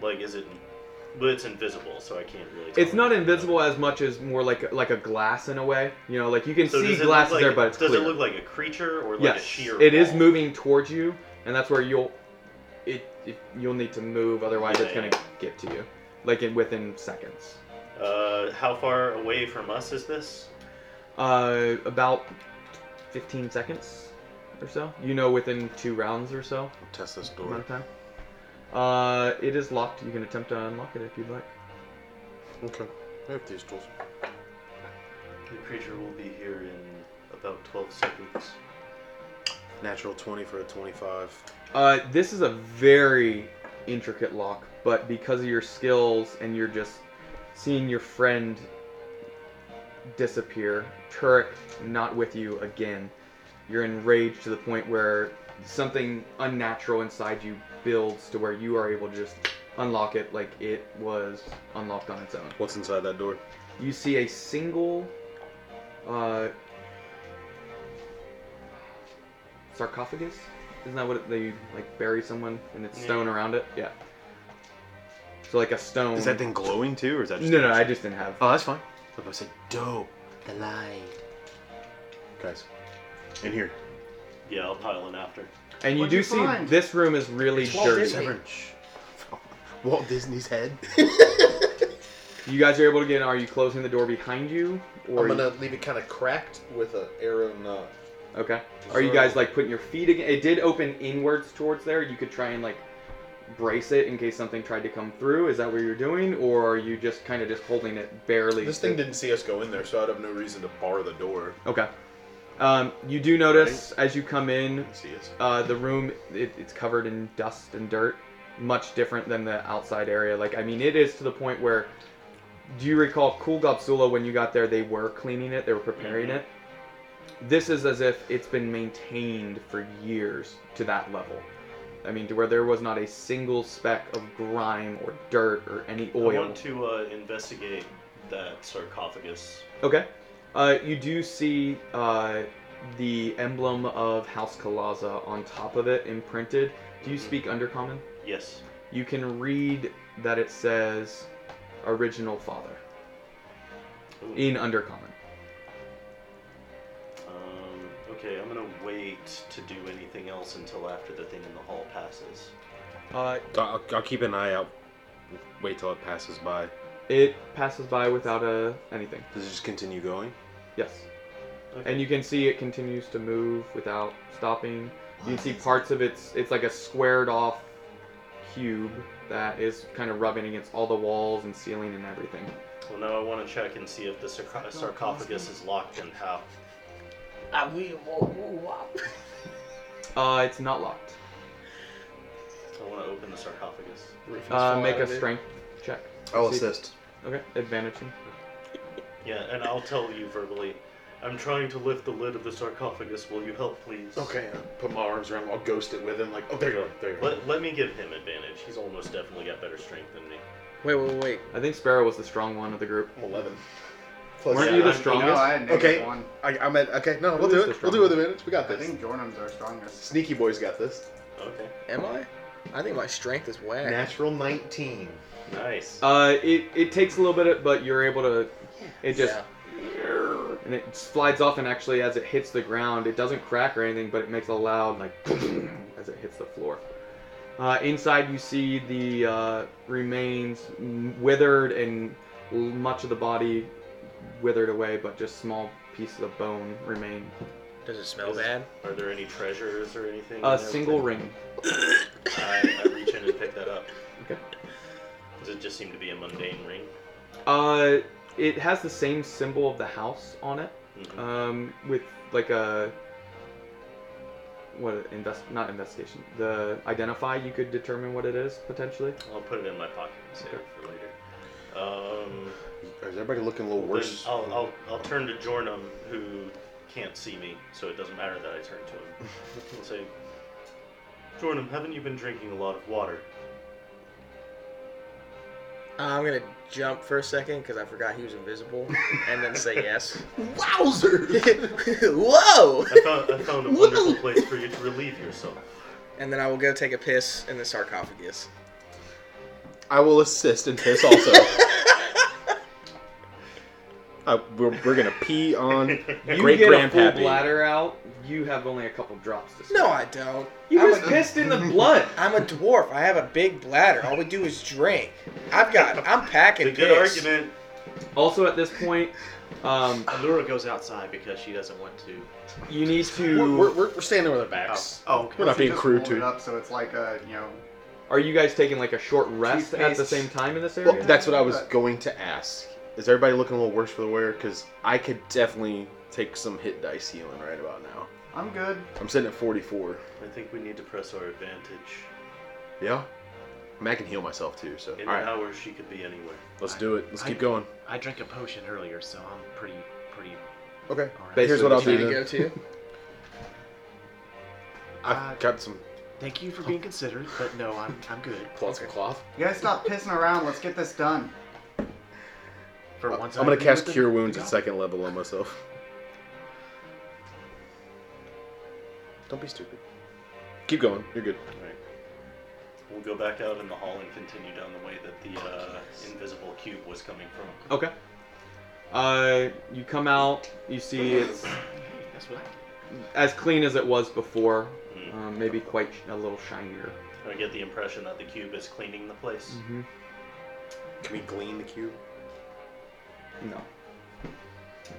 Speaker 4: like is it? But it's invisible, so I can't really. Tell
Speaker 2: It's not invisible as much as more like like a glass in a way. You know, like you can
Speaker 4: So
Speaker 2: see
Speaker 4: does it look
Speaker 2: glasses
Speaker 4: like-
Speaker 2: there, but it's
Speaker 4: does
Speaker 2: clear.
Speaker 4: it look like a creature or like a
Speaker 2: yes,
Speaker 4: sheer?
Speaker 2: it is
Speaker 4: wall?
Speaker 2: moving towards you, and that's where you'll it, it you'll need to move. Otherwise, it's
Speaker 4: Yeah.
Speaker 2: gonna get to you, like in within seconds.
Speaker 4: Uh, how far away from us is this?
Speaker 2: Uh, about 15 seconds or so. You know, within two rounds or so
Speaker 7: Test this
Speaker 2: amount
Speaker 7: door.
Speaker 2: of time. Uh, it is locked. You can attempt to unlock it if you'd like.
Speaker 7: Okay. I have these tools.
Speaker 4: The creature will be here in about 12 seconds.
Speaker 7: Natural 20 for a 25.
Speaker 2: Uh, this is a very intricate lock, but because of your skills and you're just seeing your friend disappear, Turek not with you again, you're enraged to the point where something unnatural inside you builds to where you are able to just unlock it like it was unlocked on its own.
Speaker 7: What's inside that door?
Speaker 2: You see a single uh, sarcophagus. Isn't that what it, they like bury someone and it's
Speaker 4: Yeah.
Speaker 2: stone around it? Yeah. So like a stone.
Speaker 7: Is that thing glowing too, or is that just
Speaker 2: No, no, I just didn't have.
Speaker 7: Oh, that's fine. I was about to say, dope. The light. Guys, in here.
Speaker 4: Yeah, I'll pile in after.
Speaker 2: And you
Speaker 6: What'd
Speaker 2: do
Speaker 6: you
Speaker 2: see
Speaker 6: find?
Speaker 2: this room is really
Speaker 5: It's Walt
Speaker 2: dirty.
Speaker 5: Disney.
Speaker 7: Walt Disney's head.
Speaker 2: You guys are able to get in. Are you closing the door behind you, or
Speaker 7: I'm
Speaker 2: you-
Speaker 7: gonna leave it kind of cracked with an arrow knot.
Speaker 2: okay? Are you guys like putting your feet again? It did open inwards towards there. You could try and like brace it in case something tried to come through. Is that what you're doing, or are you just kind of just holding it barely?
Speaker 7: This thing didn't see us go in there, so I'd have no reason to bar the door.
Speaker 2: Okay. Um, you do notice as you come in,
Speaker 7: Didn't see us.
Speaker 2: uh, the room it, it's covered in dust and dirt, much different than the outside area. Like I mean, it is to the point where, do you recall Cool Gobsula when you got there? They were cleaning it, they were preparing
Speaker 4: Mm-hmm.
Speaker 2: it. This is as if it's been maintained for years to that level. I mean, to where there was not a single speck of grime or dirt or any
Speaker 4: I
Speaker 2: oil.
Speaker 4: want to uh, investigate that sarcophagus.
Speaker 2: Okay. Uh, you do see uh, the emblem of House Kalaza on top of it imprinted. Do you
Speaker 4: Mhm.
Speaker 2: speak Undercommon?
Speaker 4: Yes.
Speaker 2: You can read that it says original father
Speaker 4: Ooh.
Speaker 2: in Undercommon.
Speaker 4: Um, okay, I'm gonna wait to do anything else until after the thing in the hall passes.
Speaker 2: Uh,
Speaker 7: I'll, I'll keep an eye out. Wait till it passes by.
Speaker 2: it passes by without a, anything.
Speaker 7: Does it just continue going?
Speaker 2: Yes.
Speaker 4: Okay.
Speaker 2: And you can see it continues to move without stopping. You can see parts of its, it's like a squared off cube that is kind of rubbing against all the walls and ceiling and everything.
Speaker 4: Well, now I want to check and see if the sarco- sarcophagus is locked and how.
Speaker 2: Uh, it's not locked.
Speaker 4: I want to open the sarcophagus.
Speaker 5: Roofings
Speaker 2: Uh,
Speaker 5: fall
Speaker 2: make
Speaker 5: out
Speaker 2: a
Speaker 5: of it.
Speaker 2: strength check.
Speaker 7: I'll
Speaker 2: See-
Speaker 7: assist.
Speaker 2: Okay, advantage.
Speaker 4: Yeah, and I'll tell you verbally. I'm trying to lift the lid of the sarcophagus. Will you help, please?
Speaker 9: Okay, I'll put my arms around. him, I'll ghost it with him. Like, oh, there you go, there you go.
Speaker 4: Let, let me give him advantage. He's almost definitely got better strength than me.
Speaker 5: Wait, wait, wait, wait.
Speaker 2: I think Sparrow was the strong one of the group.
Speaker 7: Oh,
Speaker 9: I'm 11.
Speaker 7: Plus,
Speaker 2: Weren't
Speaker 4: Yeah,
Speaker 2: you the
Speaker 4: I'm-
Speaker 6: No,
Speaker 2: strongest?
Speaker 6: I had negative
Speaker 9: Okay.
Speaker 6: one.
Speaker 9: I, I'm at. Okay, no,
Speaker 2: Who
Speaker 9: we'll do
Speaker 2: is the
Speaker 9: it. We'll
Speaker 2: strong
Speaker 9: do it with
Speaker 2: one?
Speaker 9: advantage. We got
Speaker 6: I
Speaker 9: this.
Speaker 6: think Jordan's our strongest.
Speaker 9: Sneaky boys got this.
Speaker 4: Okay.
Speaker 5: Am I? I think my strength is whack.
Speaker 9: Natural 19.
Speaker 4: Nice.
Speaker 2: Uh, it, it takes a little bit, of- but you're able to. It just
Speaker 5: Yeah.
Speaker 2: and it slides off, and actually, as it hits the ground, it doesn't crack or anything, but it makes a loud like as it hits the floor. Uh, inside, you see the uh, remains m- withered and l- much of the body withered away, but just small pieces of bone remain.
Speaker 5: Does it smell
Speaker 4: Is-
Speaker 5: bad?
Speaker 4: Are there any treasures or anything?
Speaker 2: A
Speaker 4: in there?
Speaker 2: single ring.
Speaker 4: I, I reach in and pick that up.
Speaker 2: Okay.
Speaker 4: Does it just seem to be a mundane ring?
Speaker 2: Uh, it has the same symbol of the house on it,
Speaker 4: Mhm.
Speaker 2: um, with like a what invest not investigation the identify. You could determine what it is potentially.
Speaker 4: I'll put it in my pocket and save it for later. Um,
Speaker 7: Is everybody looking a little
Speaker 4: then
Speaker 7: worse?
Speaker 4: I'll, I'll, I'll turn to Jornum, who can't see me, so it doesn't matter that I turn to him. I'll say, Jornum, haven't you been drinking a lot of water?
Speaker 5: Uh, I'm gonna jump for a second because I forgot he was invisible, and then say yes.
Speaker 3: Wowzer!
Speaker 5: Whoa!
Speaker 4: I found, I found a wonderful place for you to relieve yourself.
Speaker 5: And then I will go take a piss in the sarcophagus.
Speaker 7: I will assist in piss also. Uh, we're, we're gonna pee on
Speaker 2: You
Speaker 7: great
Speaker 2: get a full
Speaker 7: grandpappy.
Speaker 2: bladder out. You have only a couple drops to.
Speaker 5: No, I don't.
Speaker 2: You
Speaker 5: I'm
Speaker 2: just
Speaker 5: a-
Speaker 2: pissed in the blood.
Speaker 5: I'm a dwarf. I have a big bladder. All we do is drink. I've got. I'm packing
Speaker 4: It's a
Speaker 5: piss.
Speaker 4: good argument.
Speaker 2: Also, at this point, um,
Speaker 4: Allura goes outside because she doesn't want to.
Speaker 2: you need
Speaker 7: We're,
Speaker 2: to.
Speaker 7: we're, we're we're standing with our backs.
Speaker 4: Oh, okay.
Speaker 7: We're not
Speaker 6: She
Speaker 7: being
Speaker 6: just
Speaker 7: crude
Speaker 6: rolled
Speaker 7: to
Speaker 6: it
Speaker 7: it.
Speaker 6: up, so it's like a you know
Speaker 2: Are you guys taking like a short rest at the
Speaker 5: Toothpaste.
Speaker 2: same time in this area?
Speaker 7: Well, that's what I was going to ask. Is everybody looking a little worse for the wear? Because I could definitely take some hit dice healing right about now.
Speaker 6: I'm good.
Speaker 7: I'm sitting at 44.
Speaker 4: I think we need to press our advantage.
Speaker 7: Yeah? I mean, I can heal myself too, so.
Speaker 4: In an
Speaker 7: Alright,
Speaker 4: hour, she could be anywhere.
Speaker 7: let's do it. Let's
Speaker 8: I-
Speaker 7: keep going.
Speaker 8: I drank a potion earlier, so I'm pretty, pretty.
Speaker 7: Okay.
Speaker 8: All right.
Speaker 2: Basically,
Speaker 7: Here's what I'll
Speaker 5: Trying
Speaker 7: do
Speaker 5: to
Speaker 7: then.
Speaker 5: go to.
Speaker 8: Uh,
Speaker 7: I've got some.
Speaker 8: thank you for being considerate, but no, I'm, I'm good.
Speaker 7: Pull out some cloth.
Speaker 6: You guys stop pissing around. Let's get this done.
Speaker 8: For
Speaker 7: I'm
Speaker 8: once, I
Speaker 7: gonna
Speaker 8: agree
Speaker 7: cast
Speaker 8: with the-
Speaker 7: Cure Wounds
Speaker 8: the
Speaker 7: at
Speaker 8: goblin.
Speaker 7: second level on myself. Don't be stupid. Keep going. You're good.
Speaker 4: Alright. We'll go back out in the hall and continue down the way that the uh, invisible cube was coming from.
Speaker 2: Okay. Uh, you come out. You see it's
Speaker 8: That's what I
Speaker 2: as clean as it was before.
Speaker 4: Mm.
Speaker 2: Um, maybe quite sh- a little shinier.
Speaker 4: I get the impression that the cube is cleaning the place.
Speaker 2: Mm-hmm.
Speaker 7: Can we glean the cube?
Speaker 2: No.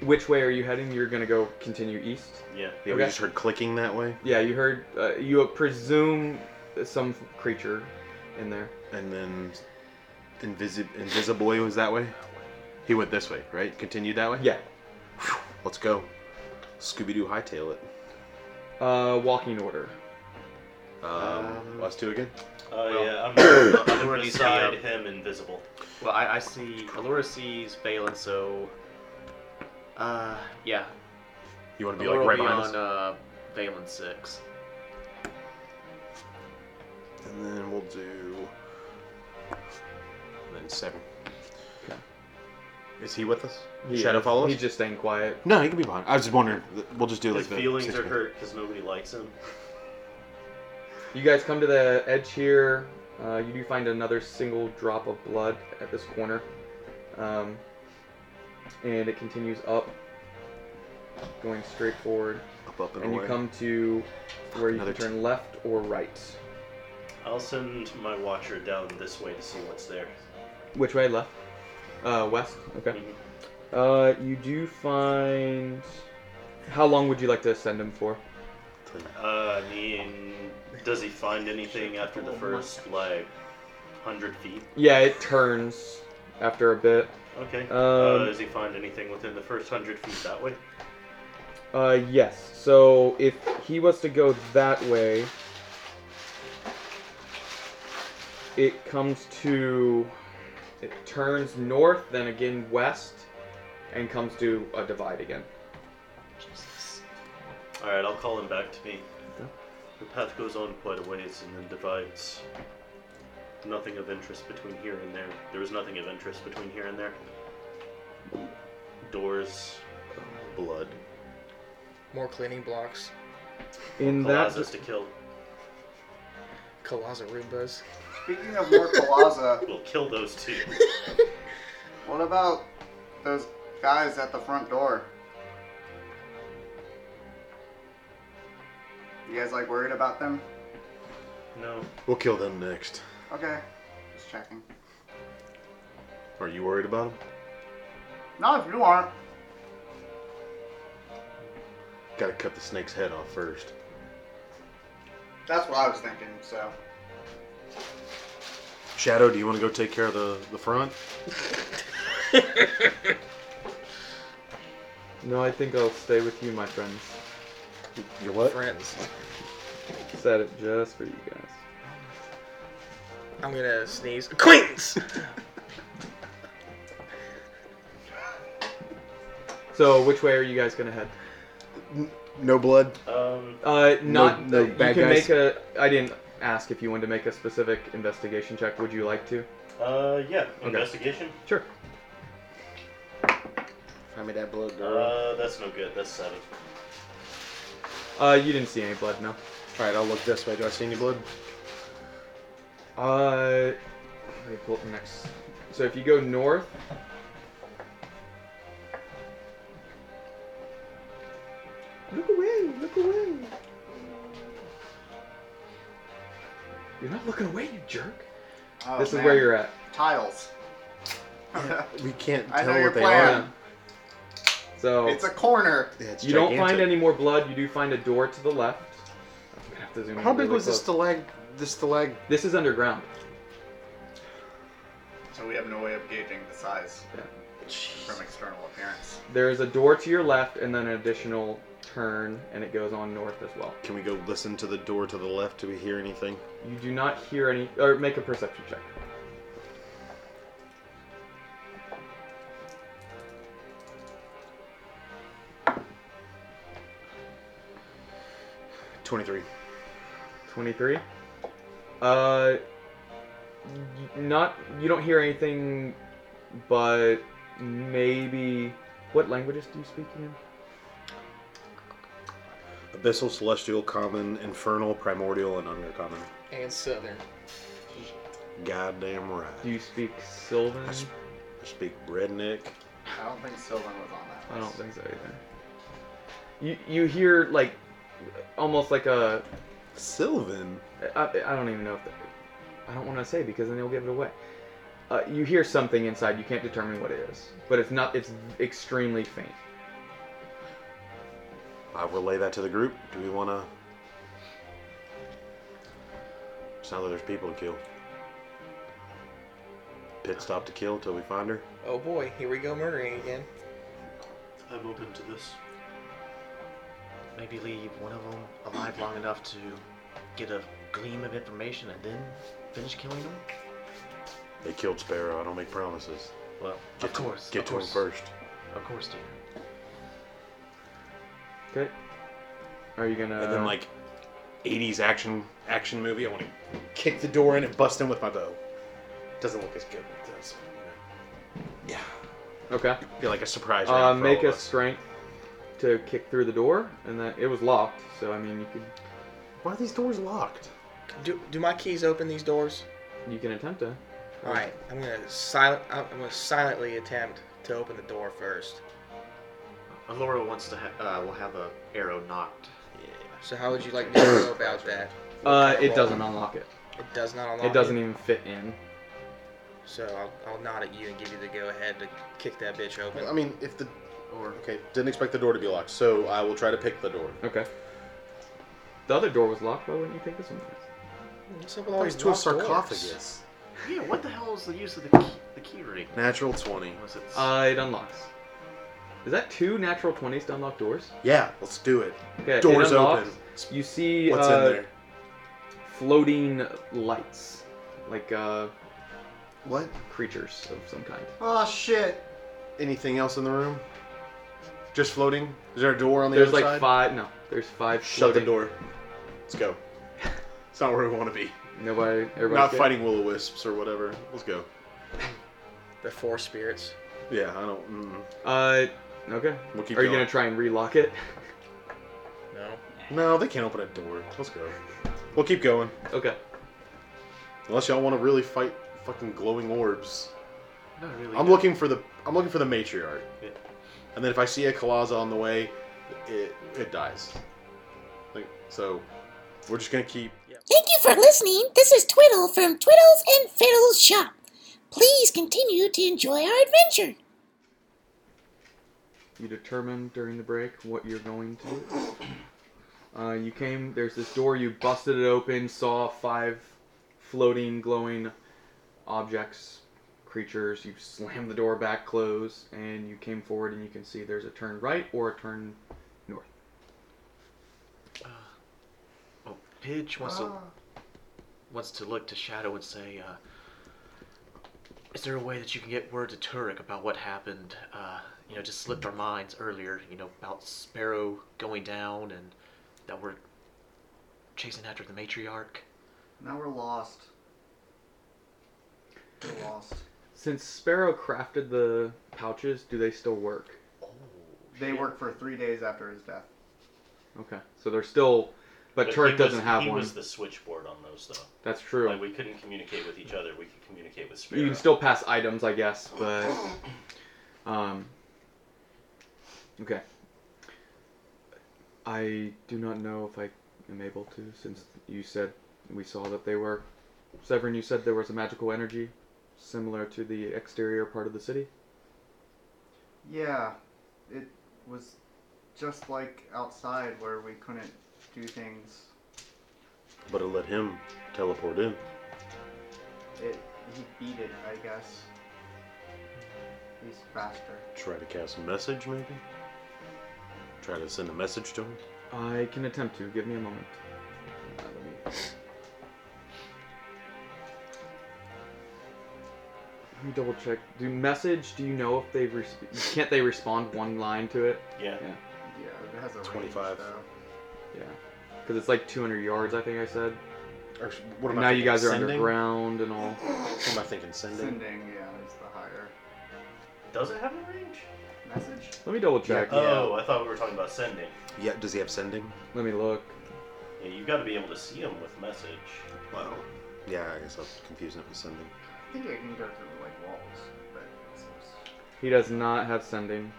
Speaker 2: Which way are you heading? You're gonna go continue east.
Speaker 4: Yeah.
Speaker 7: Yeah, we
Speaker 2: Okay.
Speaker 7: just heard clicking that way,
Speaker 2: Yeah, you heard. Uh, you presume some creature in there.
Speaker 7: and then Invisi- Invisible Boy was that way. He went this way, right? Continued that way.
Speaker 2: Yeah.
Speaker 7: Let's go. Scooby Doo hightail it.
Speaker 2: Uh, walking order.
Speaker 7: Um, us two again.
Speaker 4: Uh,
Speaker 8: Well,
Speaker 4: yeah, I'm gonna- I'm
Speaker 8: Allura
Speaker 4: gonna
Speaker 8: needs to be
Speaker 4: beside
Speaker 8: up.
Speaker 4: him invisible.
Speaker 8: Well, I, I see. Allura sees Balin, so. Uh, yeah.
Speaker 7: You want to be
Speaker 8: Allura
Speaker 7: like right
Speaker 8: will
Speaker 7: behind us,
Speaker 8: on uh, Balin six.
Speaker 7: and then we'll do. And then seven.
Speaker 2: Okay.
Speaker 7: Is he with us?
Speaker 2: He
Speaker 7: Shadow
Speaker 2: is-
Speaker 7: follow us.
Speaker 2: He's just staying quiet.
Speaker 7: No, he can be behind. I was just wondering. We'll just do
Speaker 4: His
Speaker 7: like the
Speaker 4: feelings are
Speaker 7: six-man.
Speaker 4: hurt because nobody likes him.
Speaker 2: You guys come to the edge here. Uh, you do find another single drop of blood at this corner. Um, and it continues up, going straight forward.
Speaker 7: Up, up, and,
Speaker 2: And you
Speaker 7: away.
Speaker 2: come to where you
Speaker 7: Another
Speaker 2: can turn left or right.
Speaker 4: I'll send my watcher down this way to see what's there.
Speaker 2: Which way? Left? Uh, west? Okay.
Speaker 4: Mhm.
Speaker 2: Uh, you do find. How long would you like to send him for?
Speaker 4: Uh, I mean, does he find anything after the first, like, 100 feet?
Speaker 2: Yeah, it turns after a bit.
Speaker 4: Okay.
Speaker 2: Um,
Speaker 4: uh, does he find anything within the first 100 feet that way?
Speaker 2: Uh, yes. So if he was to go that way, it comes to. It turns north, then again west, and comes to a divide again.
Speaker 4: Alright, I'll call him back to me. The path goes on quite a ways and then divides. Nothing of interest between here and there. There was nothing of interest between here and there. Doors
Speaker 7: blood.
Speaker 5: More cleaning blocks.
Speaker 2: In
Speaker 4: allows
Speaker 2: that.
Speaker 4: us to kill.
Speaker 5: Kalaza Roombas.
Speaker 6: Speaking of more Plaza,
Speaker 4: We'll kill those two.
Speaker 6: what about those guys at the front door? You guys like worried about them?
Speaker 4: No.
Speaker 7: We'll kill them next.
Speaker 6: Okay, just checking.
Speaker 7: Are you worried about them?
Speaker 6: No, if you aren't.
Speaker 7: Gotta cut the snake's head off first.
Speaker 6: That's what I was thinking. So
Speaker 7: Shadow, do you want to go take care of the, the front?
Speaker 2: No, I think I'll stay with you, my friends.
Speaker 7: Your what?
Speaker 5: Friends.
Speaker 2: Set it just for you guys.
Speaker 5: I'm gonna sneeze. Acquaintance!
Speaker 2: So, which way are you guys gonna head?
Speaker 7: No blood.
Speaker 4: Um,
Speaker 2: Uh, not.
Speaker 7: no
Speaker 2: uh,
Speaker 7: bad
Speaker 2: you can make
Speaker 7: guys?
Speaker 2: a. I didn't ask if you wanted to make a specific investigation check. Would you like to?
Speaker 4: uh, yeah, investigation.
Speaker 2: Sure.
Speaker 7: Find me that blood,
Speaker 4: Uh, that's no good. That's seven.
Speaker 2: Uh, you didn't see any blood, no.
Speaker 7: All right, I'll look this way. Do I see any blood?
Speaker 2: Uh, let me pull up the next. So if you go north. Look away! Look away! You're not looking away, you jerk.
Speaker 6: Oh,
Speaker 2: this
Speaker 6: man.
Speaker 2: is where you're at.
Speaker 6: tiles.
Speaker 7: We can't
Speaker 6: I
Speaker 7: tell
Speaker 6: know your
Speaker 7: what they
Speaker 6: plan.
Speaker 7: are.
Speaker 2: So
Speaker 6: It's a corner.
Speaker 7: Yeah, it's
Speaker 2: you don't find
Speaker 7: gigantic.
Speaker 2: any more blood. You do find a door to the left. I'm gonna have to zoom in
Speaker 7: How big
Speaker 2: really
Speaker 7: was this
Speaker 2: close.
Speaker 7: stalag? This stalag?
Speaker 2: This is underground.
Speaker 6: So we have no way of gauging the size
Speaker 2: Yeah.
Speaker 6: from external appearance.
Speaker 2: There is a door to your left, and then an additional turn, and it goes on north as well.
Speaker 7: Can we go listen to the door to the left? Do we hear anything?
Speaker 2: You do not hear any, or make a perception check.
Speaker 7: Twenty-three.
Speaker 2: 23. Uh, y- not, you don't hear anything, but maybe, what languages do you speak in?
Speaker 7: Abyssal, celestial, common, infernal, primordial, and undercommon.
Speaker 5: and Southern.
Speaker 7: Goddamn right.
Speaker 2: Do you speak Sylvan?
Speaker 7: I s- I speak redneck.
Speaker 6: I don't think Sylvan was on that.
Speaker 2: I don't
Speaker 6: list.
Speaker 2: think so either. You, you hear, like, almost like a,
Speaker 7: Sylvan.
Speaker 2: I, I don't even know if, that, I don't want to say because then they'll give it away. Uh, you hear something inside, you can't determine what it is, but it's not, it's extremely faint.
Speaker 7: I relay that to the group. Do we want to? Sounds like there's people to kill. Pit stop to kill till we find her.
Speaker 5: Oh boy, here we go murdering again.
Speaker 4: I'm open to this.
Speaker 8: Maybe leave one of them alive long enough to get a gleam of information and then finish killing them?
Speaker 7: They killed Sparrow. I don't make promises.
Speaker 8: Well,
Speaker 7: Get
Speaker 8: of
Speaker 7: to-
Speaker 8: course.
Speaker 7: Get
Speaker 8: of
Speaker 7: to
Speaker 8: course,
Speaker 7: him first.
Speaker 8: Of course, dear.
Speaker 2: Okay. Are you gonna?
Speaker 7: and then like 80s action action movie. I want to kick the door in and bust in with my bow. Doesn't look as good as it does. You know.
Speaker 2: Okay.
Speaker 7: Yeah, be like a surprise.
Speaker 2: Uh,
Speaker 7: round for
Speaker 2: make
Speaker 7: all
Speaker 2: a
Speaker 7: of us.
Speaker 2: strength to kick through the door, and then it was locked. So I mean, you could
Speaker 7: Why are these doors locked?
Speaker 5: Do, do my keys open these doors?
Speaker 2: you can attempt to.
Speaker 5: All right, I'm gonna silent. I'm I'm gonna silently attempt to open the door first.
Speaker 8: Alora wants to ha- uh, will have a arrow knocked.
Speaker 5: So how would you like me to go about that?
Speaker 2: Uh,
Speaker 5: kinda
Speaker 2: it
Speaker 5: roll?
Speaker 2: doesn't unlock it.
Speaker 5: It does not unlock.
Speaker 2: It doesn't even fit in.
Speaker 5: So I'll, I'll nod at you and give you the go ahead to kick that bitch open.
Speaker 7: I mean, if the or okay, didn't expect the door to be locked, so I will try to pick the door.
Speaker 2: Okay. The other door was locked. Why wouldn't you think this one was?
Speaker 5: What's up with all
Speaker 7: Oh, he's
Speaker 5: these
Speaker 7: to a
Speaker 5: locked doors?
Speaker 7: sarcophagus.
Speaker 8: Yeah, what the hell is the use of the key, the key ring?
Speaker 7: Natural twenty.
Speaker 8: Unless it's
Speaker 2: Uh, it unlocks. Is that two natural twenties to unlock doors?
Speaker 7: Yeah, let's do it.
Speaker 2: Okay. it
Speaker 7: Doors
Speaker 2: unlocks.
Speaker 7: open.
Speaker 2: You see
Speaker 7: What's
Speaker 2: uh,
Speaker 7: in there?
Speaker 2: floating lights, like uh,
Speaker 7: What?
Speaker 2: creatures of some kind.
Speaker 6: Oh shit!
Speaker 7: Anything else in the room? Just floating? Is there a door on the
Speaker 2: There's
Speaker 7: other
Speaker 2: like
Speaker 7: side?
Speaker 2: five. No, there's five.
Speaker 7: Shut the
Speaker 2: floating-
Speaker 7: door. Let's go. It's not where we want to be.
Speaker 2: Nobody. Everybody's
Speaker 7: Not
Speaker 2: good?
Speaker 7: fighting will o wisps or whatever. Let's go.
Speaker 5: The four spirits.
Speaker 7: Yeah, I don't. Mm,
Speaker 2: Uh, okay.
Speaker 7: we'll keep
Speaker 2: Are you
Speaker 7: going.
Speaker 2: gonna try and relock it?
Speaker 5: No.
Speaker 7: No, they can't open a door. Let's go. We'll keep going.
Speaker 2: Okay.
Speaker 7: Unless y'all want to really fight fucking glowing orbs.
Speaker 8: not really.
Speaker 7: I'm
Speaker 8: no.
Speaker 7: looking for the I'm looking for the matriarch.
Speaker 4: Yeah.
Speaker 7: And then if I see a Kalaza on the way, it it dies. Like so, we're just gonna keep.
Speaker 10: Thank you for listening. This is Twiddle from Twiddles and Fiddles Shop. Please continue to enjoy our adventure.
Speaker 2: You determine during the break what you're going to do. Uh, you came. There's this door. You busted it open. Saw five floating, glowing objects, creatures. You slam the door back closed, and you came forward, and you can see there's a turn right or a turn north.
Speaker 8: Oh, Pidge wants to
Speaker 6: Ah.
Speaker 8: wants to look to Shadow and say, uh, "Is there a way that you can get word to Turek about what happened? Uh, you know, just slipped our minds earlier. You know about Sparrow going down and that we're chasing after the matriarch.
Speaker 6: Now we're lost. We're lost.
Speaker 2: Since Sparrow crafted the pouches, do they still work?
Speaker 8: Oh,
Speaker 6: They work for three days after his death.
Speaker 2: Okay, so they're still, but,
Speaker 4: he
Speaker 2: Turk
Speaker 4: was-
Speaker 2: doesn't have
Speaker 4: he
Speaker 2: one.
Speaker 4: was the switchboard on those, though.
Speaker 2: That's true.
Speaker 4: Like, we couldn't communicate with each other. We could communicate with Sparrow.
Speaker 2: you can still pass items, I guess, but um, okay. I do not know if I am able to, since you said we saw that they were. Severin, you said there was a magical energy similar to the exterior part of the city.
Speaker 6: Yeah, it was just like outside where we couldn't do things.
Speaker 9: But it let him teleport in.
Speaker 6: It he beat it, I guess. He's faster.
Speaker 9: Try to cast a message, maybe? Try to send a message to him?
Speaker 2: I can attempt to. Give me a moment. Uh, let me- Let me double check. Do message? Do you know if they've resp- can't they respond one line to it?
Speaker 4: Yeah.
Speaker 6: Yeah, it has a
Speaker 9: 25.
Speaker 6: range though.
Speaker 2: Yeah, because it's like 200 yards. I think I said.
Speaker 9: Or what
Speaker 2: And
Speaker 9: am
Speaker 2: now
Speaker 9: I
Speaker 2: you
Speaker 9: thinking,
Speaker 2: guys are
Speaker 9: sending?
Speaker 2: underground and all.
Speaker 9: What am I thinking? Sending?
Speaker 6: Sending, yeah, is the higher
Speaker 4: Does it have a range?
Speaker 6: message.
Speaker 2: Let me double check.
Speaker 9: Yeah. uh-
Speaker 4: Oh, I thought we were talking about sending.
Speaker 7: Yeah, does he have sending?
Speaker 2: Let me look.
Speaker 4: Yeah, you've got to be able to see him with message.
Speaker 7: Wow. Yeah, I guess I was confusing it with sending.
Speaker 6: I think I can go through like walls, but it's
Speaker 2: He does not have sending.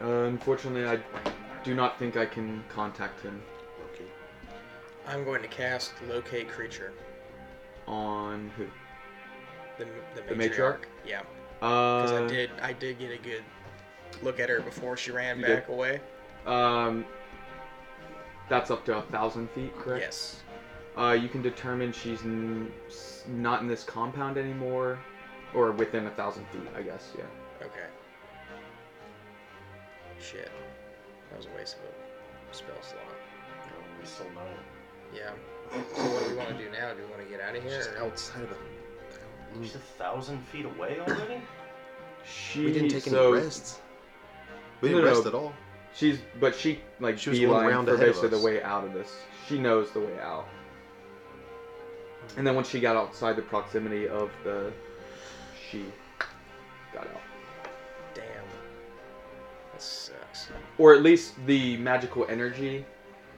Speaker 2: Uh, unfortunately, I do not think I can contact him
Speaker 9: Okay.
Speaker 5: I'm going to cast locate creature.
Speaker 2: on who?
Speaker 5: The the
Speaker 2: The
Speaker 5: matriarch.
Speaker 2: matriarch?
Speaker 5: Yeah, because
Speaker 2: Uh,
Speaker 5: I did I did get a good look at her before she ran
Speaker 2: You
Speaker 5: back
Speaker 2: did?
Speaker 5: away.
Speaker 2: Um, that's up to a thousand feet, correct?
Speaker 5: Yes.
Speaker 2: Uh, you can determine she's n- s- not in this compound anymore, or within a thousand feet, I guess. Yeah.
Speaker 5: Okay. Shit, that was a waste of a spell slot.
Speaker 4: Oh, we still know.
Speaker 5: Yeah. So what do we want to do now? Do we want to get out of here?
Speaker 7: Just
Speaker 5: or-
Speaker 7: outside of the.
Speaker 4: She's a thousand feet away already?
Speaker 2: She.
Speaker 7: We didn't take any
Speaker 2: so
Speaker 7: rests. We didn't
Speaker 2: No, no,
Speaker 7: rest
Speaker 2: no.
Speaker 7: at all.
Speaker 2: She's, but she like
Speaker 7: She
Speaker 2: she
Speaker 7: was one
Speaker 2: beeline
Speaker 7: round
Speaker 2: for
Speaker 7: ahead of
Speaker 2: basically the
Speaker 7: us.
Speaker 2: way out of this. She knows the way out. And then once she got outside the proximity of the, she got out,
Speaker 5: Damn. That sucks.
Speaker 2: or at least the magical energy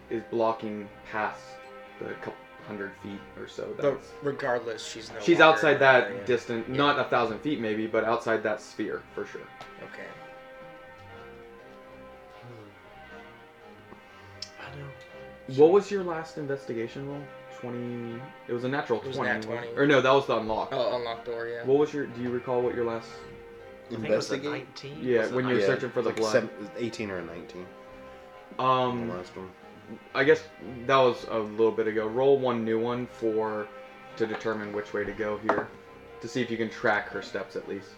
Speaker 2: is blocking past the couple hundred feet or so.
Speaker 5: But
Speaker 2: That's,
Speaker 5: regardless, she's no.
Speaker 2: she's
Speaker 5: longer
Speaker 2: outside
Speaker 5: in
Speaker 2: that
Speaker 5: our area.
Speaker 2: distant,
Speaker 5: Yeah.
Speaker 2: not a thousand feet maybe, but outside that sphere for sure.
Speaker 5: Okay.
Speaker 8: I know.
Speaker 2: What was your last investigation roll? Twenty. It was a natural
Speaker 5: It was
Speaker 2: twenty.
Speaker 5: nat
Speaker 2: wasn't it?
Speaker 5: 20.
Speaker 2: Or no, that was the unlock.
Speaker 5: Oh, unlock door. Yeah.
Speaker 2: What was your? Do you recall what your last?
Speaker 8: I think it was a 19.
Speaker 2: Yeah,
Speaker 8: Was it
Speaker 2: when you're
Speaker 8: nine-
Speaker 2: searching- for the
Speaker 7: like
Speaker 2: blood.
Speaker 7: seven- it was 18 or a 19.
Speaker 8: Mm.
Speaker 7: the
Speaker 2: Um,
Speaker 7: last one.
Speaker 2: I guess that was a little bit ago. Roll one new one for to determine which way to go here, to see if you can track her steps at least.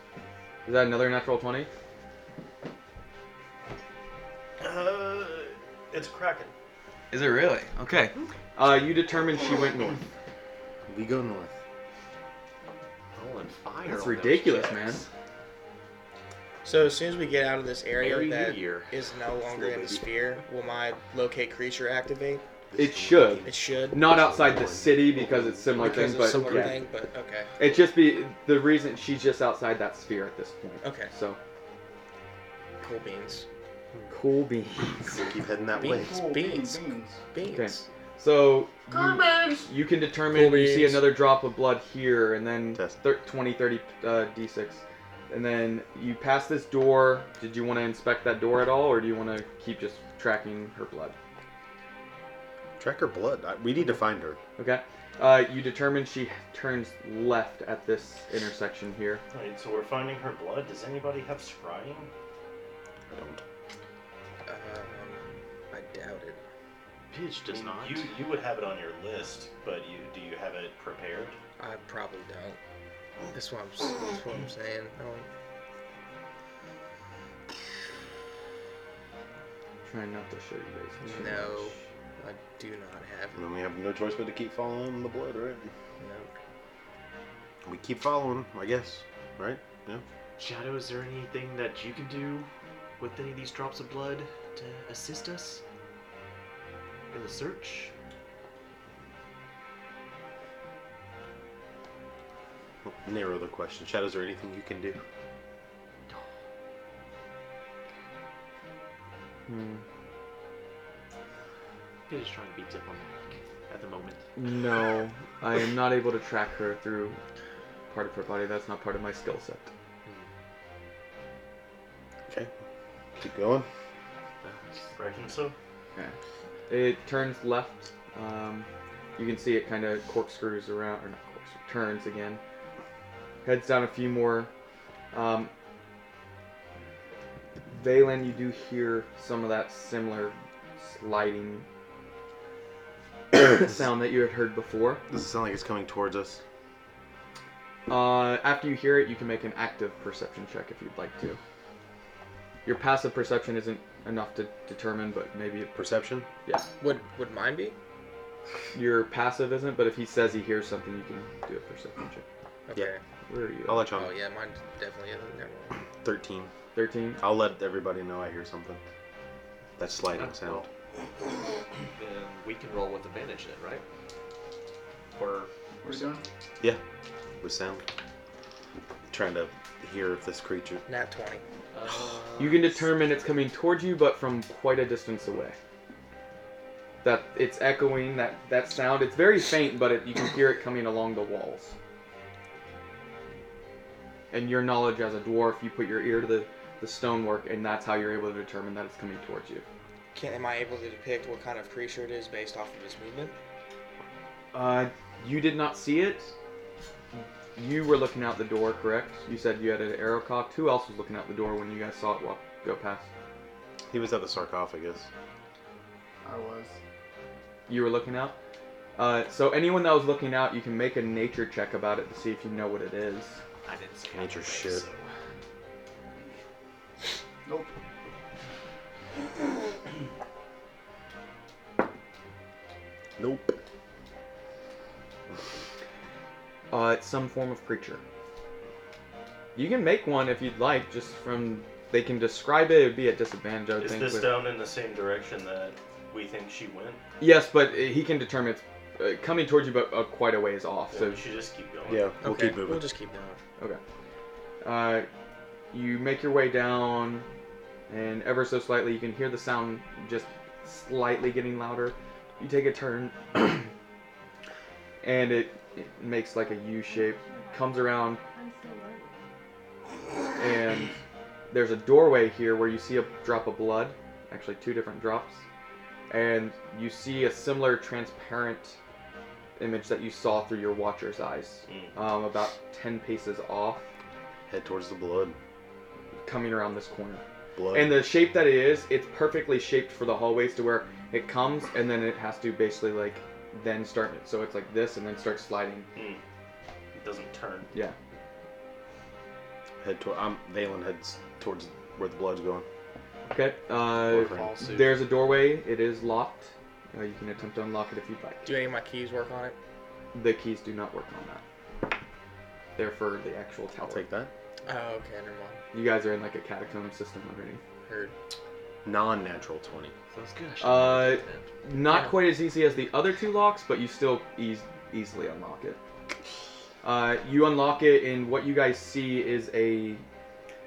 Speaker 2: Is that another natural twenty?
Speaker 4: Uh, it's a kraken.
Speaker 2: Is it really? Okay. Uh, you determined she went north.
Speaker 7: We go north.
Speaker 8: Rolling fire.
Speaker 2: That's
Speaker 8: on those
Speaker 2: ridiculous,
Speaker 8: checks.
Speaker 2: man.
Speaker 5: So as soon as we get out of this area
Speaker 8: Every
Speaker 5: that
Speaker 8: year.
Speaker 5: is no longer in the sphere, will my locate creature activate?
Speaker 2: It should.
Speaker 5: It should.
Speaker 2: Not outside the city because it's similar
Speaker 5: because
Speaker 2: things,
Speaker 5: of
Speaker 2: but
Speaker 5: similar
Speaker 2: yeah.
Speaker 5: thing, but okay.
Speaker 2: It just be the reason she's just outside that sphere at this point.
Speaker 5: Okay.
Speaker 2: So
Speaker 5: Cool beans.
Speaker 2: cool beans.
Speaker 7: We keep heading that way.
Speaker 5: Beans. Beans. Beans.
Speaker 2: So you, you can determine
Speaker 5: Cool
Speaker 2: you see
Speaker 5: beans.
Speaker 2: another drop of blood here, and then
Speaker 7: Test.
Speaker 2: thir- 20, 30 uh, d6, and then you pass this door. Did you want to inspect that door at all, or do you want to keep just tracking her blood?
Speaker 7: Track her blood. I- We need to find her.
Speaker 2: Okay. Uh, you determine she turns left at this intersection here.
Speaker 4: Alright, so we're finding her blood. Does anybody have scrying?
Speaker 7: I don't.
Speaker 5: Um, I doubt it.
Speaker 8: Pidge does
Speaker 4: I mean,
Speaker 8: not.
Speaker 4: You you would have it on your list, but you do you have have it prepared?
Speaker 5: I probably don't. That's what I'm, that's what I'm saying. I don't,
Speaker 2: Trying not to show you guys. too
Speaker 5: no,
Speaker 2: much.
Speaker 5: I do not have
Speaker 7: And then we have no choice but to keep following the blood, right?
Speaker 5: it.
Speaker 7: We keep following, I guess. Right? Yeah.
Speaker 8: Shadow, is there anything that you can do with any of these drops of blood to assist us in the search?
Speaker 7: Narrow the question. Shadows, are anything you can do?
Speaker 2: Hmm.
Speaker 8: You're just trying to be diplomatic at the moment.
Speaker 2: No, I am not able to track her through part of her body. That's not part of my skill set.
Speaker 7: Okay. Keep going.
Speaker 4: Reckon so?
Speaker 2: It turns left. Um, you can see it kind of corkscrews around, or not corkscrew, turns again. Heads down a few more. Um, Valen, you do hear some of that similar sliding sound that you had heard before.
Speaker 7: Does it sound like it's coming towards us?
Speaker 2: Uh, after you hear it, you can make an active perception check if you'd like to. Your passive perception isn't enough to determine, but maybe
Speaker 7: Perception?
Speaker 5: Would would mine be?
Speaker 2: your passive isn't. But if he says he hears something, you can do a perception check.
Speaker 5: Okay.
Speaker 2: Where are you?
Speaker 7: I'll
Speaker 2: at?
Speaker 7: let you
Speaker 5: Oh
Speaker 7: on.
Speaker 5: yeah, mine definitely isn't. Never mind.
Speaker 7: 13.
Speaker 2: Thirteen.
Speaker 7: I'll let everybody know I hear something. That sliding
Speaker 8: Oh,
Speaker 7: sound.
Speaker 8: Then we can roll with advantage then, right? Or
Speaker 6: What are you doing?
Speaker 7: Yeah. With sound. Trying to hear if this creature.
Speaker 5: Nat twenty.
Speaker 8: uh,
Speaker 2: You can determine it's coming towards you, but from quite a distance away. That it's echoing that that sound. It's very faint, but it, you can hear it coming along the walls. And your knowledge as a dwarf, you put your ear to the, the stonework, and that's how you're able to determine that it's coming towards you.
Speaker 5: Can am I able to depict what kind of creature it is based off of its movement?
Speaker 2: Uh, you did not see it. You were looking out the door, correct? You said you had an arrow cocked. Who else was looking out the door when you guys saw it walk go past?
Speaker 7: He was at the sarcophagus.
Speaker 6: I was.
Speaker 2: You were looking out. Uh, so anyone that was looking out, you can make a nature check about it to see if you know what it is.
Speaker 8: I didn't say
Speaker 7: Nature
Speaker 8: anything,
Speaker 7: shit.
Speaker 8: so-
Speaker 6: Nope.
Speaker 7: Nope.
Speaker 2: Uh, it's some form of creature. You can make one if you'd like, just from they can describe it. It'd be at disadvantage, I would
Speaker 4: Is
Speaker 2: think.
Speaker 4: this
Speaker 2: with-
Speaker 4: down in the same direction that we think she went?
Speaker 2: Yes, but uh, he can determine it's uh, coming towards you, but uh, quite a ways off.
Speaker 4: So
Speaker 2: So
Speaker 4: we should just keep going.
Speaker 7: Yeah, we'll
Speaker 5: okay,
Speaker 7: keep moving.
Speaker 5: we'll just keep going.
Speaker 2: Uh, you make your way down, and ever so slightly, you can hear the sound just slightly getting louder. You take a turn, and it, it makes like a U shape, comes around, and there's a doorway here where you see a drop of blood, actually, two different drops, and you see a similar transparent image that you saw through your watcher's eyes,
Speaker 4: Mm.
Speaker 2: um, about 10 paces off
Speaker 7: Head towards the blood.
Speaker 2: coming around this corner.
Speaker 7: Blood.
Speaker 2: And the shape that it is, it's perfectly shaped for the hallways to where it comes and then it has to basically like then start it. So it's like this and then start sliding.
Speaker 4: It doesn't turn.
Speaker 2: Yeah.
Speaker 7: head toward. I'm Valen heads towards where the blood's going.
Speaker 2: Okay. Uh,
Speaker 7: Warframe.
Speaker 2: there's a doorway. It is locked. Uh, you can attempt to unlock it if you'd like.
Speaker 5: Do any of my keys work on it?
Speaker 2: The keys do not work on that. They're for the actual tower.
Speaker 7: I'll take that.
Speaker 5: Oh, okay, never mind.
Speaker 2: You guys are in like a catacomb system underneath.
Speaker 5: Heard.
Speaker 7: Non-natural twenty.
Speaker 8: Sounds good. I should
Speaker 2: Uh,
Speaker 8: do that.
Speaker 2: Not
Speaker 5: Yeah.
Speaker 2: quite as easy as the other two locks, but you still eas easily unlock it. Uh, you unlock it, and what you guys see is a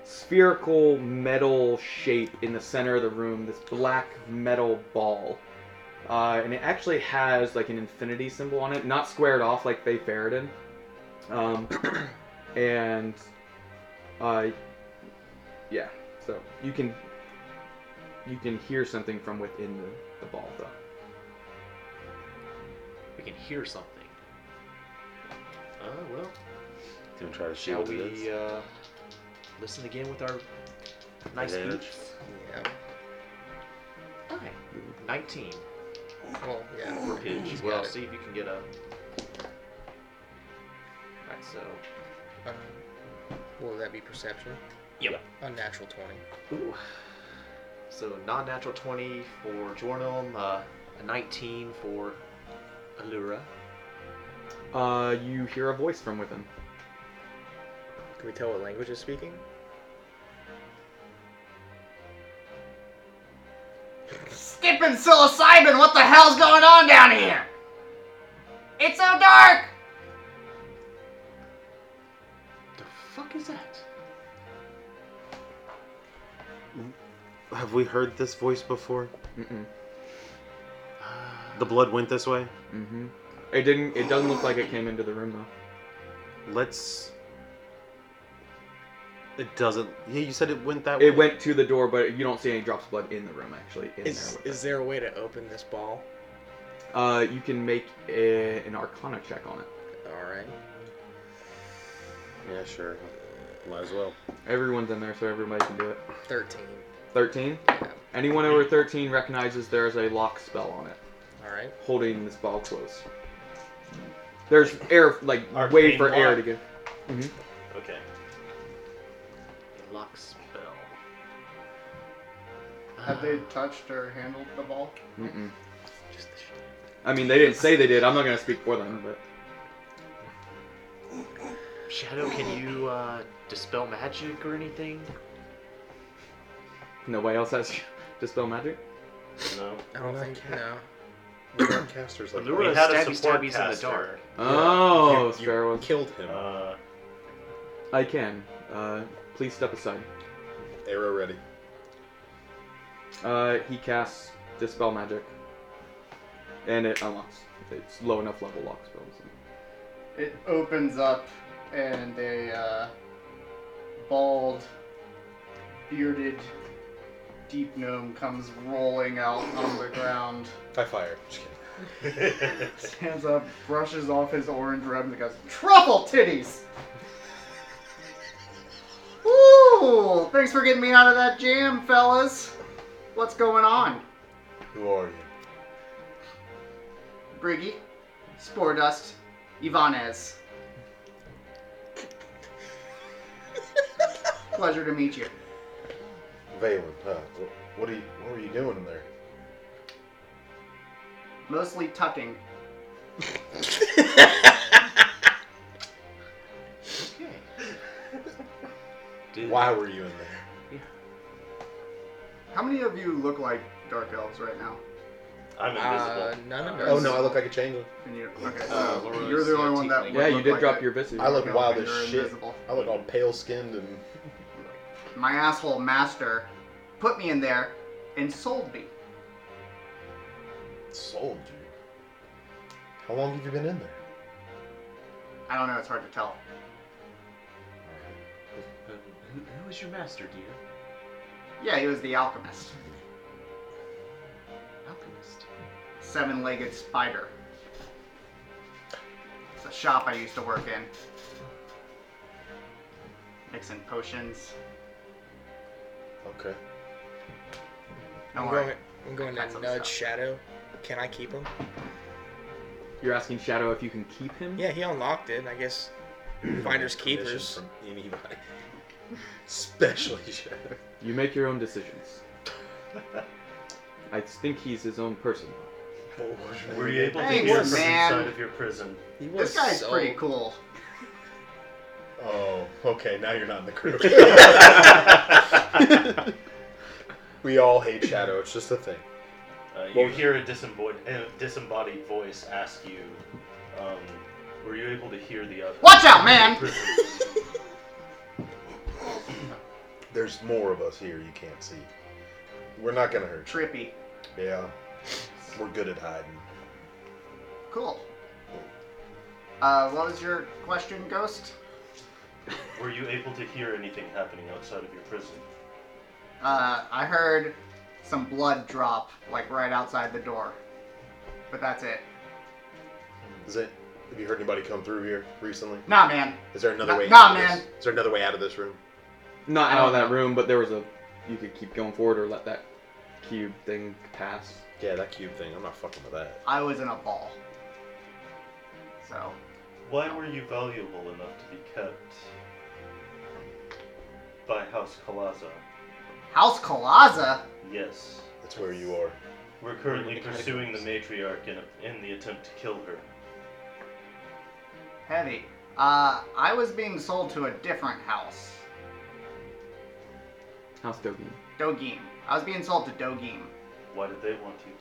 Speaker 2: spherical metal shape in the center of the room, this black metal ball. Uh, and it actually has like an infinity symbol on it, not squared off like they Faradin. Um, and uh, yeah, so you can you can hear something from within the, the ball though.
Speaker 8: we can hear something. Uh, well,
Speaker 7: Gonna try to see
Speaker 8: shall
Speaker 7: what it is.
Speaker 8: we uh, listen again with our nice
Speaker 7: Advantage.
Speaker 8: boots?
Speaker 5: Yeah.
Speaker 8: Okay. 19
Speaker 5: Well, yeah.
Speaker 8: for pitch as
Speaker 5: He's
Speaker 8: well.
Speaker 5: got it.
Speaker 8: See if you can get a So
Speaker 5: Um, will that be perception?
Speaker 8: Yep.
Speaker 5: Unnatural 20.
Speaker 8: Ooh. So non-natural twenty for Jornum, uh, a nineteen for Allura.
Speaker 2: Uh, you hear a voice from within.
Speaker 5: Can we tell what language is speaking?
Speaker 10: Skipping psilocybin, what the hell's going on down here? It's so dark!
Speaker 8: The fuck is that?
Speaker 9: Have we heard this voice before?
Speaker 2: Mm-mm.
Speaker 9: The blood went this way.
Speaker 2: Mm-hmm. It didn't. It doesn't look like it came into the room though.
Speaker 9: Let's. It doesn't. Yeah, you said it went that way.
Speaker 2: It went to the door, but you don't see any drops of blood in the room actually. In
Speaker 5: Is,
Speaker 2: there. with
Speaker 5: is there a way to open this ball?
Speaker 2: it. Uh, you can make a, an Arcana check on it.
Speaker 5: Alright.
Speaker 9: Yeah, sure. Might as well.
Speaker 2: Everyone's in there, so everybody can do it.
Speaker 5: 13.
Speaker 2: 13. Anyone over 13 recognizes there's a lock spell on it,
Speaker 5: Alright.
Speaker 2: holding this ball close. There's air, like way
Speaker 4: Arcane
Speaker 2: for air
Speaker 4: lock.
Speaker 2: to get.
Speaker 4: Okay.
Speaker 8: Lock spell. Uh,
Speaker 6: Have they touched or handled the ball?
Speaker 2: Mm-mm.
Speaker 8: Just the shit.
Speaker 2: I mean, they didn't say they did. I'm not gonna speak for them, but
Speaker 8: Shadow, can you uh, dispel magic or anything?
Speaker 2: nobody else has dispel magic.
Speaker 4: No.
Speaker 5: I don't think. No.
Speaker 7: We got casters like
Speaker 8: Allura
Speaker 4: We had a
Speaker 8: stabby
Speaker 4: support
Speaker 8: stabbies in the
Speaker 4: caster.
Speaker 8: dark.
Speaker 2: Oh,
Speaker 7: You- you
Speaker 2: Sparrow.
Speaker 7: killed him.
Speaker 4: Uh,
Speaker 2: I can. Uh, please step aside.
Speaker 7: Arrow ready.
Speaker 2: Uh, he casts dispel magic, and it unlocks. It's low enough level lock spells.
Speaker 6: It opens up, and a uh, bald, bearded, deep gnome comes rolling out on the ground.
Speaker 7: High fire. Just
Speaker 6: Stands up, brushes off his orange robe, and goes, "Truffle titties." Ooh! Thanks for getting me out of that jam, fellas. What's going on,
Speaker 7: kidding. Who are you?
Speaker 6: Briggy? Spore dust, Ivanez. Pleasure to meet you.
Speaker 7: Valen, huh? Wh- What are you? What were you doing in there?
Speaker 6: Mostly tucking.
Speaker 8: Dude,
Speaker 7: Why were you in there?
Speaker 6: How many of you look like dark elves right now?
Speaker 4: I'm
Speaker 5: Uh,
Speaker 4: invisible.
Speaker 5: none of us.
Speaker 7: Oh no, I look like a changeling.
Speaker 6: And you, okay, so
Speaker 8: Uh, Laura
Speaker 6: you're
Speaker 8: is
Speaker 6: the
Speaker 8: the
Speaker 6: only one that
Speaker 8: tiefling.
Speaker 6: would
Speaker 2: Yeah, you
Speaker 6: look
Speaker 2: did
Speaker 6: like
Speaker 2: drop
Speaker 6: it.
Speaker 2: your visit.
Speaker 7: I look
Speaker 6: No,
Speaker 7: wild
Speaker 6: but
Speaker 7: as
Speaker 6: you're
Speaker 7: shit.
Speaker 6: invisible.
Speaker 7: I look all pale skinned and
Speaker 6: My asshole master put me in there and sold me.
Speaker 7: sold you. How long have you been in there?
Speaker 6: I don't know, it's hard to tell.
Speaker 8: Um, who, who is your master, dear?
Speaker 6: Yeah, he was the alchemist.
Speaker 8: Alchemist.
Speaker 6: Seven legged spider. It's a shop I used to work in. Mixing potions.
Speaker 7: Okay.
Speaker 6: Don't
Speaker 5: I'm
Speaker 6: worry.
Speaker 5: going, I'm going
Speaker 6: That's
Speaker 5: to
Speaker 6: some
Speaker 5: nudge
Speaker 6: stuff.
Speaker 5: Shadow. Can I keep him?
Speaker 2: You're asking Shadow if you can keep him.
Speaker 5: Yeah, he unlocked it. I guess finders
Speaker 7: Permission
Speaker 5: keepers.
Speaker 7: From anybody. Especially Shadow.
Speaker 2: You make your own decisions. I think he's his own person.
Speaker 4: Were you able to
Speaker 6: Hey,
Speaker 4: hear
Speaker 6: what,
Speaker 4: from
Speaker 6: man?
Speaker 4: inside of your prison?
Speaker 5: He was
Speaker 6: This guy's
Speaker 5: so-
Speaker 6: pretty cool.
Speaker 7: Oh, okay. Now you're not in the crew. we all hate Shadow. It's just a thing.
Speaker 4: Uh, you hear a disembodied, uh, disembodied voice ask you, um, were you able to hear the other?
Speaker 6: Watch out, man!
Speaker 7: There's more of us here. You can't see. We're not gonna hurt
Speaker 6: Trippy.
Speaker 7: you. Yeah. We're good at hiding.
Speaker 6: Cool. Uh, what was your question, Ghost?
Speaker 4: Were you able to hear anything happening outside of your prison?
Speaker 6: Uh, I heard some blood drop, like right outside the door. But that's it.
Speaker 7: Is it? Have you heard anybody come through here recently?
Speaker 6: Nah, man.
Speaker 7: Is there another
Speaker 6: Nah-
Speaker 7: way?
Speaker 6: nah,
Speaker 7: out of this-
Speaker 6: man.
Speaker 7: Is there another way out of this room?
Speaker 2: Not
Speaker 6: I
Speaker 2: out of
Speaker 6: don't
Speaker 2: that
Speaker 6: know.
Speaker 2: room, but there was a. You could keep going forward or let that cube thing pass.
Speaker 7: Yeah, that cube thing. I'm not fucking with that.
Speaker 6: I was in a ball. So,
Speaker 4: Why were you valuable enough to be kept by House Calazo?
Speaker 6: House Kalaza?
Speaker 4: Yes.
Speaker 9: That's where you are.
Speaker 4: We're currently
Speaker 8: the
Speaker 4: pursuing the matriarch in, in the attempt to kill her.
Speaker 6: Heavy. Uh, I was being sold to a different house.
Speaker 2: House Dogi.
Speaker 6: Dogim. I was being sold to Dogim.
Speaker 4: Why did they want you?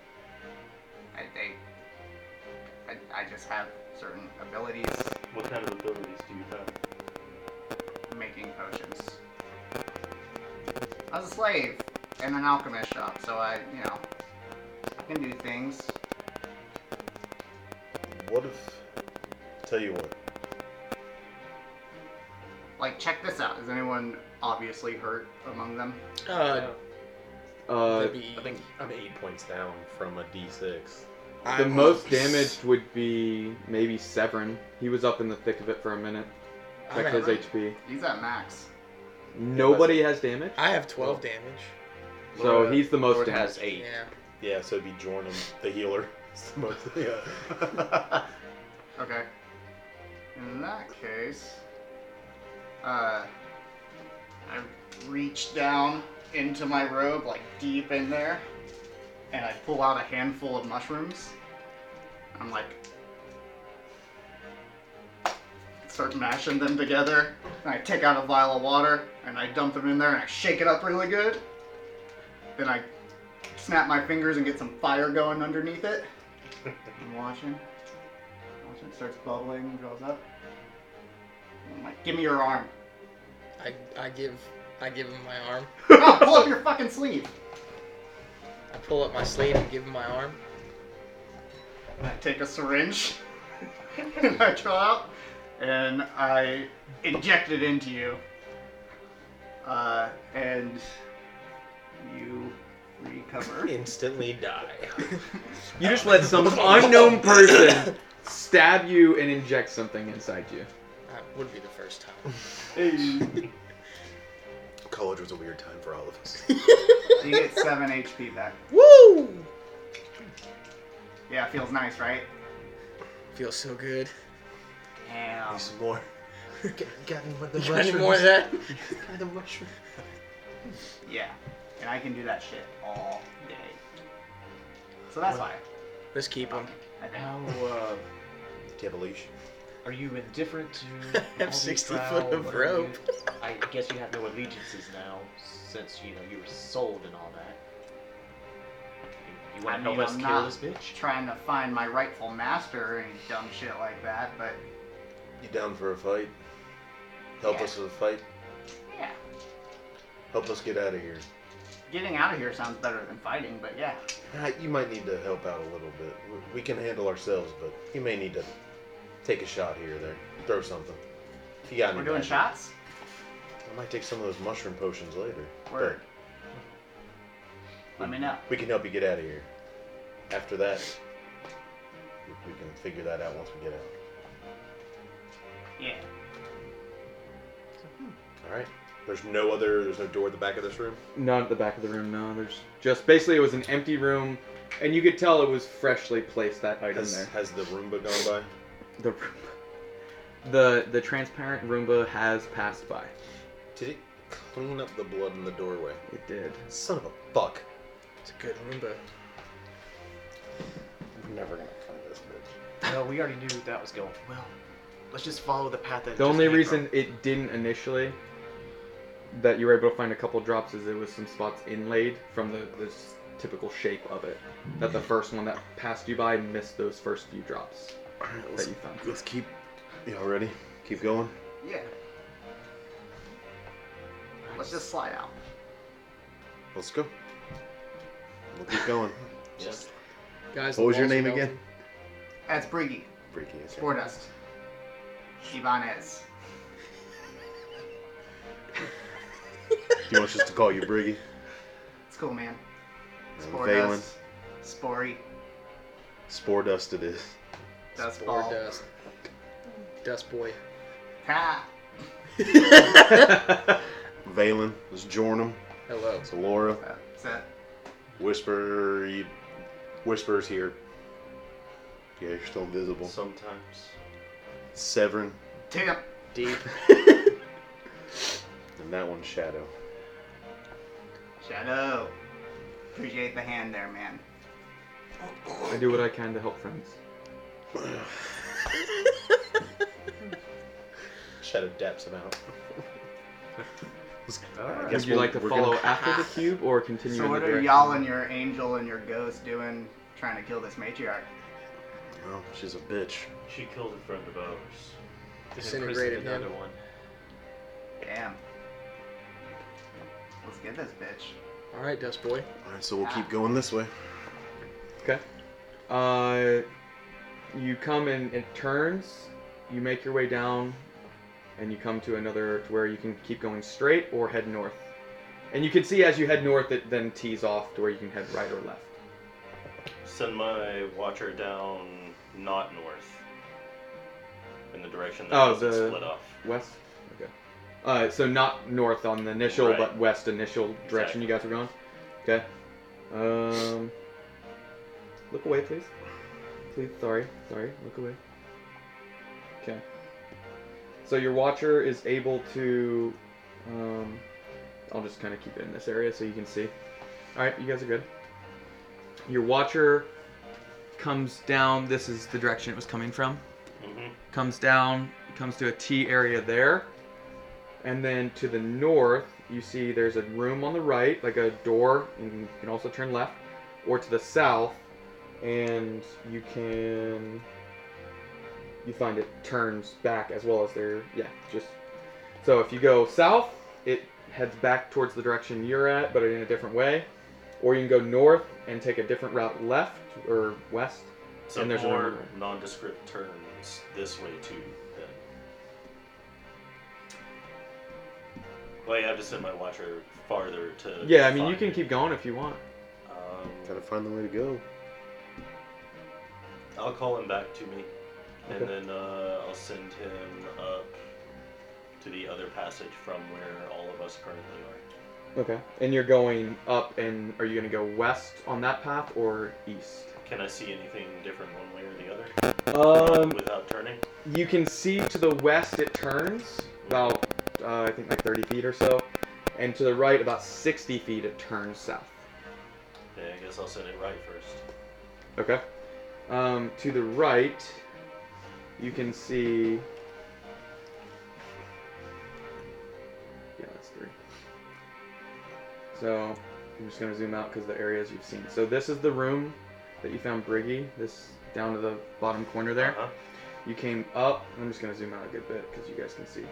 Speaker 6: I, they, I, I just have certain abilities
Speaker 4: What kind of abilities do you have?
Speaker 6: making potions. I was a slave in an alchemist shop, so I, you know, I can do things.
Speaker 9: What if? Tell you what.
Speaker 6: Like, check this out. Is anyone obviously hurt among them?
Speaker 5: Uh,
Speaker 2: Uh,
Speaker 5: that'd be-
Speaker 9: I think I'm eight points down from a D6.
Speaker 5: I
Speaker 2: the
Speaker 5: will-
Speaker 2: most damaged would be maybe Severin. He was up in the thick of it for a minute.
Speaker 5: I'm
Speaker 2: Check
Speaker 5: at-
Speaker 2: his
Speaker 6: Severin?
Speaker 2: HP.
Speaker 6: He's at max.
Speaker 2: Nobody has damage,
Speaker 5: I have 12 damage.
Speaker 2: so
Speaker 8: Laura-
Speaker 2: he's the most
Speaker 8: Lord
Speaker 2: damaged.
Speaker 8: has eight.
Speaker 5: Yeah.
Speaker 9: Yeah, so it'd be Jordan, the healer. Mostly, yeah.
Speaker 6: Okay. In that case, uh, I reach down into my robe, like deep in there, and I pull out a handful of mushrooms. I'm like, start mashing them together. And I take out a vial of water and I dump them in there and I shake it up really good. Then I snap my fingers and get some fire going underneath it. I'm watching. Watch it starts bubbling, goes up. I'm like, give me your arm.
Speaker 5: I, I give I give him my arm.
Speaker 6: No, "Oh, pull up your fucking sleeve.
Speaker 5: I pull up my sleeve and give him my arm.
Speaker 6: And I take a syringe and I draw out and I inject it into you. Uh, and you recover.
Speaker 9: Instantly die.
Speaker 2: You just let some unknown person stab you and inject something inside you.
Speaker 5: That would be the first time.
Speaker 7: College was a weird time for all of us.
Speaker 6: You get 7 HP back.
Speaker 5: Woo!
Speaker 6: Yeah, feels nice, right?
Speaker 5: Feels so good.
Speaker 6: Damn.
Speaker 7: Need some more.
Speaker 5: You got any more of that?
Speaker 6: Yeah. And I can do that shit all day. So that's why.
Speaker 5: Let's keep him.
Speaker 6: I think.
Speaker 8: How uh,
Speaker 7: Do you have a leash?
Speaker 8: are you indifferent to? all
Speaker 5: have
Speaker 8: these
Speaker 5: 60
Speaker 8: trial-
Speaker 5: foot of
Speaker 8: what are you-
Speaker 5: rope.
Speaker 8: I guess you have no allegiances now, since you know you were sold and all that. You, you want
Speaker 6: I
Speaker 8: to help
Speaker 6: mean,
Speaker 8: us
Speaker 6: I'm
Speaker 8: kill
Speaker 6: not-
Speaker 8: this bitch?
Speaker 6: trying to find my rightful master or any dumb shit like that, but
Speaker 7: You down for a fight? Help
Speaker 6: Yeah.
Speaker 7: us with a fight?
Speaker 6: yeah.
Speaker 7: Help us get out of here.
Speaker 6: Getting out of here sounds better than fighting, but yeah.
Speaker 7: Ah, you might need to help out a little bit. We- We can handle ourselves, but you may need to take a shot here or there. Throw something. If you got any
Speaker 6: We're doing
Speaker 7: magic.
Speaker 6: shots?
Speaker 7: I might take some of those mushroom potions later.
Speaker 6: Word.
Speaker 7: But
Speaker 6: Let me know.
Speaker 7: We can help you get out of here. After that, we- we can figure that out once we get out.
Speaker 6: Yeah.
Speaker 7: All right. There's no other. There's no door at the back of this room.
Speaker 2: Not at the back of the room, no. There's just basically it was an empty room, and you could tell it was freshly placed that item
Speaker 7: Has,
Speaker 2: there.
Speaker 7: has the Roomba gone
Speaker 2: The Roomba- the the transparent Roomba has passed by.
Speaker 7: by? Did it clean up the blood in the doorway?
Speaker 2: It did.
Speaker 7: Son of a fuck.
Speaker 5: It's a good Roomba.
Speaker 7: We're never gonna find this bitch.
Speaker 8: No, we already knew that was going. Well, let's just follow the path that. it
Speaker 2: The
Speaker 8: just
Speaker 2: only
Speaker 8: came from.
Speaker 2: reason it didn't initially that you were able to find a couple drops is it was some spots inlaid from the this typical shape of it. That the first one that passed you by missed those first few drops
Speaker 7: All right.
Speaker 2: that you found.
Speaker 7: Let's keep. Y'all ready? Keep going.
Speaker 6: Yeah. Let's just slide out.
Speaker 7: Let's go. We'll keep going.
Speaker 8: Just
Speaker 5: Guys,
Speaker 7: What
Speaker 5: the
Speaker 7: was your
Speaker 5: walls are
Speaker 7: name again?
Speaker 5: melting.
Speaker 6: That's Briggy.
Speaker 7: Freaky. okay.
Speaker 6: Spordust. Ibanez.
Speaker 7: He wants us to call you Briggy.
Speaker 6: It's cool, man.
Speaker 7: I'm Phelan.
Speaker 6: Spordust. Spory.
Speaker 7: Spore dust it is.
Speaker 6: Dust
Speaker 5: Or
Speaker 6: ball.
Speaker 5: dust. Dust boy.
Speaker 6: Ha!
Speaker 7: Valen. It's Jornum.
Speaker 5: Hello.
Speaker 7: It's Laura.
Speaker 6: Uh, Is that
Speaker 7: Whisper. You, whispers here. Yeah, you're still invisible.
Speaker 4: Sometimes.
Speaker 7: Severin,
Speaker 6: Damn.
Speaker 8: Deep.
Speaker 7: and that one's Shadow.
Speaker 6: Shadow. Appreciate the hand there, man.
Speaker 2: I do what I can to help friends.
Speaker 7: Shadow daps him out.
Speaker 8: Alright.
Speaker 7: Guess
Speaker 2: Would you
Speaker 7: we'll-
Speaker 2: like to
Speaker 7: we're
Speaker 2: follow
Speaker 7: gonna-
Speaker 2: after the cube or continue
Speaker 6: So
Speaker 2: in the
Speaker 6: what are
Speaker 2: direction?
Speaker 6: y'all and your angel and your ghost doing trying to kill this matriarch?
Speaker 7: Oh, she's a bitch.
Speaker 4: She killed a friend of ours.
Speaker 5: Disintegrated him.
Speaker 8: Imprisoned another one.
Speaker 6: Damn. Let's get this bitch.
Speaker 5: All right, Dust Boy.
Speaker 7: All right, so we'll keep going this way.
Speaker 2: Okay. Uh, you come in, it turns, you make your way down, and you come to another to where you can keep going straight or head north. And you can see as you head north, it then tees off to where you can head right or left.
Speaker 4: Send my watcher down not north. In the direction that
Speaker 2: Oh,
Speaker 4: doesn't
Speaker 2: the-
Speaker 4: split off.
Speaker 2: West? Okay. Uh, so not north on the initial,
Speaker 4: Right.
Speaker 2: but west initial direction you guys are going? Okay. Um, look away, please. Please, sorry, sorry, look away. Okay. So your watcher is able to. Um, I'll just kind of keep it in this area so you can see. Alright, you guys are good. Your watcher comes down. This is the direction it was coming from
Speaker 4: Mm-hmm.
Speaker 2: comes down, comes to a T area there. And then to the north, you see there's a room on the right, like a door, and you can also turn left. Or to the south, and you can. You find it turns back as well as there. Yeah, just. So if you go south, it heads back towards the direction you're at, but in a different way. Or you can go north and take a different route left or west.
Speaker 4: So
Speaker 2: And there's another
Speaker 4: more
Speaker 2: one.
Speaker 4: nondescript turns this way too. Then. Wait, I have to send my watcher farther to.
Speaker 2: Yeah, I mean, you
Speaker 4: find
Speaker 2: can
Speaker 4: it.
Speaker 2: keep going if you want.
Speaker 4: Um,
Speaker 7: Gotta find the way to go.
Speaker 4: I'll call him back to me, and
Speaker 2: Okay.
Speaker 4: then uh, I'll send him up to the other passage from where all of us currently are.
Speaker 2: Okay. And you're going up, and are you going to go west on that path or east?
Speaker 4: Can I see anything different one way or the other
Speaker 2: Um,
Speaker 4: without turning?
Speaker 2: you can see to the west it turns about, uh, I think, like 30 feet or so, and to the right about 60 feet it turns south.
Speaker 4: Yeah, I guess I'll send it right first.
Speaker 2: Okay. Um, to the right, you can see. Yeah, that's three. So I'm just gonna zoom out because the areas you've seen. So this is the room that you found Briggy. This down to the bottom corner there.
Speaker 4: Uh-huh.
Speaker 2: You came up. I'm just gonna zoom out a good bit because you guys can see.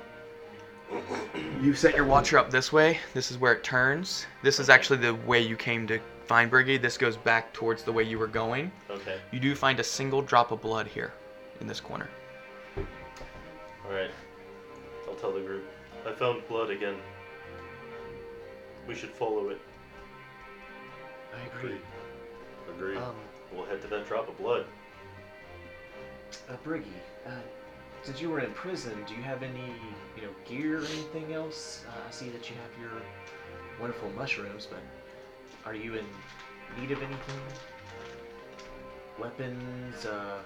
Speaker 2: You set your watcher up this way. This is where it turns. This is actually the way you came to find Briggy. This goes back towards the way you were going.
Speaker 4: Okay.
Speaker 2: You do find a single drop of blood here in this corner.
Speaker 4: All right. I'll tell the group. I found blood again. We should follow it.
Speaker 8: I agree.
Speaker 7: Agreed.
Speaker 9: Oh.
Speaker 8: Um,
Speaker 4: We'll head to that drop of blood.
Speaker 8: uh, Briggy, uh, since you were in prison, do you have any, you know, gear or anything else? Uh, I see that you have your wonderful mushrooms, but are you in need of anything? Weapons, uh,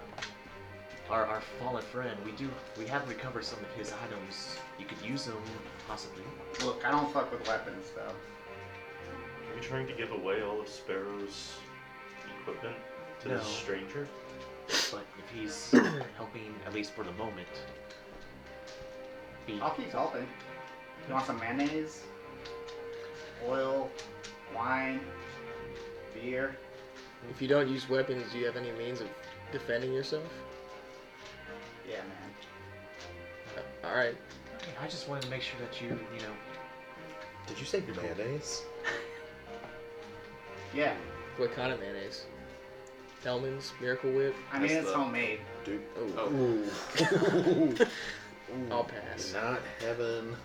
Speaker 8: our, our fallen friend, we do, we have recovered some of his items. You could use them, possibly.
Speaker 6: Look, I don't fuck with weapons though.
Speaker 4: Are you trying to give away all of Sparrow's equipment to
Speaker 8: No.
Speaker 4: this stranger?
Speaker 8: But if he's helping, at least for the moment, be
Speaker 6: I'll keep helping. You want some mayonnaise? Oil, wine, beer.
Speaker 5: If you don't use weapons, do you have any means of defending yourself?
Speaker 6: Yeah, man.
Speaker 5: All right.
Speaker 8: Okay, I just wanted to make sure that you, you know,
Speaker 7: Did you say mayonnaise?
Speaker 6: Yeah.
Speaker 5: What kind of mayonnaise? Hellman's, Miracle Whip.
Speaker 6: I mean,
Speaker 7: That's
Speaker 6: it's
Speaker 7: the-
Speaker 6: homemade.
Speaker 7: Dude.
Speaker 3: Oh.
Speaker 7: Ooh. Ooh.
Speaker 5: I'll pass.
Speaker 7: Not heaven.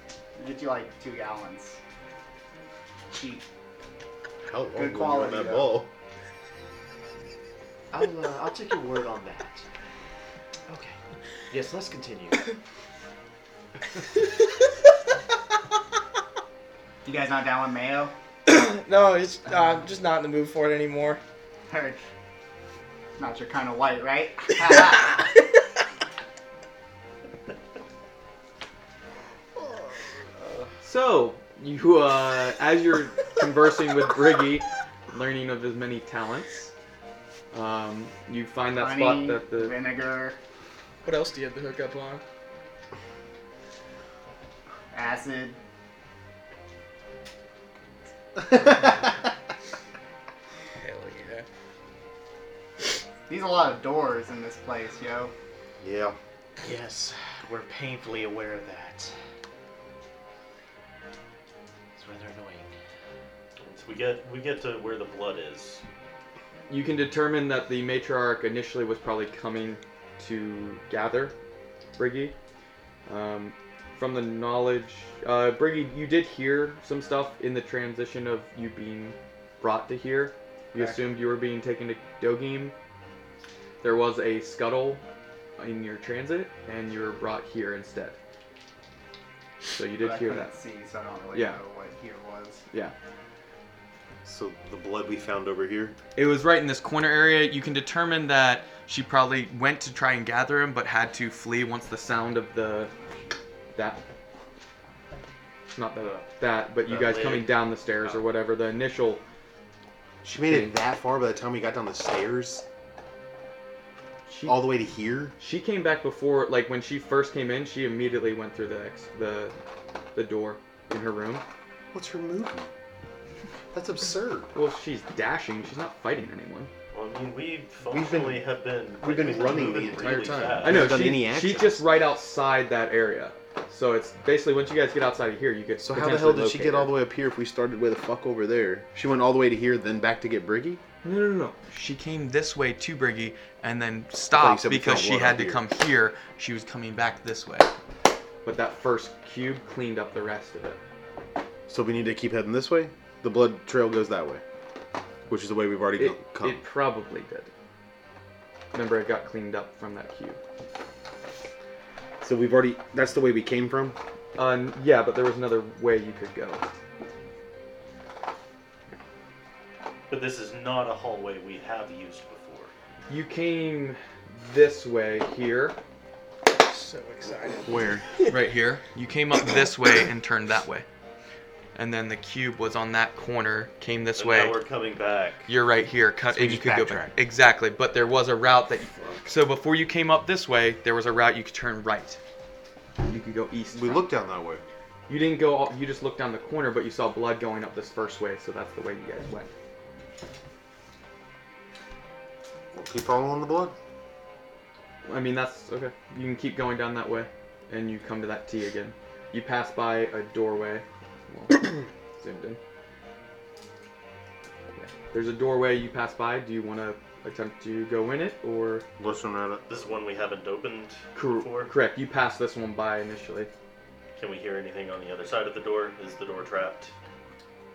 Speaker 6: Get you like two gallons. Cheap.
Speaker 7: How long
Speaker 6: Good
Speaker 7: were you on
Speaker 6: quality,
Speaker 7: that
Speaker 6: though.
Speaker 7: ball?
Speaker 8: I'll, uh, I'll take your word on that. Okay. Yes, let's continue.
Speaker 6: You guys not down with mayo?
Speaker 5: no, it's uh, I'm just not in the mood for it anymore.
Speaker 6: Heard. Not your kind of white, right?
Speaker 2: So you, uh, as you're conversing with Briggy, learning of his many talents, um, you find that
Speaker 6: Honey,
Speaker 2: spot that the
Speaker 6: vinegar,
Speaker 5: What else do you have to hook up on?
Speaker 6: acid.
Speaker 5: Hell yeah.
Speaker 6: These a lot of doors in this place, yo.
Speaker 7: Yeah.
Speaker 4: Yes, we're painfully aware of that. It's rather annoying. So we get we get to where the blood is.
Speaker 2: you can determine that the matriarch initially was probably coming to gather Briggy. Um, from the knowledge, uh, Briggy, you did hear some stuff in the transition of you being brought to here. You
Speaker 5: Back.
Speaker 2: assumed you were being taken to Dogim. There was a scuttle in your transit, and you were brought here instead. So you did
Speaker 6: but
Speaker 2: hear
Speaker 6: I couldn't
Speaker 2: that.
Speaker 6: See, so I don't really
Speaker 2: Yeah.
Speaker 6: know what here was.
Speaker 2: Yeah.
Speaker 9: So the blood we found over here.
Speaker 2: It was right in this corner area. You can determine that she probably went to try and gather him, but had to flee once the sound of the that not the, that, but you
Speaker 4: That
Speaker 2: guys
Speaker 4: leg.
Speaker 2: coming down the stairs or whatever. The initial
Speaker 9: She made it that far by the time we got down the stairs,
Speaker 2: she
Speaker 9: all the way to here.
Speaker 2: she came back before like when she first came in. She immediately went through the ex, the the door in her room.
Speaker 9: What's her movement? That's absurd.
Speaker 2: Well, she's dashing. She's not fighting anyone.
Speaker 4: Well, I mean, we functionally have been
Speaker 9: we've been running
Speaker 4: moving
Speaker 9: the entire
Speaker 4: really
Speaker 9: time.
Speaker 4: fast.
Speaker 2: I know
Speaker 9: done
Speaker 2: she,
Speaker 9: any
Speaker 2: she's
Speaker 9: actions.
Speaker 2: just right outside that area. So it's basically once you guys get outside of here, you could.
Speaker 9: So how the hell did she get all
Speaker 2: way?
Speaker 9: the way up here if we started way the fuck over there? She went all the way to here, then back to get Briggy.
Speaker 2: No, no, no, no. She came this way to Briggy and then
Speaker 9: you
Speaker 2: stopped
Speaker 9: said we
Speaker 2: because
Speaker 9: found
Speaker 2: she
Speaker 9: one
Speaker 2: had
Speaker 9: out
Speaker 2: to
Speaker 9: here.
Speaker 2: come here. She was coming back this way. But that first cube cleaned up the rest of it.
Speaker 9: So we need to keep heading this way. The blood trail goes that way, which is the way we've already
Speaker 2: It,
Speaker 9: go- come.
Speaker 2: it probably did. Remember, it got cleaned up from that cube.
Speaker 9: so we've already. That's the way we came from.
Speaker 2: Uh, n- yeah, but there was another way you could go.
Speaker 4: But this is not a hallway we have used before.
Speaker 2: You came this way here,
Speaker 5: So excited.
Speaker 9: Where?
Speaker 2: right here. You came up this way and turned that way. And then the cube was on that corner, came this
Speaker 4: So
Speaker 2: way.
Speaker 4: now we're coming back.
Speaker 2: you're right here cut and you could go back exactly but there was a route that so before you came up this way there was a route you could turn right you could go east
Speaker 9: We
Speaker 2: from.
Speaker 9: looked down that way.
Speaker 2: you didn't go all, you just looked down the corner but you saw blood going up this first way so that's the way you guys went
Speaker 9: We'll keep following the blood.
Speaker 2: i mean that's okay you can keep going down that way and you come to that t again you pass by a doorway well, zoomed in Yeah. there's a doorway you pass by do you want to attempt to go in it or
Speaker 9: Listen at it.
Speaker 4: This is one we haven't opened
Speaker 2: Cor-
Speaker 4: before.
Speaker 2: correct you pass this one by initially
Speaker 4: Can we hear anything on the other side of the door? Is the door trapped?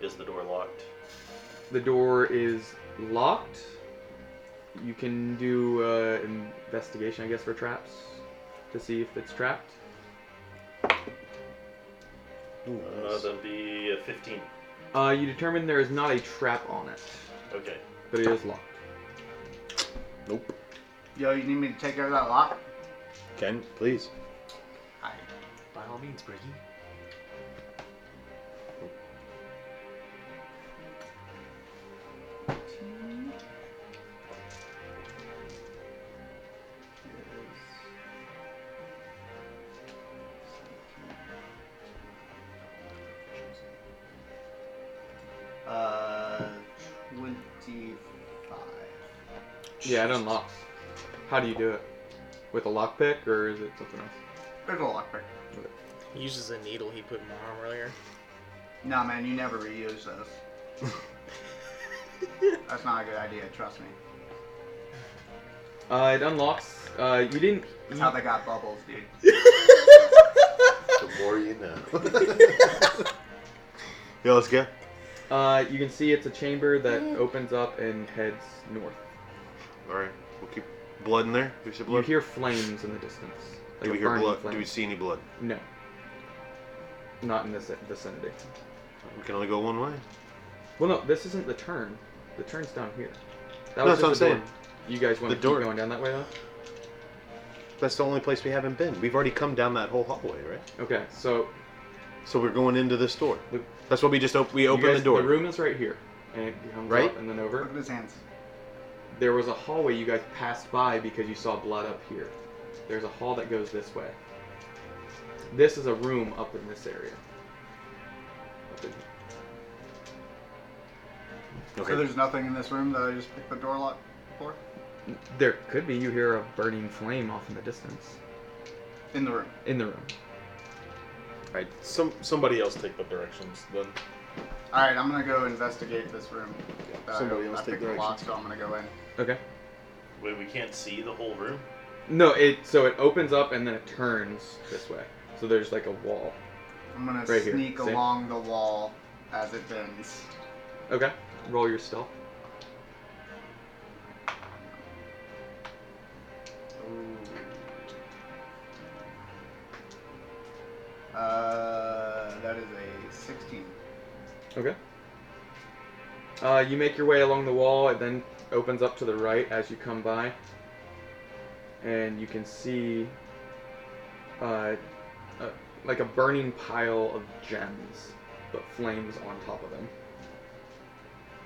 Speaker 4: Is the door locked?
Speaker 2: The door is locked. You can do uh, investigation, I guess, for traps to see if it's trapped.
Speaker 4: Uh, that'd be a 15.
Speaker 2: Uh, you determine there is not a trap on it,
Speaker 4: Okay.
Speaker 2: but it is locked.
Speaker 9: Nope.
Speaker 6: Yo, you need me to take care of that lock?
Speaker 9: Ken, please.
Speaker 6: I
Speaker 8: By all means, Briggy.
Speaker 6: uh twenty-five.
Speaker 2: Yeah, it unlocks. How do you do it? With a lockpick, or is it something else?
Speaker 6: There's a lockpick.
Speaker 5: He uses the needle he put in my arm earlier.
Speaker 6: Nah, man, you never reuse those. That's not a good idea. Trust me.
Speaker 2: Uh, it unlocks. Uh, you didn't.
Speaker 6: That's how they got bubbles, dude.
Speaker 7: The more you know. Yo, let's go.
Speaker 2: Uh, you can see it's a chamber that opens up and heads north.
Speaker 7: All right, we'll keep blood in there. Do we see
Speaker 2: You
Speaker 7: blood?
Speaker 2: hear flames in the distance.
Speaker 7: Do
Speaker 2: a
Speaker 7: we hear
Speaker 2: burning
Speaker 7: blood? Do
Speaker 2: flame.
Speaker 7: we see any blood?
Speaker 2: No. Not in this vicinity.
Speaker 7: We can only go one way.
Speaker 2: Well, no, this isn't the turn. The turn's down here.
Speaker 9: No,
Speaker 2: That was
Speaker 9: that's what
Speaker 2: just
Speaker 9: I'm
Speaker 2: the door.
Speaker 9: saying.
Speaker 2: You guys want
Speaker 9: The
Speaker 2: to keep
Speaker 9: door.
Speaker 2: going down that way, though?
Speaker 9: That's the only place we haven't been. We've already come down that whole hallway, right?
Speaker 2: Okay, so
Speaker 7: So we're going into this door.
Speaker 2: The-
Speaker 7: That's what we just op- we
Speaker 2: You
Speaker 7: open
Speaker 2: guys-
Speaker 7: the door.
Speaker 2: The room is right here, and it comes
Speaker 7: Right?
Speaker 2: up and then
Speaker 6: Look
Speaker 2: over.
Speaker 6: at his hands.
Speaker 2: There was a hallway you guys passed by because you saw blood up here. There's a hall that goes this way. This is a room up in this area. Up in-
Speaker 6: So there's nothing in this room that I just picked the door lock for?
Speaker 2: There could be you hear a burning flame off in the distance.
Speaker 6: In the room.
Speaker 2: In the room.
Speaker 7: Right. Some somebody else take the directions then.
Speaker 6: Alright, I'm gonna go investigate this room. Uh,
Speaker 7: Somebody else
Speaker 6: I
Speaker 7: take
Speaker 6: picked the lock,
Speaker 7: directions.
Speaker 6: so I'm gonna go in.
Speaker 2: Okay.
Speaker 4: Wait, we can't see the whole room?
Speaker 2: No, it so it opens up and then it turns this way. So there's like a wall.
Speaker 6: I'm gonna
Speaker 2: Right here.
Speaker 6: sneak
Speaker 2: See?
Speaker 6: along the wall as it bends.
Speaker 2: Okay. Roll your stealth.
Speaker 6: Uh, that is a 16.
Speaker 2: Okay. Uh, you make your way along the wall. It then opens up to the right as you come by, and you can see, uh, uh like a burning pile of gems, but flames on top of them.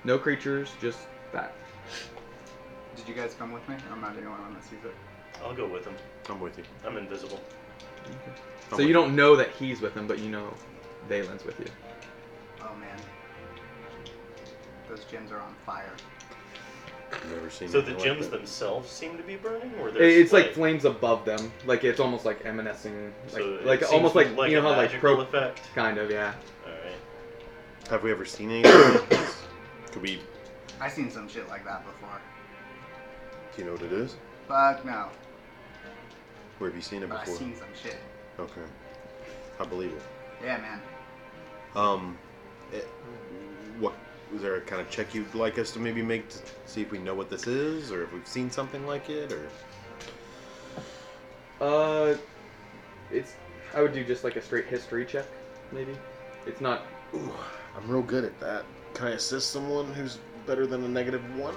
Speaker 2: No creatures, just that.
Speaker 6: Did you guys come with me? I'm not the only one that sees it.
Speaker 4: I'll go with him.
Speaker 7: I'm with you.
Speaker 4: I'm invisible. Oh
Speaker 2: So you don't know that he's with them, but you know, Dalen's with you.
Speaker 6: Oh man. Those gems are on fire.
Speaker 7: I've never seen
Speaker 4: So the
Speaker 7: anything like
Speaker 4: gems
Speaker 7: that.
Speaker 4: themselves seem to be burning, or
Speaker 2: It-
Speaker 4: there's
Speaker 2: It's like flames above them, like it's almost like emanescing, like,
Speaker 4: so it
Speaker 2: like
Speaker 4: seems
Speaker 2: almost like, you
Speaker 4: a
Speaker 2: know how like
Speaker 4: magical
Speaker 2: pro
Speaker 4: effect.
Speaker 2: kind of yeah.
Speaker 4: All right.
Speaker 7: Have we ever seen anything like this? Could we?
Speaker 6: I seen some shit like that before.
Speaker 7: Do you know what it is?
Speaker 6: Fuck no.
Speaker 7: Where have you seen it
Speaker 6: But I
Speaker 7: before?
Speaker 6: seen some shit.
Speaker 7: Okay. I believe it.
Speaker 6: Yeah, man.
Speaker 7: Um, it, what is there a kind of check you'd like us to maybe make to see if we know what this is, or if we've seen something like it, or
Speaker 2: Uh, it's I would do just like a straight history check, maybe. It's not.
Speaker 7: Ooh, I'm real good at that. Can I assist someone who's better than a negative one?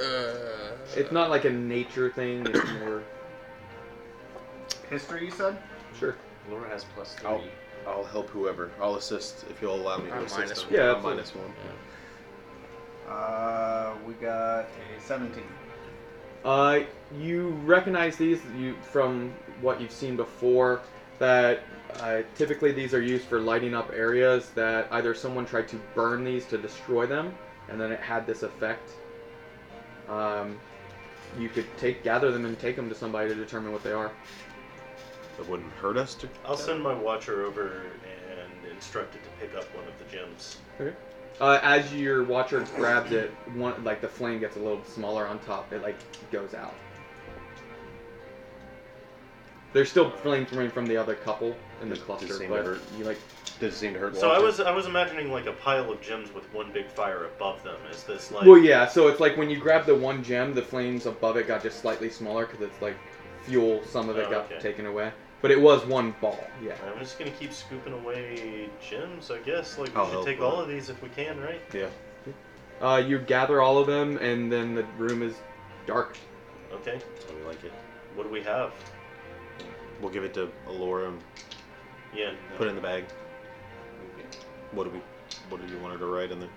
Speaker 5: Uh,
Speaker 2: It's not like a nature thing. It's more.
Speaker 6: History, you said?
Speaker 2: Sure.
Speaker 8: Laura has plus three.
Speaker 9: Oh.
Speaker 7: I'll, I'll help whoever. I'll assist if you'll allow me to
Speaker 5: I'm
Speaker 7: assist.
Speaker 5: minus
Speaker 7: them.
Speaker 2: one. Yeah,
Speaker 7: I'm
Speaker 2: absolutely.
Speaker 7: minus one.
Speaker 6: Uh, we got a 17.
Speaker 2: Uh, you recognize these you from what you've seen before. That uh, typically these are used for lighting up areas that either someone tried to burn these to destroy them, and then it had this effect. Um, you could take gather them and take them to somebody to determine what they are.
Speaker 7: It wouldn't hurt us to.
Speaker 4: I'll send my watcher over and instruct it to pick up one of the gems.
Speaker 2: Uh, as your watcher grabs it, one like the flame gets a little smaller on top. It like goes out. There's still flame coming from the other couple in the
Speaker 7: Does- does
Speaker 2: cluster,
Speaker 7: seem to
Speaker 2: but
Speaker 7: hurt.
Speaker 2: you like
Speaker 7: Does it seem to hurt?
Speaker 4: So I
Speaker 7: Walter?
Speaker 4: was I was imagining like a pile of gems with one big fire above them. Is this like?
Speaker 2: well, yeah. So it's like when you grab the one gem, the flames above it got just slightly smaller because it's like fuel. Some of it
Speaker 4: Oh,
Speaker 2: got
Speaker 4: okay.
Speaker 2: taken away, but it was one ball. Yeah.
Speaker 4: I'm just gonna keep scooping away gems, I guess. Like we
Speaker 2: Oh,
Speaker 7: I'll
Speaker 4: should
Speaker 7: help
Speaker 4: take
Speaker 7: with
Speaker 4: all
Speaker 7: it.
Speaker 4: of these if we can, right?
Speaker 7: Yeah.
Speaker 2: Uh, you gather all of them, and then the room is dark.
Speaker 4: Okay.
Speaker 7: So we like it.
Speaker 4: What do we have?
Speaker 7: We'll give it to Alora and
Speaker 4: Yeah. no.
Speaker 7: put it in the bag. What do we? What did you want her to write in the?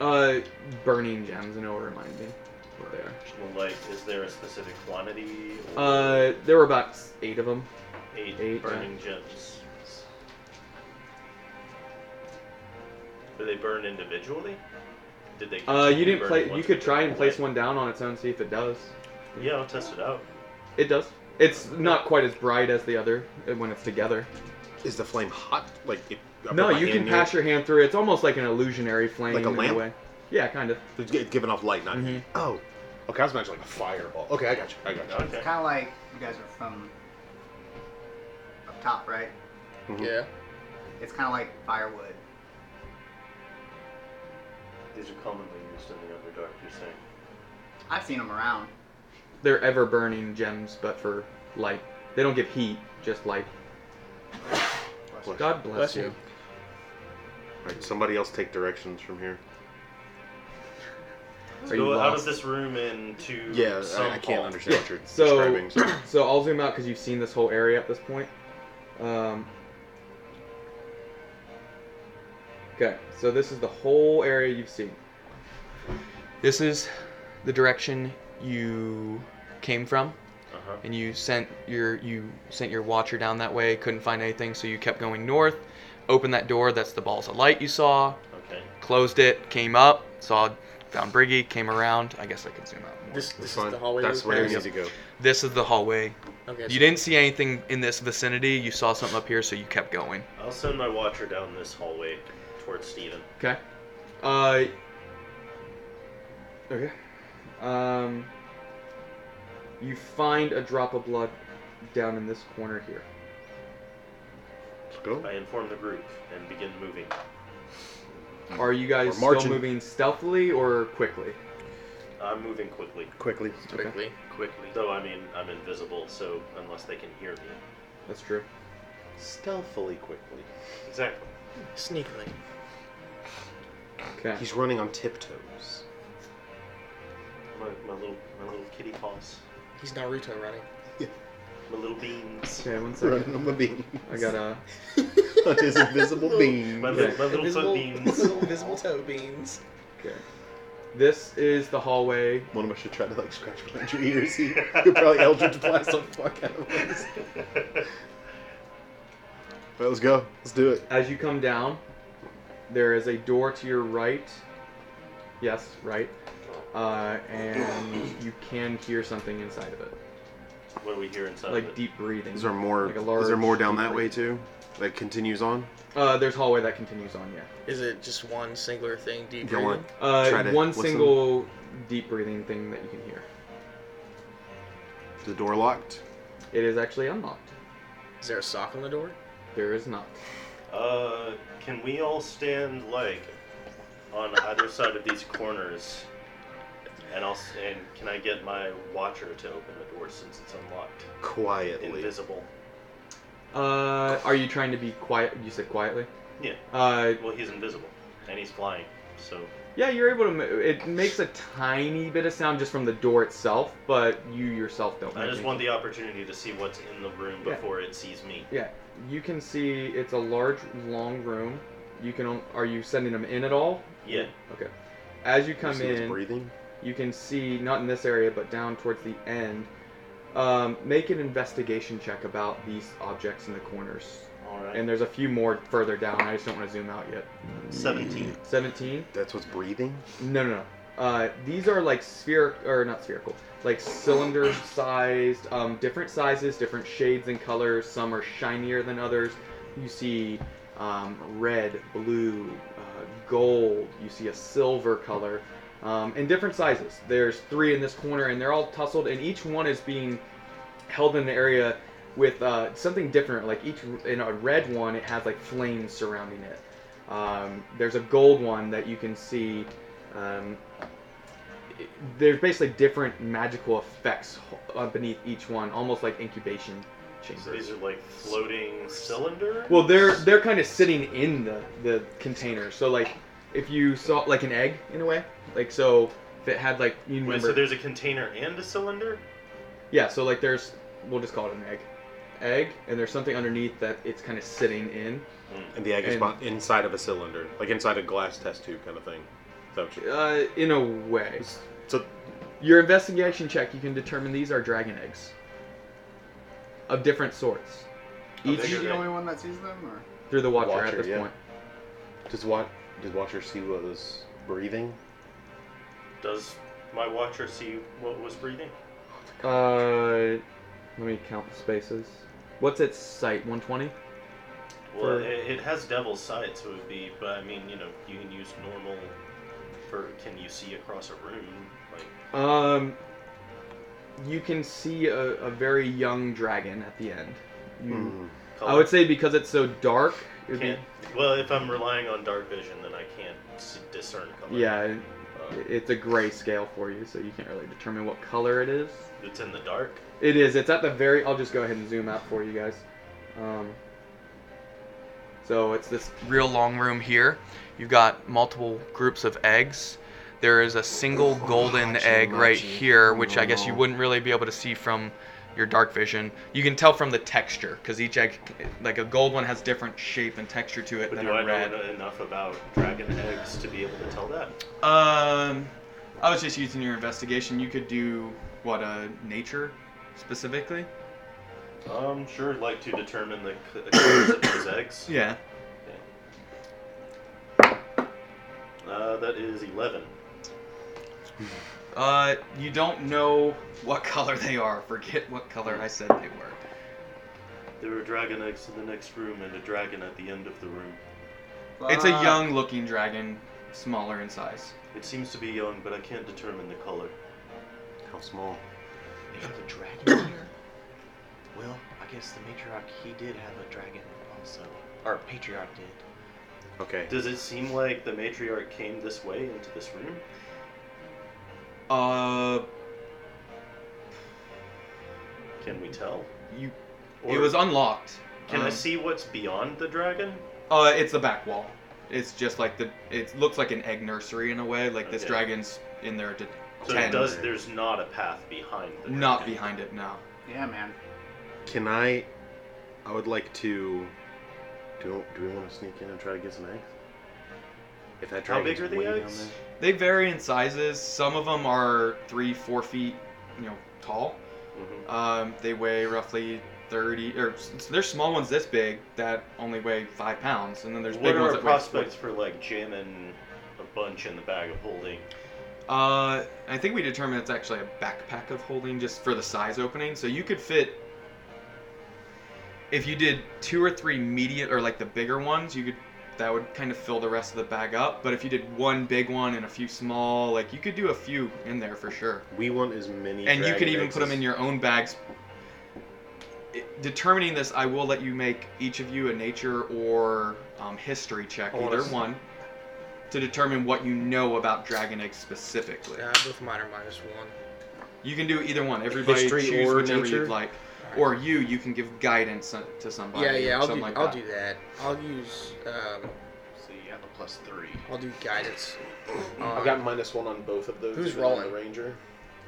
Speaker 2: Uh, burning gems, and it'll remind me what they are.
Speaker 4: Well, like, is there a specific quantity? Or
Speaker 2: Uh, there were about eight of them.
Speaker 4: eight,
Speaker 2: eight,
Speaker 4: burning gems. Do they burn individually? Did they?
Speaker 2: Uh, you
Speaker 4: continue
Speaker 2: didn't
Speaker 4: burning
Speaker 2: play. You
Speaker 4: once
Speaker 2: could
Speaker 4: we
Speaker 2: try
Speaker 4: took
Speaker 2: and
Speaker 4: them away?
Speaker 2: place one down on its own, see if it does.
Speaker 4: Yeah, I'll test it out.
Speaker 2: It does. It's not quite as bright as the other uh, when it's together.
Speaker 7: Is the flame hot? Like if I put
Speaker 2: no,
Speaker 7: my
Speaker 2: you can
Speaker 7: hand near
Speaker 2: pass your hand through. it. It's almost like an illusionary flame.
Speaker 7: Like a
Speaker 2: in
Speaker 7: lamp?
Speaker 2: way. Yeah, kind of.
Speaker 7: It, it's giving off light, not.
Speaker 2: Mhm.
Speaker 7: Oh. Okay, I was imagining like a fireball. Okay, I got you. I got you.
Speaker 4: Okay.
Speaker 6: It's kind of like you guys are from up top, right?
Speaker 5: yeah.
Speaker 6: It's kind of like firewood.
Speaker 4: These are commonly used in the Underdark. You're saying?
Speaker 6: I've seen them around.
Speaker 2: They're ever burning gems, but for light. They don't give heat, just light. God bless,
Speaker 5: Bless
Speaker 2: you.
Speaker 5: you.
Speaker 7: Alright, somebody else take directions from here.
Speaker 2: Are you
Speaker 4: Go out
Speaker 2: lost?
Speaker 4: of this room into
Speaker 7: Yeah,
Speaker 4: some
Speaker 7: I, I
Speaker 5: oh.
Speaker 7: can't
Speaker 4: hall.
Speaker 7: understand what you're
Speaker 2: So-
Speaker 7: describing. So
Speaker 2: So I'll zoom out because you've seen this whole area at this point. Um, Okay, so this is the whole area you've seen. This is the direction you came from,
Speaker 4: Uh-huh.
Speaker 2: and you sent your you sent your watcher down that way. Couldn't find anything, so you kept going north. Opened that door. That's the balls of light you saw.
Speaker 4: Okay.
Speaker 2: Closed it. Came up. Saw found Briggy. Came around. I guess I can zoom out. More.
Speaker 5: This, this
Speaker 9: fine.
Speaker 5: is the hallway.
Speaker 9: That's
Speaker 5: we
Speaker 9: where we need
Speaker 5: passed?
Speaker 9: to go.
Speaker 2: This is the hallway.
Speaker 5: Okay.
Speaker 2: You
Speaker 5: so-
Speaker 2: didn't see anything in this vicinity. You saw something up here, so you kept going.
Speaker 4: I'll send my watcher down this hallway towards Steven.
Speaker 2: Okay. Uh. Okay. Um. You find a drop of blood down in this corner here.
Speaker 9: Let's go.
Speaker 4: I inform the group and begin moving.
Speaker 2: Are you guys
Speaker 9: We're
Speaker 2: still
Speaker 9: marching.
Speaker 2: moving stealthily or quickly?
Speaker 4: I'm moving quickly.
Speaker 9: Quickly.
Speaker 5: Quickly.
Speaker 4: Quickly. Though I mean I'm invisible, so unless they can hear me.
Speaker 2: That's true.
Speaker 9: Stealthily quickly.
Speaker 4: Exactly.
Speaker 5: Sneakily.
Speaker 2: Okay.
Speaker 9: He's running on tiptoes.
Speaker 4: My, my little my little kitty paws.
Speaker 5: He's Naruto running.
Speaker 4: My little beans.
Speaker 2: Okay, one
Speaker 9: Running
Speaker 2: second.
Speaker 9: on my beam.
Speaker 2: I gotta.
Speaker 9: on his invisible beam.
Speaker 4: My, li- my little foot beans.
Speaker 5: Little invisible toe beans.
Speaker 2: Okay. This is the hallway.
Speaker 9: One of us should try to like scratch behind your ears. You could probably Eldritch blast the fuck out of us. But let's go. Let's do it.
Speaker 2: As you come down, there is a door to your right. Yes, right. Uh, and you can hear something inside of it,
Speaker 4: what do we hear inside of
Speaker 2: like
Speaker 4: it?
Speaker 2: deep breathing.
Speaker 9: Is there more?
Speaker 2: Like a large
Speaker 9: is there more down
Speaker 2: deep
Speaker 9: that way
Speaker 2: breathing.
Speaker 9: too? That continues on.
Speaker 2: Uh, there's hallway that continues on, yeah.
Speaker 5: Is it just one singular thing? Deep
Speaker 9: Go on.
Speaker 5: breathing?
Speaker 2: Uh,
Speaker 9: Try to
Speaker 2: one
Speaker 9: listen.
Speaker 2: single deep breathing thing that you can hear.
Speaker 9: Is The door locked.
Speaker 2: It is actually unlocked.
Speaker 5: Is there a sock on the door?
Speaker 2: There is not.
Speaker 4: Uh, can we all stand like on either side of these corners? And I'll s- and can I get my watcher to open the door since it's unlocked,
Speaker 9: Quietly.
Speaker 4: invisible?
Speaker 2: Uh, are you trying to be quiet? You said quietly.
Speaker 4: Yeah.
Speaker 2: Uh,
Speaker 4: Well, he's invisible and he's flying, so
Speaker 2: yeah, you're able to. Ma- it makes a tiny bit of sound just from the door itself, but you yourself don't.
Speaker 4: I
Speaker 2: make
Speaker 4: just
Speaker 2: any-
Speaker 4: want the opportunity to see what's in the room
Speaker 2: Yeah.
Speaker 4: before it sees me.
Speaker 2: Yeah, you can see it's a large, long room. You can. on- Are you sending them in at all?
Speaker 4: Yeah.
Speaker 2: Okay. As you
Speaker 9: You
Speaker 2: come
Speaker 9: see what's
Speaker 2: in,
Speaker 9: breathing.
Speaker 2: you can see not in this area but down towards the end um, make an investigation check about these objects in the corners
Speaker 4: All right.
Speaker 2: and there's a few more further down i just don't want to zoom out yet
Speaker 4: Seventeen.
Speaker 2: 17
Speaker 9: That's what's breathing.
Speaker 2: no no no uh, these are like sphere or not spherical like cylinder sized um, different sizes different shades and colors some are shinier than others you see um, red blue uh, gold you see a silver color um, in different sizes. There's three in this corner, and they're all tussled, and each one is being held in an area with uh, something different. Like each in a red one, it has like flames surrounding it. Um, there's a gold one that you can see. Um, it- there's basically different magical effects uh, beneath each one, almost like incubation
Speaker 4: So
Speaker 2: chambers.
Speaker 4: these are like floating cylinder.
Speaker 2: Well, they're they're kind of sitting in the the container. So like, if you saw like an egg in a way, like so if it had like you
Speaker 4: Wait,
Speaker 2: remember
Speaker 4: so there's a container and a cylinder.
Speaker 2: yeah. So like there's we'll just call it an egg, egg, and there's something underneath that it's kind of sitting in.
Speaker 9: And the egg is
Speaker 2: And-
Speaker 9: bo- inside of a cylinder, like inside a glass test tube kind of thing. Is that what you-
Speaker 2: Uh, in a way.
Speaker 9: So
Speaker 2: Your investigation check, you can determine these are dragon eggs. Of different sorts.
Speaker 6: Are
Speaker 2: Each
Speaker 6: they the
Speaker 4: Bigger.
Speaker 6: only one that sees them, or
Speaker 2: through the watcher, at
Speaker 9: Watcher,
Speaker 2: this
Speaker 9: yeah.
Speaker 2: point.
Speaker 9: does what? Does Watcher see what was breathing?
Speaker 4: Does my watcher see what was breathing?
Speaker 2: Uh, let me count the spaces. What's its sight? 120.
Speaker 4: Well,
Speaker 2: For-
Speaker 4: it, it has devil's sight, so it would be. But I mean, you know, you can use normal. For can you see across a room? Like
Speaker 2: Um, you can see a, a very young dragon at the end. You,
Speaker 9: Hmm.
Speaker 4: color?
Speaker 2: I would say because it's so dark. It would be,
Speaker 4: Can't, well, if I'm relying on dark vision, then I can't s- discern color.
Speaker 2: yeah, it-
Speaker 4: Uh,
Speaker 2: it's a gray scale for you, so you can't really determine what color it is.
Speaker 4: it's in the dark.
Speaker 2: It is. It's at the very. I'll just go ahead and zoom out for you guys. Um, so it's this real long room here. You've got multiple groups of eggs. There is a single golden egg right here, which I guess you wouldn't really be able to see from your dark vision. You can tell from the texture because each egg, like a gold one, has different shape and texture to it
Speaker 4: But
Speaker 2: than
Speaker 4: do
Speaker 2: a
Speaker 4: I
Speaker 2: red.
Speaker 4: know enough about dragon eggs to be able to tell that?
Speaker 2: Um, I was just using your investigation. You could do what? Uh, nature, specifically.
Speaker 4: Um, sure. Like to determine the c- the colors of those eggs.
Speaker 2: Yeah.
Speaker 4: Uh, that is eleven.
Speaker 2: Uh, you don't know what color they are. Forget what color I said they were.
Speaker 4: There were dragon eggs in the next room and a dragon at the end of the room.
Speaker 2: It's a
Speaker 4: Ah.
Speaker 6: Fuck.
Speaker 2: young-looking dragon, smaller in size.
Speaker 4: It seems to be young, but I can't determine the color.
Speaker 9: How small?
Speaker 8: There's a dragon here. Well, I guess the matriarch he did have a dragon also, or patriarch did.
Speaker 9: Okay.
Speaker 4: Does it seem like the matriarch came this way into this room?
Speaker 2: Uh,
Speaker 4: Can we tell?
Speaker 2: you.
Speaker 4: Or
Speaker 2: it was unlocked.
Speaker 4: Can I
Speaker 2: Um,
Speaker 4: see what's beyond the dragon?
Speaker 2: Uh, it's the back wall. It's just like the. It looks like an egg nursery in a way. Like this
Speaker 4: Okay.
Speaker 2: dragon's in there to
Speaker 4: So it
Speaker 2: tend.
Speaker 4: does. There's not a path behind. The
Speaker 2: not
Speaker 4: dragon.
Speaker 2: behind it now.
Speaker 6: Yeah, man.
Speaker 9: Can I? I would like to. Do Do we want to sneak in and try to get some eggs? If that
Speaker 4: How
Speaker 9: dragon's
Speaker 4: big are the
Speaker 9: way down
Speaker 4: eggs?
Speaker 9: there-
Speaker 2: They vary in sizes. Some of them are three, four feet, you know, tall.
Speaker 4: Mhm.
Speaker 2: Um, they weigh roughly thirty, or s- there's small ones this big that only weigh five pounds, and then there's
Speaker 4: what
Speaker 2: big ones
Speaker 4: are our
Speaker 2: that weigh. four-
Speaker 4: prospects for like jamming a bunch in the bag of holding?
Speaker 2: Uh, I think we determined it's actually a backpack of holding just for the size opening. So you could fit, if you did two or three medium or like the bigger ones, you could that would kind of fill the rest of the bag up. But if you did one big one and a few small, like you could do a few in there for sure.
Speaker 9: We want as many.
Speaker 2: And you could
Speaker 9: dragon
Speaker 2: even
Speaker 9: eggs
Speaker 2: put them
Speaker 9: as-
Speaker 2: in your own bags. It- Determining this, I will let you make each of you a nature or um, history check,
Speaker 5: I wanna
Speaker 2: either
Speaker 5: s-
Speaker 2: one, to determine what you know about dragon eggs specifically.
Speaker 5: Uh, both mine are minus one.
Speaker 2: You can do either one. Everybody
Speaker 9: History
Speaker 2: choose
Speaker 9: or
Speaker 2: whichever
Speaker 9: nature?
Speaker 2: you'd like.
Speaker 5: Alright.
Speaker 2: Or you, you can give guidance uh, to somebody.
Speaker 5: yeah, yeah,
Speaker 2: or
Speaker 5: I'll
Speaker 2: something
Speaker 5: do,
Speaker 2: like
Speaker 5: I'll
Speaker 2: that.
Speaker 5: do that. I'll use, um,
Speaker 7: So you have a plus three.
Speaker 5: I'll do guidance. Um,
Speaker 7: I've got minus one on both of those.
Speaker 5: Who's
Speaker 7: even on
Speaker 5: rolling?
Speaker 7: The ranger.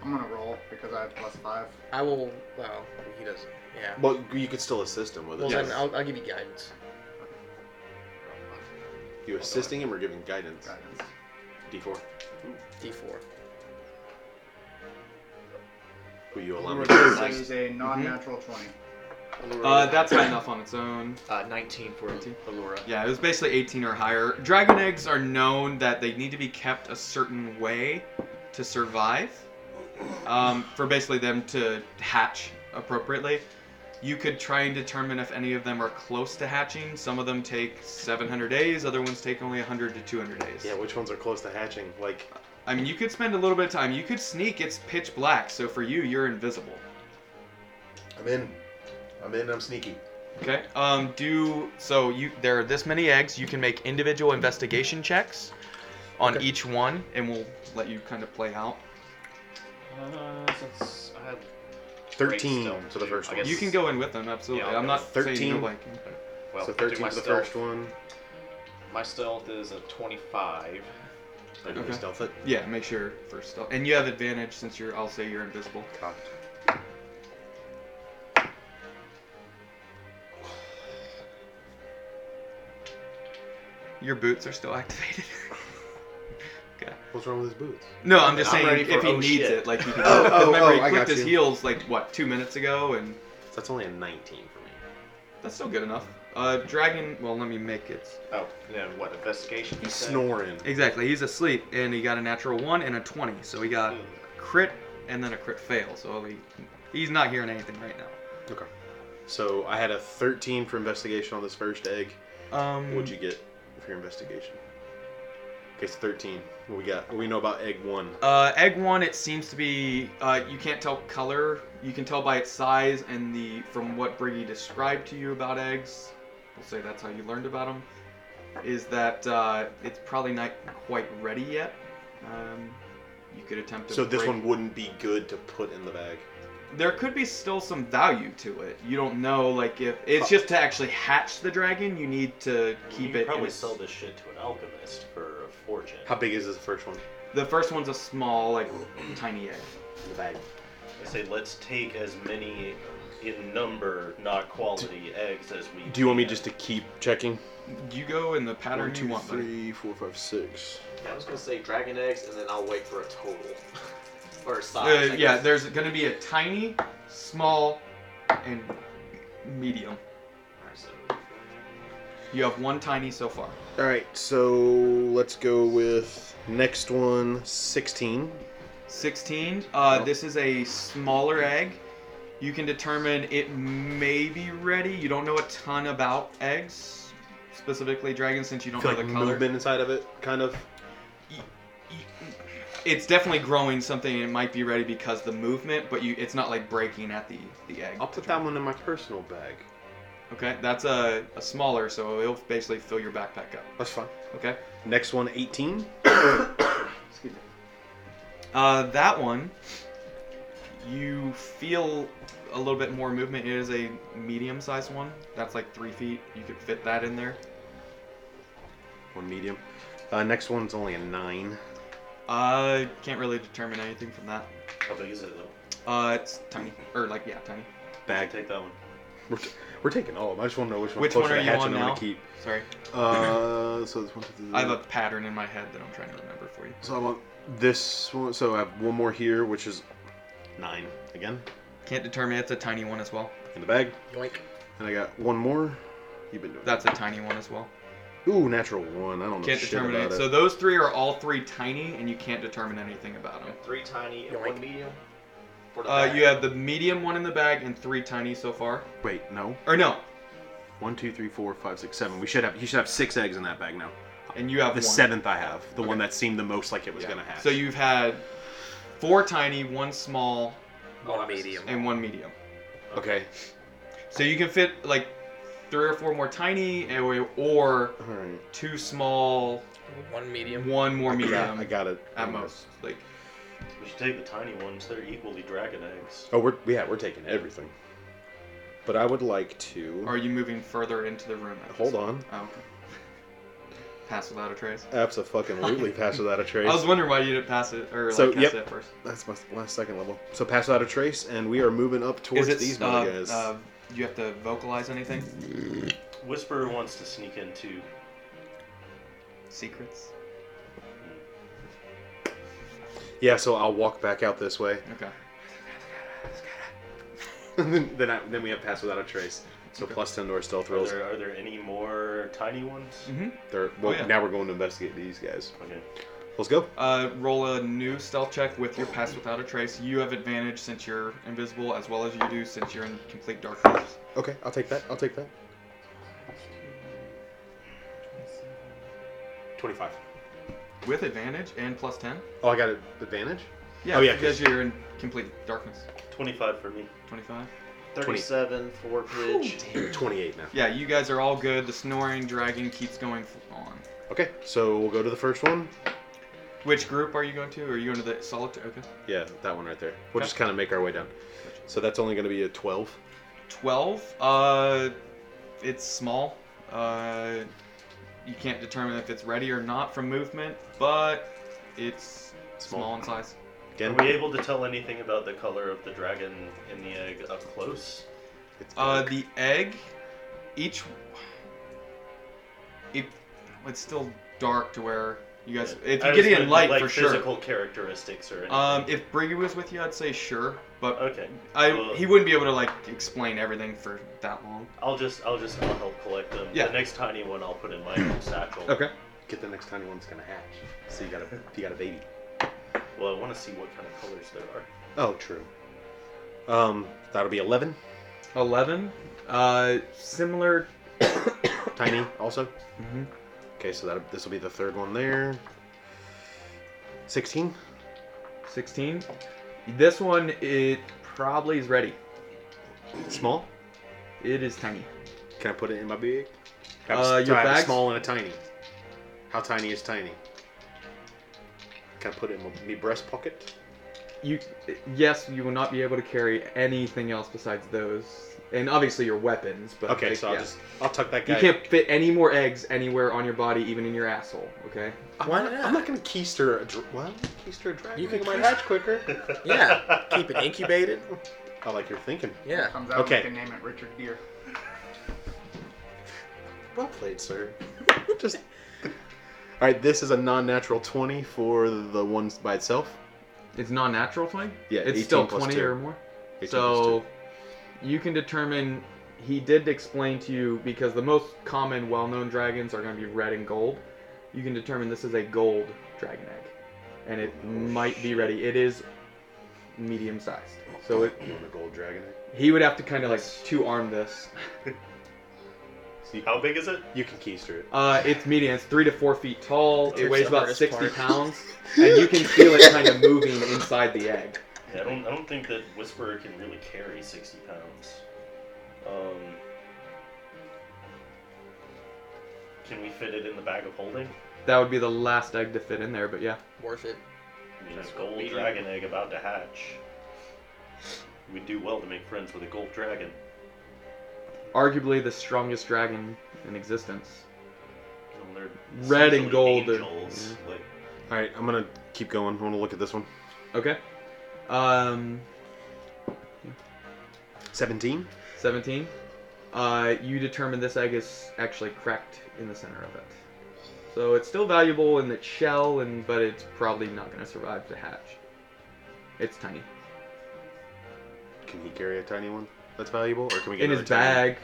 Speaker 6: I'm gonna roll because I have plus five.
Speaker 5: I will. Well, he doesn't. Yeah.
Speaker 9: Well, you could still assist him with it.
Speaker 5: Well,
Speaker 2: Yes.
Speaker 5: then I'll, I'll give you guidance.
Speaker 9: You assisting him or giving guidance?
Speaker 6: Guidance.
Speaker 9: D4.
Speaker 5: D4.
Speaker 9: Will you allow me to
Speaker 6: This is a non-natural twenty.
Speaker 2: Uh, that's not enough on its own.
Speaker 8: Uh, 19 for
Speaker 2: 19?
Speaker 8: Allura.
Speaker 2: Yeah, it was basically 18 or higher. Dragon eggs are known that they need to be kept a certain way to survive, um, for basically them to hatch appropriately. You could try and determine if any of them are close to hatching. Some of them take 700 days, other ones take only 100 to 200 days.
Speaker 9: Yeah, which ones are close to hatching? Like,
Speaker 2: I mean, you could spend a little bit of time. You could sneak. It's pitch black, so for you, you're invisible.
Speaker 9: I'm in. I'm in. I'm sneaky.
Speaker 2: Okay. Um. Do so. You there are this many eggs. You can make individual investigation checks on each one, and we'll let you kind of play out.
Speaker 8: Uh, since I had
Speaker 9: 13
Speaker 8: Great stealth,
Speaker 9: to the
Speaker 8: too,
Speaker 9: first
Speaker 8: I
Speaker 9: one.
Speaker 8: guess.
Speaker 2: You can go in with them. Absolutely.
Speaker 8: Yeah, I'll
Speaker 2: I'm
Speaker 8: go
Speaker 2: not
Speaker 9: with
Speaker 2: saying you
Speaker 9: 13.
Speaker 2: like.
Speaker 8: well,
Speaker 9: so
Speaker 8: do
Speaker 9: 13
Speaker 8: my
Speaker 9: to the
Speaker 8: stealth.
Speaker 9: first one.
Speaker 8: My stealth is a 25.
Speaker 9: I do
Speaker 2: Okay.
Speaker 9: stealth it.
Speaker 2: Yeah. Make sure first up, and you have advantage since you're. I'll say you're invisible.
Speaker 9: Cocked.
Speaker 2: Your boots are still activated.
Speaker 9: What's wrong with his boots?
Speaker 2: no, I'm just
Speaker 8: I'm
Speaker 2: saying
Speaker 8: ready for
Speaker 2: if he
Speaker 8: oh
Speaker 2: needs
Speaker 8: shit.
Speaker 2: it, like he can.
Speaker 9: Oh, oh,
Speaker 2: remember,
Speaker 9: oh,
Speaker 2: he
Speaker 9: I got
Speaker 2: clicked his
Speaker 9: you.
Speaker 2: heels like what two minutes ago, and
Speaker 9: That's only a 19 for me.
Speaker 2: that's still good enough. Uh, dragon. Well, let me make it.
Speaker 8: Oh, no, what, investigation? you
Speaker 9: He's
Speaker 8: said?
Speaker 9: snoring.
Speaker 2: Exactly. He's asleep, and he got a natural one and a twenty. So he got
Speaker 8: Hmm.
Speaker 2: a crit and then a crit fail. So he, he's not hearing anything right now.
Speaker 9: Okay. So I had a 13 for investigation on this first egg.
Speaker 2: Um,
Speaker 9: What'd you get for your investigation? Okay, so 13. What we got? What we know about egg one?
Speaker 2: Uh, egg one. It seems to be. Uh, you can't tell color. You can tell by its size and the from what Briggy described to you about eggs. We'll say that's how you learned about them. Is that uh, it's probably not quite ready yet. Um, you could attempt to.
Speaker 9: So this
Speaker 2: break-
Speaker 9: one wouldn't be good to put in the bag.
Speaker 2: there could be still some value to it. You don't know, like if it's just to actually hatch the dragon, you need to keep
Speaker 4: you
Speaker 2: it. in
Speaker 4: Probably
Speaker 2: its-
Speaker 4: sell this shit to an alchemist for a fortune.
Speaker 9: How big is this first one?
Speaker 2: The first one's a small, like tiny egg.
Speaker 9: In the bag.
Speaker 4: I say let's take as many in number, not quality, eggs as we.
Speaker 7: Do you want me
Speaker 4: can.
Speaker 7: just to keep checking?
Speaker 2: You go in the pattern
Speaker 7: One, two,
Speaker 2: you want, buddy.
Speaker 7: three, four, five, six.
Speaker 8: Yeah, I was gonna say dragon eggs, and then I'll wait for a total or a
Speaker 2: Uh,
Speaker 8: size. I
Speaker 2: yeah,
Speaker 8: guess.
Speaker 2: there's going to be a tiny, small, and medium.
Speaker 8: Alright, so-
Speaker 2: You have one tiny so far.
Speaker 7: All right, so let's go with next one, 16.
Speaker 2: 16. Uh, This is a smaller egg. You can determine it may be ready. You don't know a ton about eggs, specifically dragons, since you don't
Speaker 7: Feel
Speaker 2: know
Speaker 7: like
Speaker 2: the color.
Speaker 7: movement inside of it, kind of.
Speaker 2: It's definitely growing something, and it might be ready because the movement, but you, it's not like breaking at the the egg.
Speaker 7: I'll put that one in my personal bag.
Speaker 2: Okay, that's a, a smaller, so it'll basically fill your backpack up.
Speaker 7: That's fine.
Speaker 2: Okay.
Speaker 7: Next one, 18.
Speaker 2: Uh, that one, you feel a little bit more movement. It is a medium-sized one. That's like three feet. You could fit that in there.
Speaker 7: One medium. Uh, next one's only a 9.
Speaker 2: I Uh, can't really determine anything from that.
Speaker 4: How big is it though?
Speaker 2: Uh, it's tiny, or like yeah, tiny.
Speaker 7: Bag.
Speaker 4: Take that one.
Speaker 7: We're, t- we're taking all of them. I just want to know which one
Speaker 2: Which
Speaker 7: closer
Speaker 2: one are
Speaker 7: to
Speaker 2: you on
Speaker 7: hatching I'm
Speaker 2: now?
Speaker 7: going to keep.
Speaker 2: Sorry,
Speaker 7: Uh, so this one. two, three,
Speaker 2: I have a pattern in my head that I'm trying to remember for you.
Speaker 7: So I want this one. So I have one more here, which is 9 again
Speaker 2: Can't determine. It's a tiny one as well.
Speaker 7: in the bag.
Speaker 5: Yoink.
Speaker 7: And I got one more. You've been doing
Speaker 2: That's a tiny one as well.
Speaker 7: Ooh, natural one. I don't know
Speaker 2: Can't
Speaker 7: shit
Speaker 2: determine
Speaker 7: about
Speaker 2: it.
Speaker 7: it.
Speaker 2: So those three are all three tiny, and you can't determine anything about them.
Speaker 8: Three tiny and
Speaker 5: Yoink.
Speaker 8: one medium. For the
Speaker 2: Uh,
Speaker 8: bag.
Speaker 2: you have the medium one in the bag and three tiny so far.
Speaker 7: Wait, no.
Speaker 2: Or no,
Speaker 7: One, two, three, four, five, six, seven. We should have. You should have six eggs in that bag now.
Speaker 2: and you have
Speaker 7: The
Speaker 2: one.
Speaker 7: seventh I have, the one that seemed the most like it was
Speaker 2: Yeah.
Speaker 7: gonna hatch.
Speaker 2: So you've had four tiny, one small,
Speaker 5: One medium.
Speaker 2: and one medium.
Speaker 7: okay?
Speaker 2: So you can fit like three or four more tiny, and- or
Speaker 7: All right.
Speaker 2: two small,
Speaker 5: One medium.
Speaker 2: one more
Speaker 7: Yeah,
Speaker 2: medium
Speaker 7: I got it.
Speaker 2: um, at most. Like
Speaker 4: We should take the tiny ones. They're equally dragon eggs.
Speaker 7: Oh, we're yeah, we're taking everything. But I would like to
Speaker 2: Are you moving further into the room? at
Speaker 7: hold
Speaker 2: this-
Speaker 7: on.
Speaker 2: Oh, okay. Pass without a trace.
Speaker 7: Absolutely, pass without a
Speaker 2: I
Speaker 7: trace.
Speaker 2: was wondering why you didn't pass it or like
Speaker 7: So,
Speaker 2: cast
Speaker 7: yep.
Speaker 2: it at first.
Speaker 7: That's my my second level. So pass without a trace, and we are moving up towards
Speaker 2: Is it
Speaker 7: these Mm-hmm.
Speaker 2: uh,
Speaker 7: mother guys.
Speaker 2: uh, you have to vocalize anything?
Speaker 4: Whisperer wants to sneak in too.
Speaker 2: Secrets.
Speaker 7: yeah, so I'll walk back out this way.
Speaker 2: Okay.
Speaker 7: then I, then we have pass without a trace. So plus ten to our stealth
Speaker 4: Are
Speaker 7: rolls.
Speaker 4: there, are there any more tiny ones?
Speaker 7: Mm-hmm.
Speaker 2: hmm
Speaker 7: They're- well,
Speaker 2: Oh, yeah.
Speaker 7: now we're going to investigate these guys.
Speaker 4: Okay.
Speaker 7: Let's go.
Speaker 2: Uh, roll a new stealth check with your pass without a trace. You have advantage since you're invisible, as well as you do since you're in complete darkness.
Speaker 7: Okay, I'll take that. I'll take that. Twenty-five.
Speaker 2: With advantage and plus ten.
Speaker 7: Oh, I got an advantage.
Speaker 2: Yeah.
Speaker 7: Oh, yeah,
Speaker 2: Because
Speaker 7: 'cause-
Speaker 2: you're in complete darkness.
Speaker 4: 25 for me.
Speaker 2: Twenty-five.
Speaker 8: thirty-seven for Pidge.
Speaker 7: Twenty-eight now.
Speaker 2: Yeah, you guys are all good. The snoring dragon keeps going f- on.
Speaker 7: Okay, so we'll go to the first one.
Speaker 2: Which group are you going to? Are you going to the solitary? Okay.
Speaker 7: Yeah, that one right there. We'll
Speaker 2: Okay.
Speaker 7: just kind of make our way down. So that's only going to be a twelve.
Speaker 2: 12 uh it's small uh you can't determine if it's ready or not from movement but it's small,
Speaker 7: Small.
Speaker 2: in size
Speaker 4: Are
Speaker 7: Again,
Speaker 4: we able to tell anything about the color of the dragon in the egg up close?
Speaker 7: it's
Speaker 2: uh
Speaker 7: dark.
Speaker 2: the egg each it it's still dark to where you guys if
Speaker 4: I
Speaker 2: you
Speaker 4: was
Speaker 2: get it in
Speaker 4: gonna-
Speaker 2: light
Speaker 4: like
Speaker 2: for
Speaker 4: physical characteristics
Speaker 2: sure
Speaker 4: or anything.
Speaker 2: um if briggy was with you i'd say sure but
Speaker 4: okay.
Speaker 2: i
Speaker 4: well-
Speaker 2: he wouldn't be able to like explain everything for that long
Speaker 4: I'll just I'll just I'll help collect them.
Speaker 2: Yeah.
Speaker 4: The next tiny one I'll put in my satchel.
Speaker 7: get the next tiny one's going to hatch. So you got a you got a baby.
Speaker 4: Well, I want to see what kind of colors there are.
Speaker 7: Oh, true. Um, that'll be eleven.
Speaker 2: 11 uh similar
Speaker 7: Tiny also.
Speaker 2: Mhm.
Speaker 7: Okay, so that this will be the third one there. Sixteen.
Speaker 2: 16. This one, it probably is ready.
Speaker 7: Small.
Speaker 2: It is tiny.
Speaker 7: Can I put it in my bag?
Speaker 2: Uh,
Speaker 7: I have,
Speaker 2: your
Speaker 7: I have a
Speaker 2: bag's-
Speaker 7: small and a tiny. How tiny is tiny? Can I put it in my, me breast pocket?
Speaker 2: you yes you will not be able to carry anything else besides those and obviously your weapons but
Speaker 7: Okay,
Speaker 2: like,
Speaker 7: so I'll
Speaker 2: yeah.
Speaker 7: just I'll tuck that guy.
Speaker 2: you can't fit any more eggs anywhere on your body even in your asshole okay
Speaker 5: Why
Speaker 7: I'm
Speaker 5: not?
Speaker 7: not gonna keister a dr- what? Keister a dragon.
Speaker 5: You
Speaker 7: They
Speaker 5: can
Speaker 7: might
Speaker 5: keist-
Speaker 7: hatch quicker.
Speaker 5: Yeah. Keep it incubated.
Speaker 7: I like your thinking.
Speaker 5: Yeah.
Speaker 6: Comes out,
Speaker 7: Okay.
Speaker 6: we can name it Richard Gere.
Speaker 7: Well played, sir. Just. All right, this is a non-natural twenty for the one by itself.
Speaker 2: it's non-natural 20
Speaker 7: Yeah,
Speaker 2: it's
Speaker 7: 18
Speaker 2: still
Speaker 7: plus
Speaker 2: 20
Speaker 7: two.
Speaker 2: or more
Speaker 7: 18
Speaker 2: so you can determine he did explain to you because the most common well-known dragons are going to be red and gold you can determine this is a gold dragon egg and
Speaker 7: Oh,
Speaker 2: it might be ready it is medium sized so it
Speaker 7: You want a gold dragon? egg?
Speaker 2: He would have to kind of like two arm this.
Speaker 4: How big is it?
Speaker 7: You can keister it.
Speaker 2: Uh, it's medium. It's three to four feet tall.
Speaker 5: That's
Speaker 2: It weighs
Speaker 5: the
Speaker 2: about
Speaker 5: hardest
Speaker 2: sixty
Speaker 5: part.
Speaker 2: pounds, and you can feel it kind of moving inside the egg.
Speaker 4: Yeah, I don't. I don't think that Whisperer can really carry sixty pounds. Um, can we fit it in the bag of holding?
Speaker 2: That would be the last egg to fit in there, but yeah.
Speaker 5: Worth it.
Speaker 4: I mean, a gold dragon egg about to hatch. We'd do well to make friends with a gold dragon.
Speaker 2: Arguably the strongest dragon in existence.
Speaker 4: You know, they're
Speaker 2: Red and
Speaker 4: essentially
Speaker 2: gold are-
Speaker 4: Angels. Like,
Speaker 7: All right, I'm gonna keep going. I want to look at this one.
Speaker 2: Okay. Um,
Speaker 7: Seventeen.
Speaker 2: seventeen. Uh, you determine this egg is actually cracked in the center of it, so it's still valuable in its shell, and but it's probably not going to survive to hatch. It's tiny.
Speaker 7: Can he carry a tiny one? That's valuable, or can we get
Speaker 2: in his
Speaker 7: another tiny one?
Speaker 2: bag,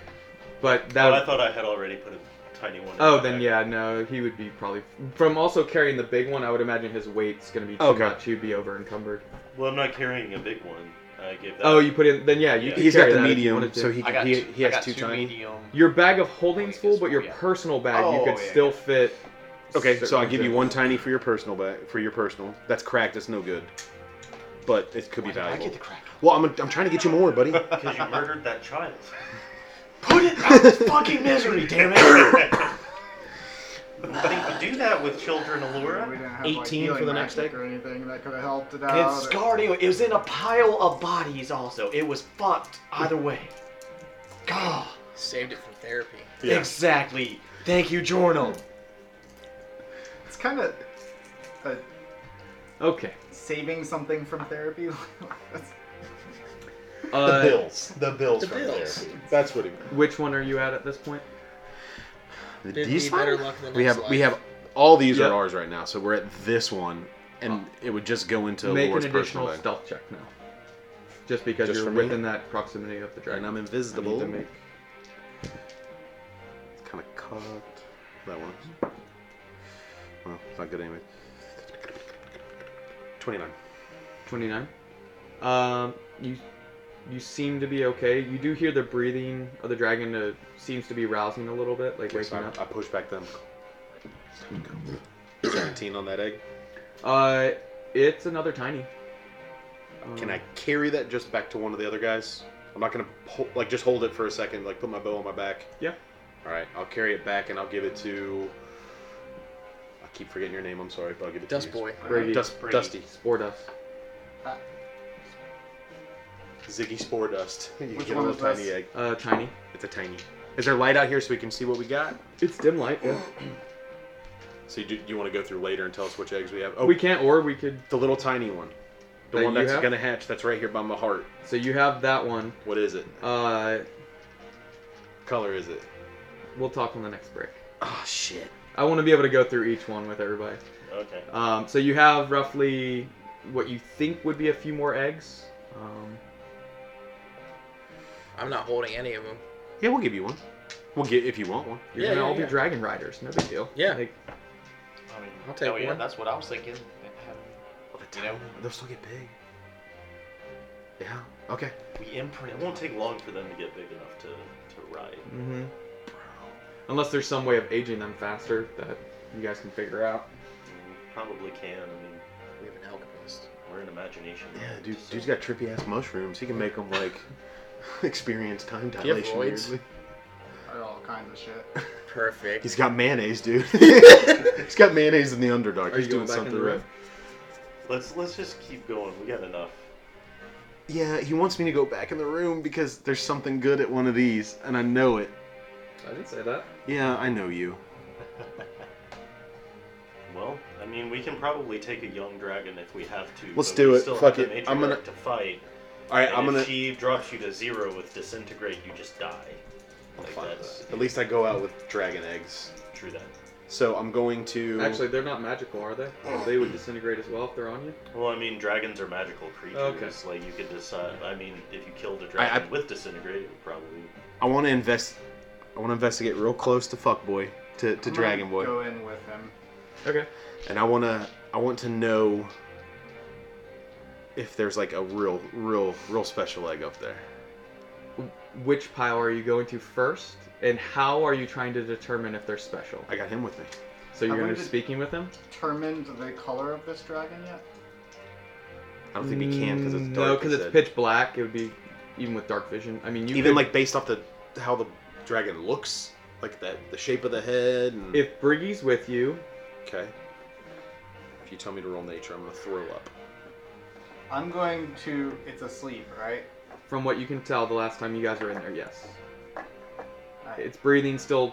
Speaker 2: but that.
Speaker 4: oh, I thought I had already put a tiny one. in
Speaker 2: oh,
Speaker 4: the
Speaker 2: then
Speaker 4: bag.
Speaker 2: yeah, no, he would be probably from also carrying the big one. I would imagine his weight's gonna be too
Speaker 7: Okay.
Speaker 2: much. He'd be over encumbered.
Speaker 4: Well, I'm not carrying a big one. I gave that.
Speaker 2: Oh, you put in then yeah, you
Speaker 4: Yeah.
Speaker 2: could
Speaker 7: He's
Speaker 2: carry
Speaker 7: got the
Speaker 2: that if you wanted
Speaker 7: medium,
Speaker 2: to.
Speaker 7: so he
Speaker 8: I got
Speaker 7: he,
Speaker 8: two,
Speaker 7: he
Speaker 8: I
Speaker 7: has
Speaker 8: got
Speaker 7: two tiny.
Speaker 8: medium.
Speaker 2: your bag of holding's full, but your
Speaker 8: Oh, Yeah.
Speaker 2: personal bag you
Speaker 8: Oh,
Speaker 2: could
Speaker 8: yeah,
Speaker 2: still
Speaker 8: yeah.
Speaker 2: fit.
Speaker 7: Okay, so I
Speaker 2: certain
Speaker 7: give you
Speaker 2: things.
Speaker 7: one tiny for your personal bag for your personal. That's cracked. It's no good, but it could be
Speaker 8: Why did I
Speaker 7: valuable.
Speaker 8: get the crack.
Speaker 7: Well, I'm, I'm trying to get you more, buddy.
Speaker 4: Because you murdered that child.
Speaker 8: Put it out of fucking misery, damn it!
Speaker 4: I think we do that with children,
Speaker 6: We
Speaker 4: Allura.
Speaker 6: didn't have,
Speaker 8: 18
Speaker 6: like, healing
Speaker 8: for the
Speaker 6: magic
Speaker 8: next egg?
Speaker 6: or anything that could have helped it out.
Speaker 8: And scarred anyway. It was in a pile of bodies also. It was fucked either way. God.
Speaker 5: Saved it from therapy.
Speaker 7: Yeah.
Speaker 8: Exactly. Thank you, Jorno.
Speaker 6: It's kind of uh,
Speaker 2: Okay.
Speaker 6: saving something from therapy. That's-
Speaker 7: the
Speaker 2: Uh,
Speaker 7: bills. The bills
Speaker 5: The
Speaker 7: from
Speaker 5: bills.
Speaker 7: therapy. That's what it.
Speaker 2: which one are you at at this point?
Speaker 7: The
Speaker 5: Dude,
Speaker 7: D's
Speaker 5: we better
Speaker 7: file?
Speaker 5: luck in the
Speaker 7: We
Speaker 5: next
Speaker 7: have we
Speaker 5: life.
Speaker 7: have all these
Speaker 2: Yep.
Speaker 7: are ours right now, so we're at this one, and
Speaker 8: Oh.
Speaker 7: it would just go into
Speaker 2: Make
Speaker 7: Laura's
Speaker 2: an additional
Speaker 7: personal bag.
Speaker 2: stealth check now. Just because
Speaker 7: Just
Speaker 2: you're
Speaker 7: for me?
Speaker 2: within that proximity of the dragon.
Speaker 7: And I'm
Speaker 2: I need to
Speaker 7: invisible.
Speaker 2: make-
Speaker 7: It's kind of cocked. That one. Well, it's not good anyway. Twenty-nine.
Speaker 2: 29. Um, you you seem to be okay. You do hear the breathing of the dragon uh, seems to be rousing a little bit, like
Speaker 7: Okay,
Speaker 2: waking
Speaker 7: so
Speaker 2: up.
Speaker 7: I, I push back them. Seventeen on that egg.
Speaker 2: Uh, it's another tiny. Um,
Speaker 7: Can I carry that just back to one of the other guys? I'm not gonna hol- like just hold it for a second, like put my bow on my back.
Speaker 2: Yeah.
Speaker 7: All right, I'll carry it back and I'll give it to. I keep forgetting your name. I'm sorry, but I'll give it
Speaker 5: Dust
Speaker 7: to you.
Speaker 5: Boy.
Speaker 2: Brady.
Speaker 7: Dust,
Speaker 4: Brady.
Speaker 7: Dusty.
Speaker 2: Spore dust.
Speaker 7: Ziggy Spore Dust. You
Speaker 6: Which
Speaker 7: get a
Speaker 6: one
Speaker 7: little
Speaker 6: is this?
Speaker 7: tiny egg.
Speaker 2: Uh, tiny.
Speaker 7: It's a tiny. Is there light out here so we can see what we got?
Speaker 2: It's dim light. Yeah.
Speaker 7: So you, do, you want to go through later and tell us which eggs we have? Oh,
Speaker 2: We can't, or we could.
Speaker 7: the little tiny one, the
Speaker 2: That
Speaker 7: one
Speaker 2: you
Speaker 7: that's
Speaker 2: have?
Speaker 7: gonna hatch. That's right here by my heart.
Speaker 2: So you have that one.
Speaker 7: What is it?
Speaker 2: Uh,
Speaker 7: Color is it?
Speaker 2: we'll talk on the next break.
Speaker 7: Oh shit.
Speaker 2: I want to be able to go through each one with everybody.
Speaker 4: Okay.
Speaker 2: Um, so you have roughly what you think would be a few more eggs. Um,
Speaker 5: I'm not holding any of them.
Speaker 7: Yeah, we'll give you one. We'll get if you want one.
Speaker 2: you're
Speaker 5: Yeah,
Speaker 2: gonna
Speaker 5: yeah,
Speaker 2: all
Speaker 5: yeah.
Speaker 2: be dragon riders. No big deal.
Speaker 5: Yeah.
Speaker 2: Like,
Speaker 8: I mean,
Speaker 5: I'll take
Speaker 8: hell yeah,
Speaker 5: one.
Speaker 8: That's what I was thinking. You know,
Speaker 7: They'll still get big. Yeah. Okay.
Speaker 8: we imprint.
Speaker 4: It won't take long for them to get big enough to, to ride.
Speaker 2: Mm-hmm. Unless there's some way of aging them faster that you guys can figure out.
Speaker 4: We probably can. I mean,
Speaker 5: We have an alchemist.
Speaker 4: we're in imagination.
Speaker 7: Yeah,
Speaker 4: land,
Speaker 7: dude.
Speaker 4: so-
Speaker 7: Dude's got trippy ass mushrooms. He can make them like experience time
Speaker 5: you have
Speaker 7: dilation.
Speaker 5: roids?
Speaker 7: weirdly.
Speaker 6: or all kinds of shit.
Speaker 5: Perfect.
Speaker 7: He's got mayonnaise, dude. He's got mayonnaise in the underdark.
Speaker 2: Are
Speaker 7: He's
Speaker 2: you going
Speaker 7: doing
Speaker 2: back in
Speaker 7: something
Speaker 2: the
Speaker 7: right.
Speaker 2: rift?
Speaker 4: Let's let's just keep going. We got enough.
Speaker 7: Yeah, he wants me to go back in the room because there's something good at one of these, and I know it.
Speaker 2: I didn't say that.
Speaker 7: Yeah, I know you.
Speaker 4: Well, I mean, we can probably take a young dragon if we have to.
Speaker 7: Let's
Speaker 4: but
Speaker 7: do
Speaker 4: we
Speaker 7: it.
Speaker 4: Still
Speaker 7: Fuck
Speaker 4: have the
Speaker 7: it. I'm
Speaker 4: matriarch
Speaker 7: gonna-
Speaker 4: to fight.
Speaker 7: All right,
Speaker 4: and
Speaker 7: I'm
Speaker 4: if
Speaker 7: gonna.
Speaker 4: She drops you to zero with disintegrate. You just die.
Speaker 7: I'm
Speaker 4: Like
Speaker 7: fine with
Speaker 4: that's
Speaker 7: that. At least I go out with dragon eggs.
Speaker 4: true. That.
Speaker 7: So I'm going to.
Speaker 2: Actually, they're not magical, are they? They would disintegrate as well if they're on you.
Speaker 4: Well, I mean, dragons are magical creatures. Like you could decide. I mean, if you killed a dragon with disintegrate, it would probably.
Speaker 7: I want to invest. I want to investigate real close to fuckboy to, to
Speaker 6: I'm
Speaker 7: dragon
Speaker 6: gonna
Speaker 7: boy.
Speaker 6: Go in with him.
Speaker 2: Okay.
Speaker 7: and I wanna I want to know if there's like a real real real special egg up there.
Speaker 2: Which pile are you going to first, and how are you trying to determine if they're special?
Speaker 7: I got him with me.
Speaker 2: So you're
Speaker 6: I
Speaker 2: going to
Speaker 6: wanted-
Speaker 2: be speaking with them?
Speaker 6: Determined the color of this dragon yet?
Speaker 7: I don't think we can because it's
Speaker 2: Mm,
Speaker 7: dark.
Speaker 2: No, because
Speaker 7: it
Speaker 2: it's
Speaker 7: said.
Speaker 2: pitch black. It would be even with dark vision. I mean, you
Speaker 7: Even
Speaker 2: could-
Speaker 7: like based off the how the dragon looks, like that the shape of the head. And,
Speaker 2: if Briggy's with you,
Speaker 7: okay. If you tell me to roll nature, I'm gonna throw up.
Speaker 6: I'm going to. It's asleep, right?
Speaker 2: from what you can tell, the last time you guys were in there, yes,
Speaker 6: Alright.
Speaker 2: it's breathing still.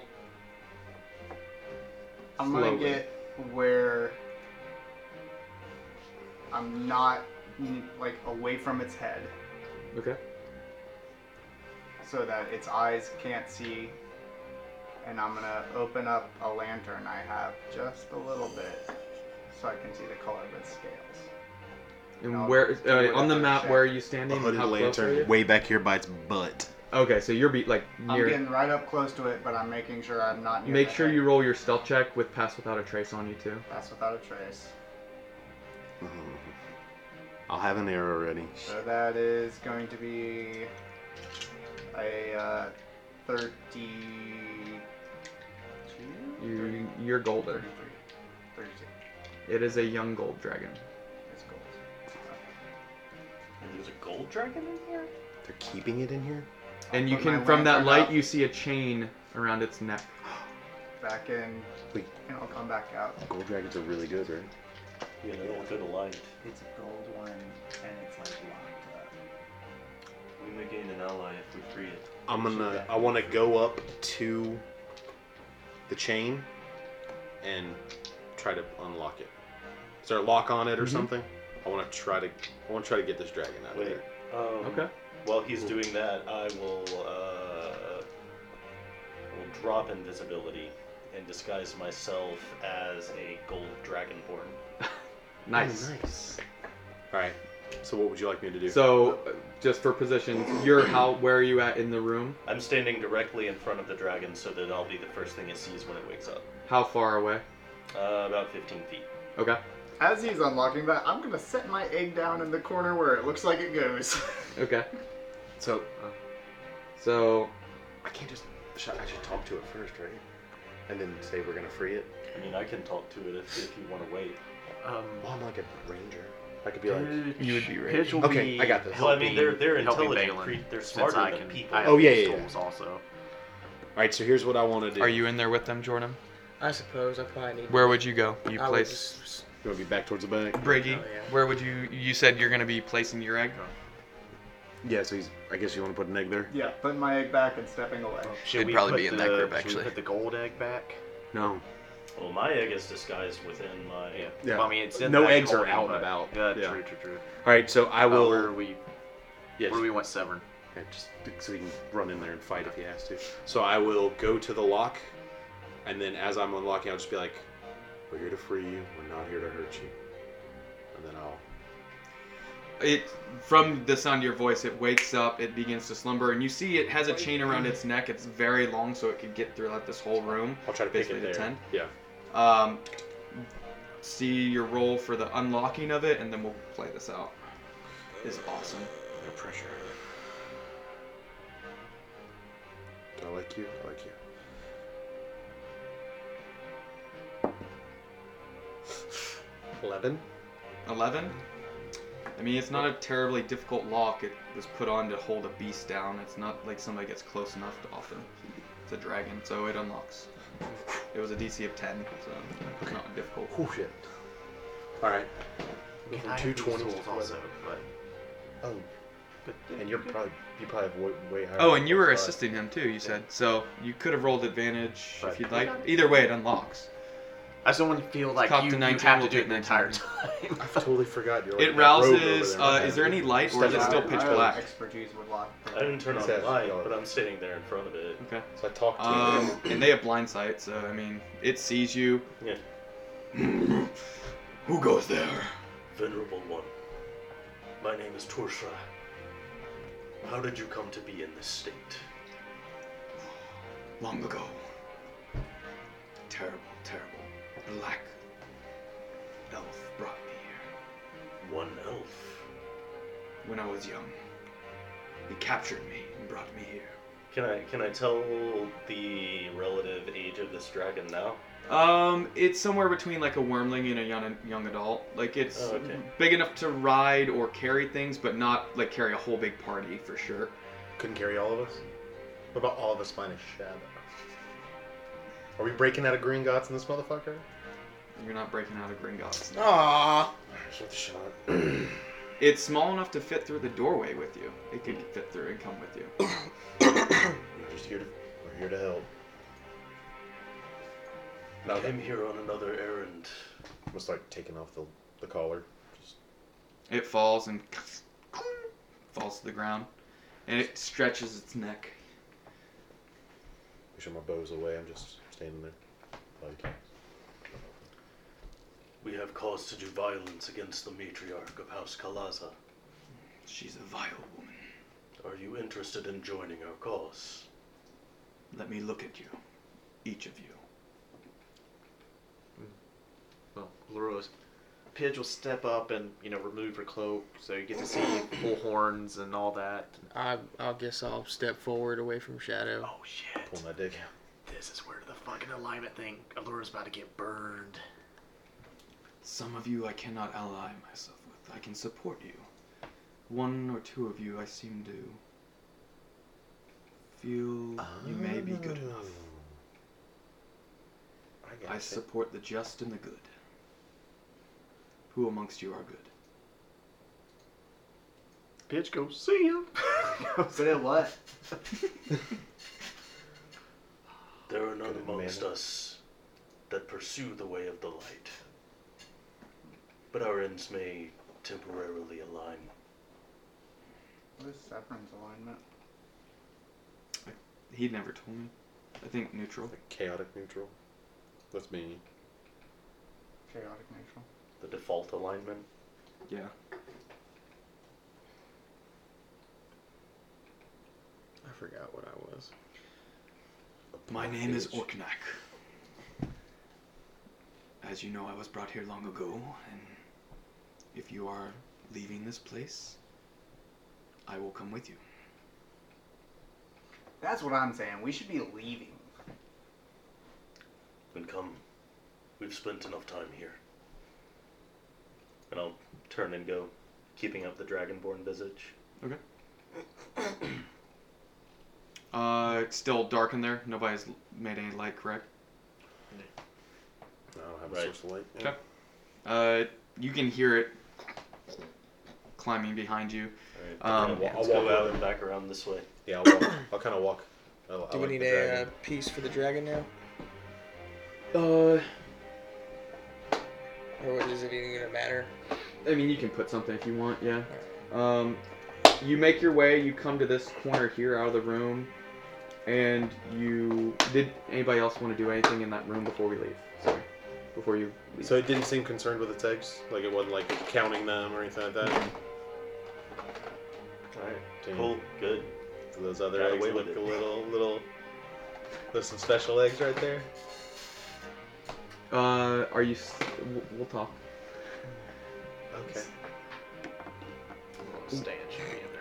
Speaker 6: I'm gonna
Speaker 2: slowly.
Speaker 6: get where I'm not n- like away from its head,
Speaker 2: Okay.
Speaker 6: so that its eyes can't see. And I'm gonna open up a lantern I have just a little bit, so I can see the color of its scales.
Speaker 2: And
Speaker 6: I'll
Speaker 2: where
Speaker 6: do
Speaker 2: uh, on the
Speaker 6: whatever
Speaker 2: map?
Speaker 6: check.
Speaker 2: Where are you standing?
Speaker 7: A
Speaker 2: and
Speaker 7: hooded
Speaker 2: how close are
Speaker 7: lantern
Speaker 2: you?
Speaker 7: way back here by its butt.
Speaker 2: Okay, so you're be like
Speaker 6: I'm
Speaker 2: near.
Speaker 6: getting right up close to it, but I'm making sure I'm not near.
Speaker 2: Make
Speaker 6: the
Speaker 2: sure
Speaker 6: head.
Speaker 2: you roll your stealth check with pass without a trace on you too.
Speaker 6: That's without a trace.
Speaker 7: Mhm. I'll have an arrow ready.
Speaker 6: So that is going to be a uh, 32?
Speaker 2: You you're golden.
Speaker 6: 33. 32.
Speaker 2: It is a young gold dragon.
Speaker 6: It's gold.
Speaker 4: And there's a gold dragon in here.
Speaker 7: They're keeping it in here.
Speaker 2: And you
Speaker 6: Put
Speaker 2: can
Speaker 6: my
Speaker 2: from that
Speaker 6: lantern
Speaker 2: light
Speaker 6: up.
Speaker 2: you see a chain around its neck.
Speaker 6: Back in.
Speaker 7: Wait.
Speaker 6: And I'll come back out.
Speaker 7: Gold dragons are really good, right?
Speaker 4: Yeah, they're all good aligned.
Speaker 11: It's a gold one, and it's like locked up.
Speaker 4: We may gain an ally if we free it.
Speaker 7: I'm gonna. I want to go up to the chain and try to unlock it. Is there a lock on it or
Speaker 2: Mhm.
Speaker 7: something? I want to try to. I want to try to get this dragon out of
Speaker 4: Wait.
Speaker 7: there.
Speaker 4: Um,
Speaker 2: Okay.
Speaker 4: While he's doing that, I will uh, I will drop invisibility and disguise myself as a gold dragonborn.
Speaker 2: Nice.
Speaker 7: Oh, nice. All right. So what would you like me to do?
Speaker 2: So uh, just for position, you're how where are you at in the room?
Speaker 4: I'm standing directly in front of the dragon so that I'll be the first thing it sees when it wakes up.
Speaker 2: How far away?
Speaker 4: Uh, about 15 feet.
Speaker 2: Okay.
Speaker 6: As he's unlocking that, I'm gonna set my egg down in the corner where it looks like it goes.
Speaker 2: Okay.
Speaker 7: So
Speaker 2: So
Speaker 7: I can't just. Should, I should talk to it first, right? And then say we're gonna free it.
Speaker 4: I mean, I can talk to it if, if you want to wait.
Speaker 8: Um,
Speaker 7: Well, I'm like a ranger. I could be like.
Speaker 8: you would be right. Pitch will
Speaker 7: Okay,
Speaker 8: be
Speaker 7: I got this.
Speaker 4: Well, I mean,
Speaker 8: helping-
Speaker 4: they're they're
Speaker 8: helping
Speaker 4: intelligent.
Speaker 8: Balin,
Speaker 4: Cre- they're
Speaker 8: since
Speaker 4: smarter
Speaker 8: I
Speaker 4: than
Speaker 8: can,
Speaker 4: people.
Speaker 8: I have
Speaker 7: Oh, yeah,
Speaker 8: these
Speaker 7: yeah, yeah.
Speaker 8: tools also.
Speaker 7: All right. So here's what I want to do.
Speaker 2: are you in there with them, Jordan?
Speaker 5: I suppose I probably need.
Speaker 2: Where would you go? You
Speaker 5: I would
Speaker 2: place
Speaker 5: just-
Speaker 7: You want to be back towards the back?
Speaker 2: Briggy.
Speaker 5: Oh, yeah.
Speaker 2: Where would you you said you're gonna be placing your egg?
Speaker 7: Yeah. So he's. I guess you want to put an egg there.
Speaker 6: yeah, putting my egg back and stepping away.
Speaker 8: Oh, Should
Speaker 11: It'd
Speaker 8: we
Speaker 11: probably
Speaker 8: put
Speaker 11: be in
Speaker 8: the,
Speaker 11: that group,
Speaker 8: should we
Speaker 11: actually.
Speaker 8: put the gold egg back?
Speaker 7: No.
Speaker 4: Well, my egg is disguised within my.
Speaker 8: Yeah.
Speaker 7: Yeah.
Speaker 8: Well, I mean, it's in
Speaker 7: No
Speaker 8: that
Speaker 7: eggs are
Speaker 8: gold,
Speaker 7: out and
Speaker 8: but-
Speaker 7: about.
Speaker 8: Yeah,
Speaker 7: Yeah.
Speaker 8: True. True. True.
Speaker 7: All right. So I
Speaker 8: Uh,
Speaker 7: will.
Speaker 8: where do we?
Speaker 7: Yes.
Speaker 8: Where do we want Severn?
Speaker 7: Yeah, just so he can run in there and fight if he has to. So I will go to the lock, and then as I'm unlocking, I'll just be like, "We're here to free you. We're not here to hurt you." And then I'll.
Speaker 2: It from the sound of your voice, it wakes up, it begins to slumber, and you see it has a chain around its neck. It's very long, so it could get through like this whole room.
Speaker 7: I'll try to pick
Speaker 2: Basically
Speaker 7: it
Speaker 2: the
Speaker 7: there.
Speaker 2: 10?
Speaker 7: Yeah.
Speaker 2: Um, see your role for the unlocking of it, and then we'll play this out. Is awesome.
Speaker 7: No pressure. Do I like you? I like you. Eleven.
Speaker 2: Eleven. I mean, it's not a terribly difficult lock. It was put on to hold a beast down. It's not like somebody gets close enough to often. It's a dragon, so it unlocks. It was a DC of ten, so it's not difficult.
Speaker 7: Oh shit. All right. Go
Speaker 4: Can
Speaker 7: from
Speaker 4: I have
Speaker 7: two
Speaker 4: these
Speaker 7: twenties
Speaker 4: tools
Speaker 7: to
Speaker 4: also,
Speaker 7: also.
Speaker 4: but
Speaker 7: Oh, and you're probably you probably have way, way higher.
Speaker 2: Oh, and you were
Speaker 7: than I thought.
Speaker 2: assisting him too. You said so. You could have rolled advantage if
Speaker 7: Right.
Speaker 2: you'd like. Either way, it unlocks.
Speaker 8: I just don't want to feel like
Speaker 2: Cocked
Speaker 8: you,
Speaker 2: to
Speaker 8: you
Speaker 2: 19,
Speaker 8: have to
Speaker 2: we'll
Speaker 8: do
Speaker 2: take
Speaker 8: it the
Speaker 2: 19.
Speaker 8: entire time.
Speaker 7: I totally forgot. You're like
Speaker 2: It
Speaker 7: that rogue over
Speaker 2: rouses.
Speaker 7: there.
Speaker 2: Uh, is there any light, or is it
Speaker 7: Step
Speaker 2: still
Speaker 7: out.
Speaker 2: pitch
Speaker 6: I have
Speaker 2: black?
Speaker 6: Expertise with lock.
Speaker 4: I didn't turn on
Speaker 7: It's
Speaker 4: the
Speaker 7: that-
Speaker 4: light, but I'm standing there in front of it.
Speaker 2: Okay.
Speaker 7: So I talked to
Speaker 2: Um,
Speaker 7: him.
Speaker 2: and they have blind sight, so I mean, it sees you.
Speaker 4: Yeah.
Speaker 2: Who goes there?
Speaker 4: Venerable one, my name is Torshra. How did you come to be in this state?
Speaker 2: Long ago. Terrible, terrible. The lack elf brought me here
Speaker 4: One elf.
Speaker 2: when I was young. He captured me and brought me here.
Speaker 4: Can I can I tell the relative age of this dragon now?
Speaker 2: Um, it's somewhere between like a wormling and a young, young adult. Like it's
Speaker 4: Oh, okay.
Speaker 2: big enough to ride or carry things, but not like carry a whole big party for sure.
Speaker 7: Couldn't carry all of us. What about all of us minus Shadow? Are we breaking out of Green Gots in this motherfucker?
Speaker 2: You're not breaking out of Gringotts.
Speaker 4: Oh.
Speaker 5: Aww.
Speaker 7: Alright, shut the shot.
Speaker 2: It's small enough to fit through the doorway with you. It could fit through and come with you.
Speaker 7: We're just here to we're here to help.
Speaker 4: I
Speaker 7: Now
Speaker 4: came here on another errand.
Speaker 7: I'm like taking off the, the collar. Just
Speaker 2: It falls and falls to the ground, and it stretches its neck.
Speaker 7: make sure my bow's away. I'm just standing there. Like,
Speaker 4: We have cause to do violence against the matriarch of House Kalaza.
Speaker 2: She's a vile woman.
Speaker 4: Are you interested in joining our cause?
Speaker 2: Let me look at you, each of you.
Speaker 8: well, Laura's Pidge will step up and you know remove her cloak, so you get to see bull horns and all that.
Speaker 5: I I guess I'll step forward away from Shadow.
Speaker 8: Oh shit!
Speaker 7: pulling that dick out.
Speaker 8: This is where the fucking alignment thing. Allura's about to get burned.
Speaker 2: Some of you I cannot ally myself with. I can support you. One or two of you I seem to feel you may be
Speaker 7: Ah.
Speaker 2: good enough.
Speaker 7: I
Speaker 2: I
Speaker 7: guess.
Speaker 2: support the just and the good. Who amongst you are good?
Speaker 8: Pidge goes, see him.
Speaker 12: But it what?
Speaker 4: There are none
Speaker 7: Good
Speaker 4: amongst
Speaker 7: man.
Speaker 4: us that pursue the way of the light. But our ends may temporarily align.
Speaker 6: What is Severin's alignment?
Speaker 2: He never told me. I think neutral.
Speaker 7: Like chaotic neutral. That's me.
Speaker 6: Chaotic neutral.
Speaker 4: The default alignment?
Speaker 2: Yeah.
Speaker 5: I forgot what I was.
Speaker 2: My name is
Speaker 7: Bitch.
Speaker 2: Orknak. As you know, I was brought here long ago, and if you are leaving this place, I will come with you.
Speaker 6: That's what I'm saying. We should be leaving.
Speaker 4: Then come. We've spent enough time here. And I'll turn and go, keeping up the dragonborn visage.
Speaker 2: Uh, it's still dark in there. Nobody's l- made any light, correct?
Speaker 7: I don't have a
Speaker 4: Right.
Speaker 7: source of light.
Speaker 2: Okay. Uh, you can hear it climbing behind you.
Speaker 4: Alright,
Speaker 2: Um,
Speaker 4: I'll,
Speaker 2: yeah,
Speaker 4: I'll
Speaker 7: let's
Speaker 4: go
Speaker 7: go
Speaker 4: out
Speaker 7: with
Speaker 4: and back around this way.
Speaker 7: Yeah, I'll, walk. I'll kind of walk. I, I
Speaker 5: Do we
Speaker 7: like
Speaker 5: need
Speaker 7: the
Speaker 5: a uh,
Speaker 7: dragon.
Speaker 5: piece for the dragon now?
Speaker 8: Uh,
Speaker 5: Or what, does it even gonna matter?
Speaker 2: I mean, you can put something if you want, yeah. Um, you make your way, you come to this corner here out of the room, and you. Did anybody else want to do anything in that room before we leave? Sorry. Before you leave.
Speaker 7: So it didn't seem concerned with its eggs. Like it wasn't like counting them or anything like that.
Speaker 4: Alright,
Speaker 7: Damn.
Speaker 4: cool, good.
Speaker 7: Those other
Speaker 4: Got
Speaker 7: eggs
Speaker 4: away with
Speaker 7: look a
Speaker 4: it.
Speaker 7: little, little. There's some special eggs right there.
Speaker 2: uh, are you. s- We'll, we'll talk.
Speaker 7: Okay.
Speaker 8: stand should be in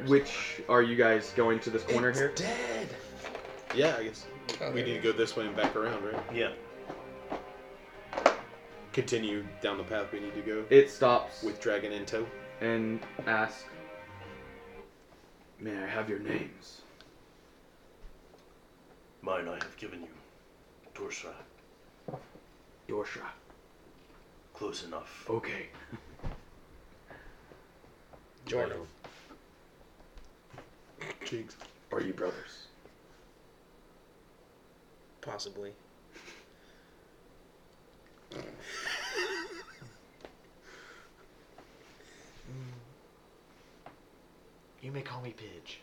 Speaker 8: there.
Speaker 2: Which are you guys going to this corner here?
Speaker 7: dead. Yeah, I guess
Speaker 5: Oh,
Speaker 7: we need to go this way and back around, right?
Speaker 4: Yeah,
Speaker 7: Continue down the path we need to go
Speaker 2: It stops
Speaker 7: with dragon in tow.
Speaker 2: and asks, May I have your names?
Speaker 4: mine I have given you. Torshra,
Speaker 2: Yorsha.
Speaker 4: close enough.
Speaker 2: Okay.
Speaker 5: Jordan.
Speaker 7: Cheeks.
Speaker 3: Are you brothers?
Speaker 5: Possibly.
Speaker 8: You may call me Pidge.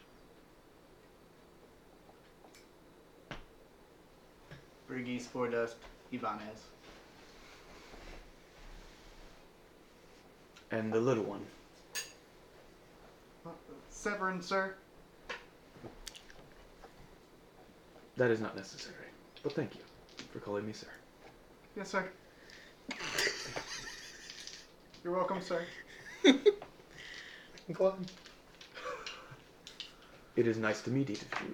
Speaker 6: Briggy, Spordust, Ibanez.
Speaker 2: And the little one.
Speaker 6: Severin, sir.
Speaker 2: That is not necessary. But thank you for calling me sir.
Speaker 6: Yes, sir. You're welcome, sir.
Speaker 2: It is nice to meet each of you.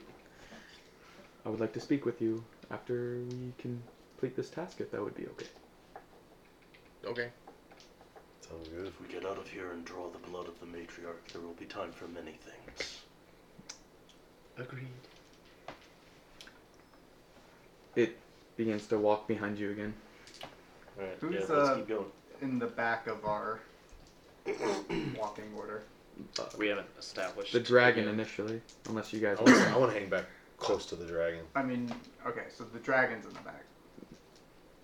Speaker 2: I would like to speak with you after we can complete this task, if that would be okay.
Speaker 5: Okay.
Speaker 7: Sounds good.
Speaker 4: If we get out of here and draw the blood of the matriarch, there will be time for many things.
Speaker 8: Agreed.
Speaker 2: It begins to walk behind you again.
Speaker 4: Alright,
Speaker 6: Who's,
Speaker 4: yeah, let's
Speaker 6: uh,
Speaker 4: keep going.
Speaker 6: In the back of our walking order.
Speaker 8: We haven't established.
Speaker 2: The dragon initially, unless you guys.
Speaker 7: I wanna- I want to hang back close to the dragon.
Speaker 6: I mean, okay, so the dragon's in the back.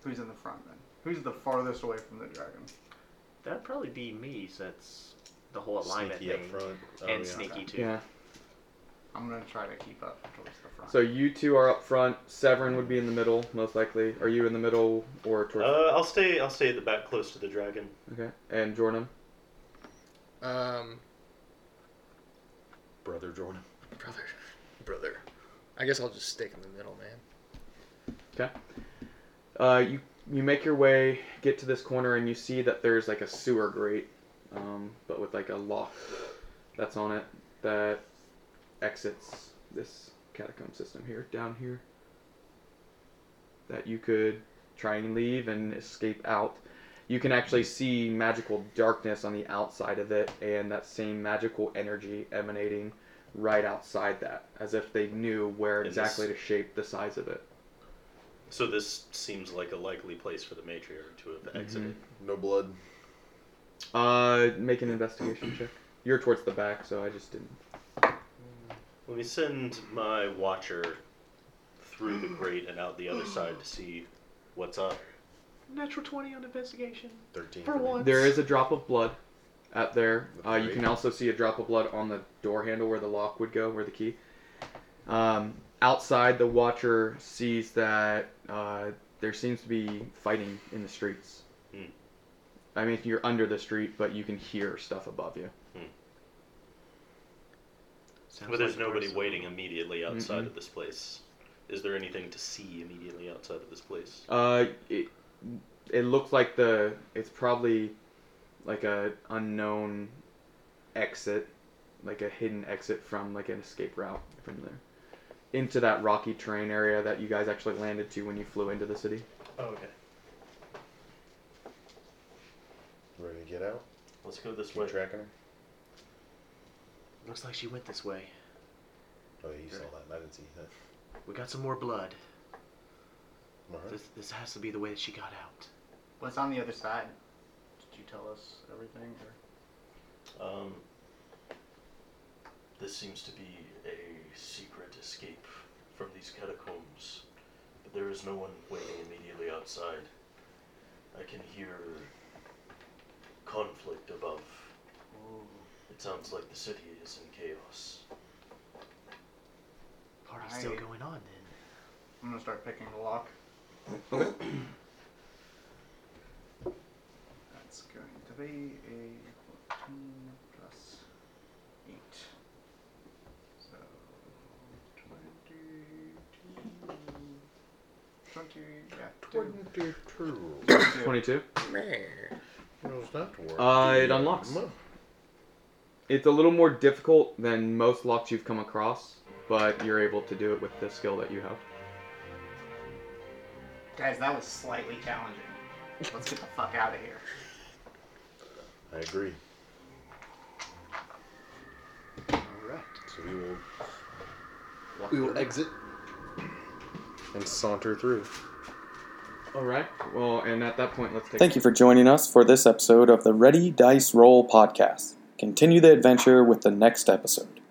Speaker 6: Who's in the front then? Who's the farthest away from the dragon?
Speaker 8: That'd probably be me since the whole alignment
Speaker 7: Sneaky up
Speaker 8: thing.
Speaker 7: front. Oh,
Speaker 8: and
Speaker 7: yeah.
Speaker 8: sneaky too.
Speaker 2: Yeah.
Speaker 6: I'm gonna try to keep up towards the front.
Speaker 2: So you two are up front. Severin would be in the middle, most likely. Are you in the middle or towards?
Speaker 4: Uh, I'll stay. I'll stay at the back, close to the dragon.
Speaker 2: okay. And Jordan.
Speaker 5: Um,
Speaker 7: Brother Jordan.
Speaker 5: brother, brother. I guess I'll just stick in the middle, man.
Speaker 2: Okay. Uh, you you make your way, get to this corner, and you see that there's like a sewer grate, um, but with like a lock that's on it that exits this catacomb system here, down here. That you could try and leave and escape out. You can actually see magical darkness on the outside of it, and that same magical energy emanating right outside that, as if they knew where
Speaker 4: In this-
Speaker 2: exactly to shape the size of it.
Speaker 4: So this seems like a likely place for the matriarch to have exited.
Speaker 7: No blood.
Speaker 2: Uh, make an investigation check. You're towards the back, so I just didn't.
Speaker 4: Let me send my watcher through the grate and out the other side to see what's up.
Speaker 8: Natural twenty on investigation.
Speaker 7: 13.
Speaker 8: For
Speaker 7: me.
Speaker 8: one.
Speaker 2: There is a drop of blood out there. Uh, you
Speaker 7: Okay.
Speaker 2: can also see a drop of blood on the door handle where the lock would go, where the key. Um, outside, the watcher sees that uh, there seems to be fighting in the streets.
Speaker 4: Hmm.
Speaker 2: I mean, you're under the street, but you can hear stuff above you.
Speaker 8: Sounds
Speaker 4: But there's
Speaker 8: like
Speaker 4: nobody
Speaker 8: personal.
Speaker 4: waiting immediately outside
Speaker 2: Mhm.
Speaker 4: of this place. Is there anything to see immediately outside of this place?
Speaker 2: Uh, it it looks like the it's probably like a unknown exit, like a hidden exit from like an escape route from there into that rocky terrain area that you guys actually landed to when you flew into the city.
Speaker 4: Oh, okay.
Speaker 7: Ready to get out?
Speaker 4: Let's go this
Speaker 7: Keep
Speaker 4: way.
Speaker 7: tracking her?
Speaker 8: Looks like she went this way.
Speaker 7: Oh, yeah, you saw that. and I didn't see that.
Speaker 8: We got some more blood.
Speaker 7: Alright.
Speaker 8: This, this has to be the way that she got out.
Speaker 6: What's on the other side? Did you tell us everything? Or?
Speaker 4: Um, this seems to be a secret escape from these catacombs, but there is no one waiting immediately outside. I can hear conflict above. It sounds like the city is in chaos.
Speaker 8: Party's still
Speaker 6: Right.
Speaker 8: going on then.
Speaker 6: I'm gonna start picking the lock. That's going to be a 14 plus 8. So, 22. 20, yeah. two.
Speaker 7: 22.
Speaker 2: Twenty-two.
Speaker 5: Meh.
Speaker 7: Rules not to work.
Speaker 2: Uh, it unlocks. It's a little more difficult than most locks you've come across, but you're able to do it with the skill that you have.
Speaker 6: Guys, that was slightly challenging. Let's get the fuck out of here.
Speaker 7: I agree.
Speaker 3: Alright.
Speaker 7: So we will walk
Speaker 3: We will
Speaker 7: through
Speaker 3: exit.
Speaker 7: and saunter through.
Speaker 2: All right. Well, and at that point, let's take.
Speaker 1: Thank you for joining us for this episode of the Ready Dice Roll podcast.
Speaker 2: Continue the adventure with the next episode.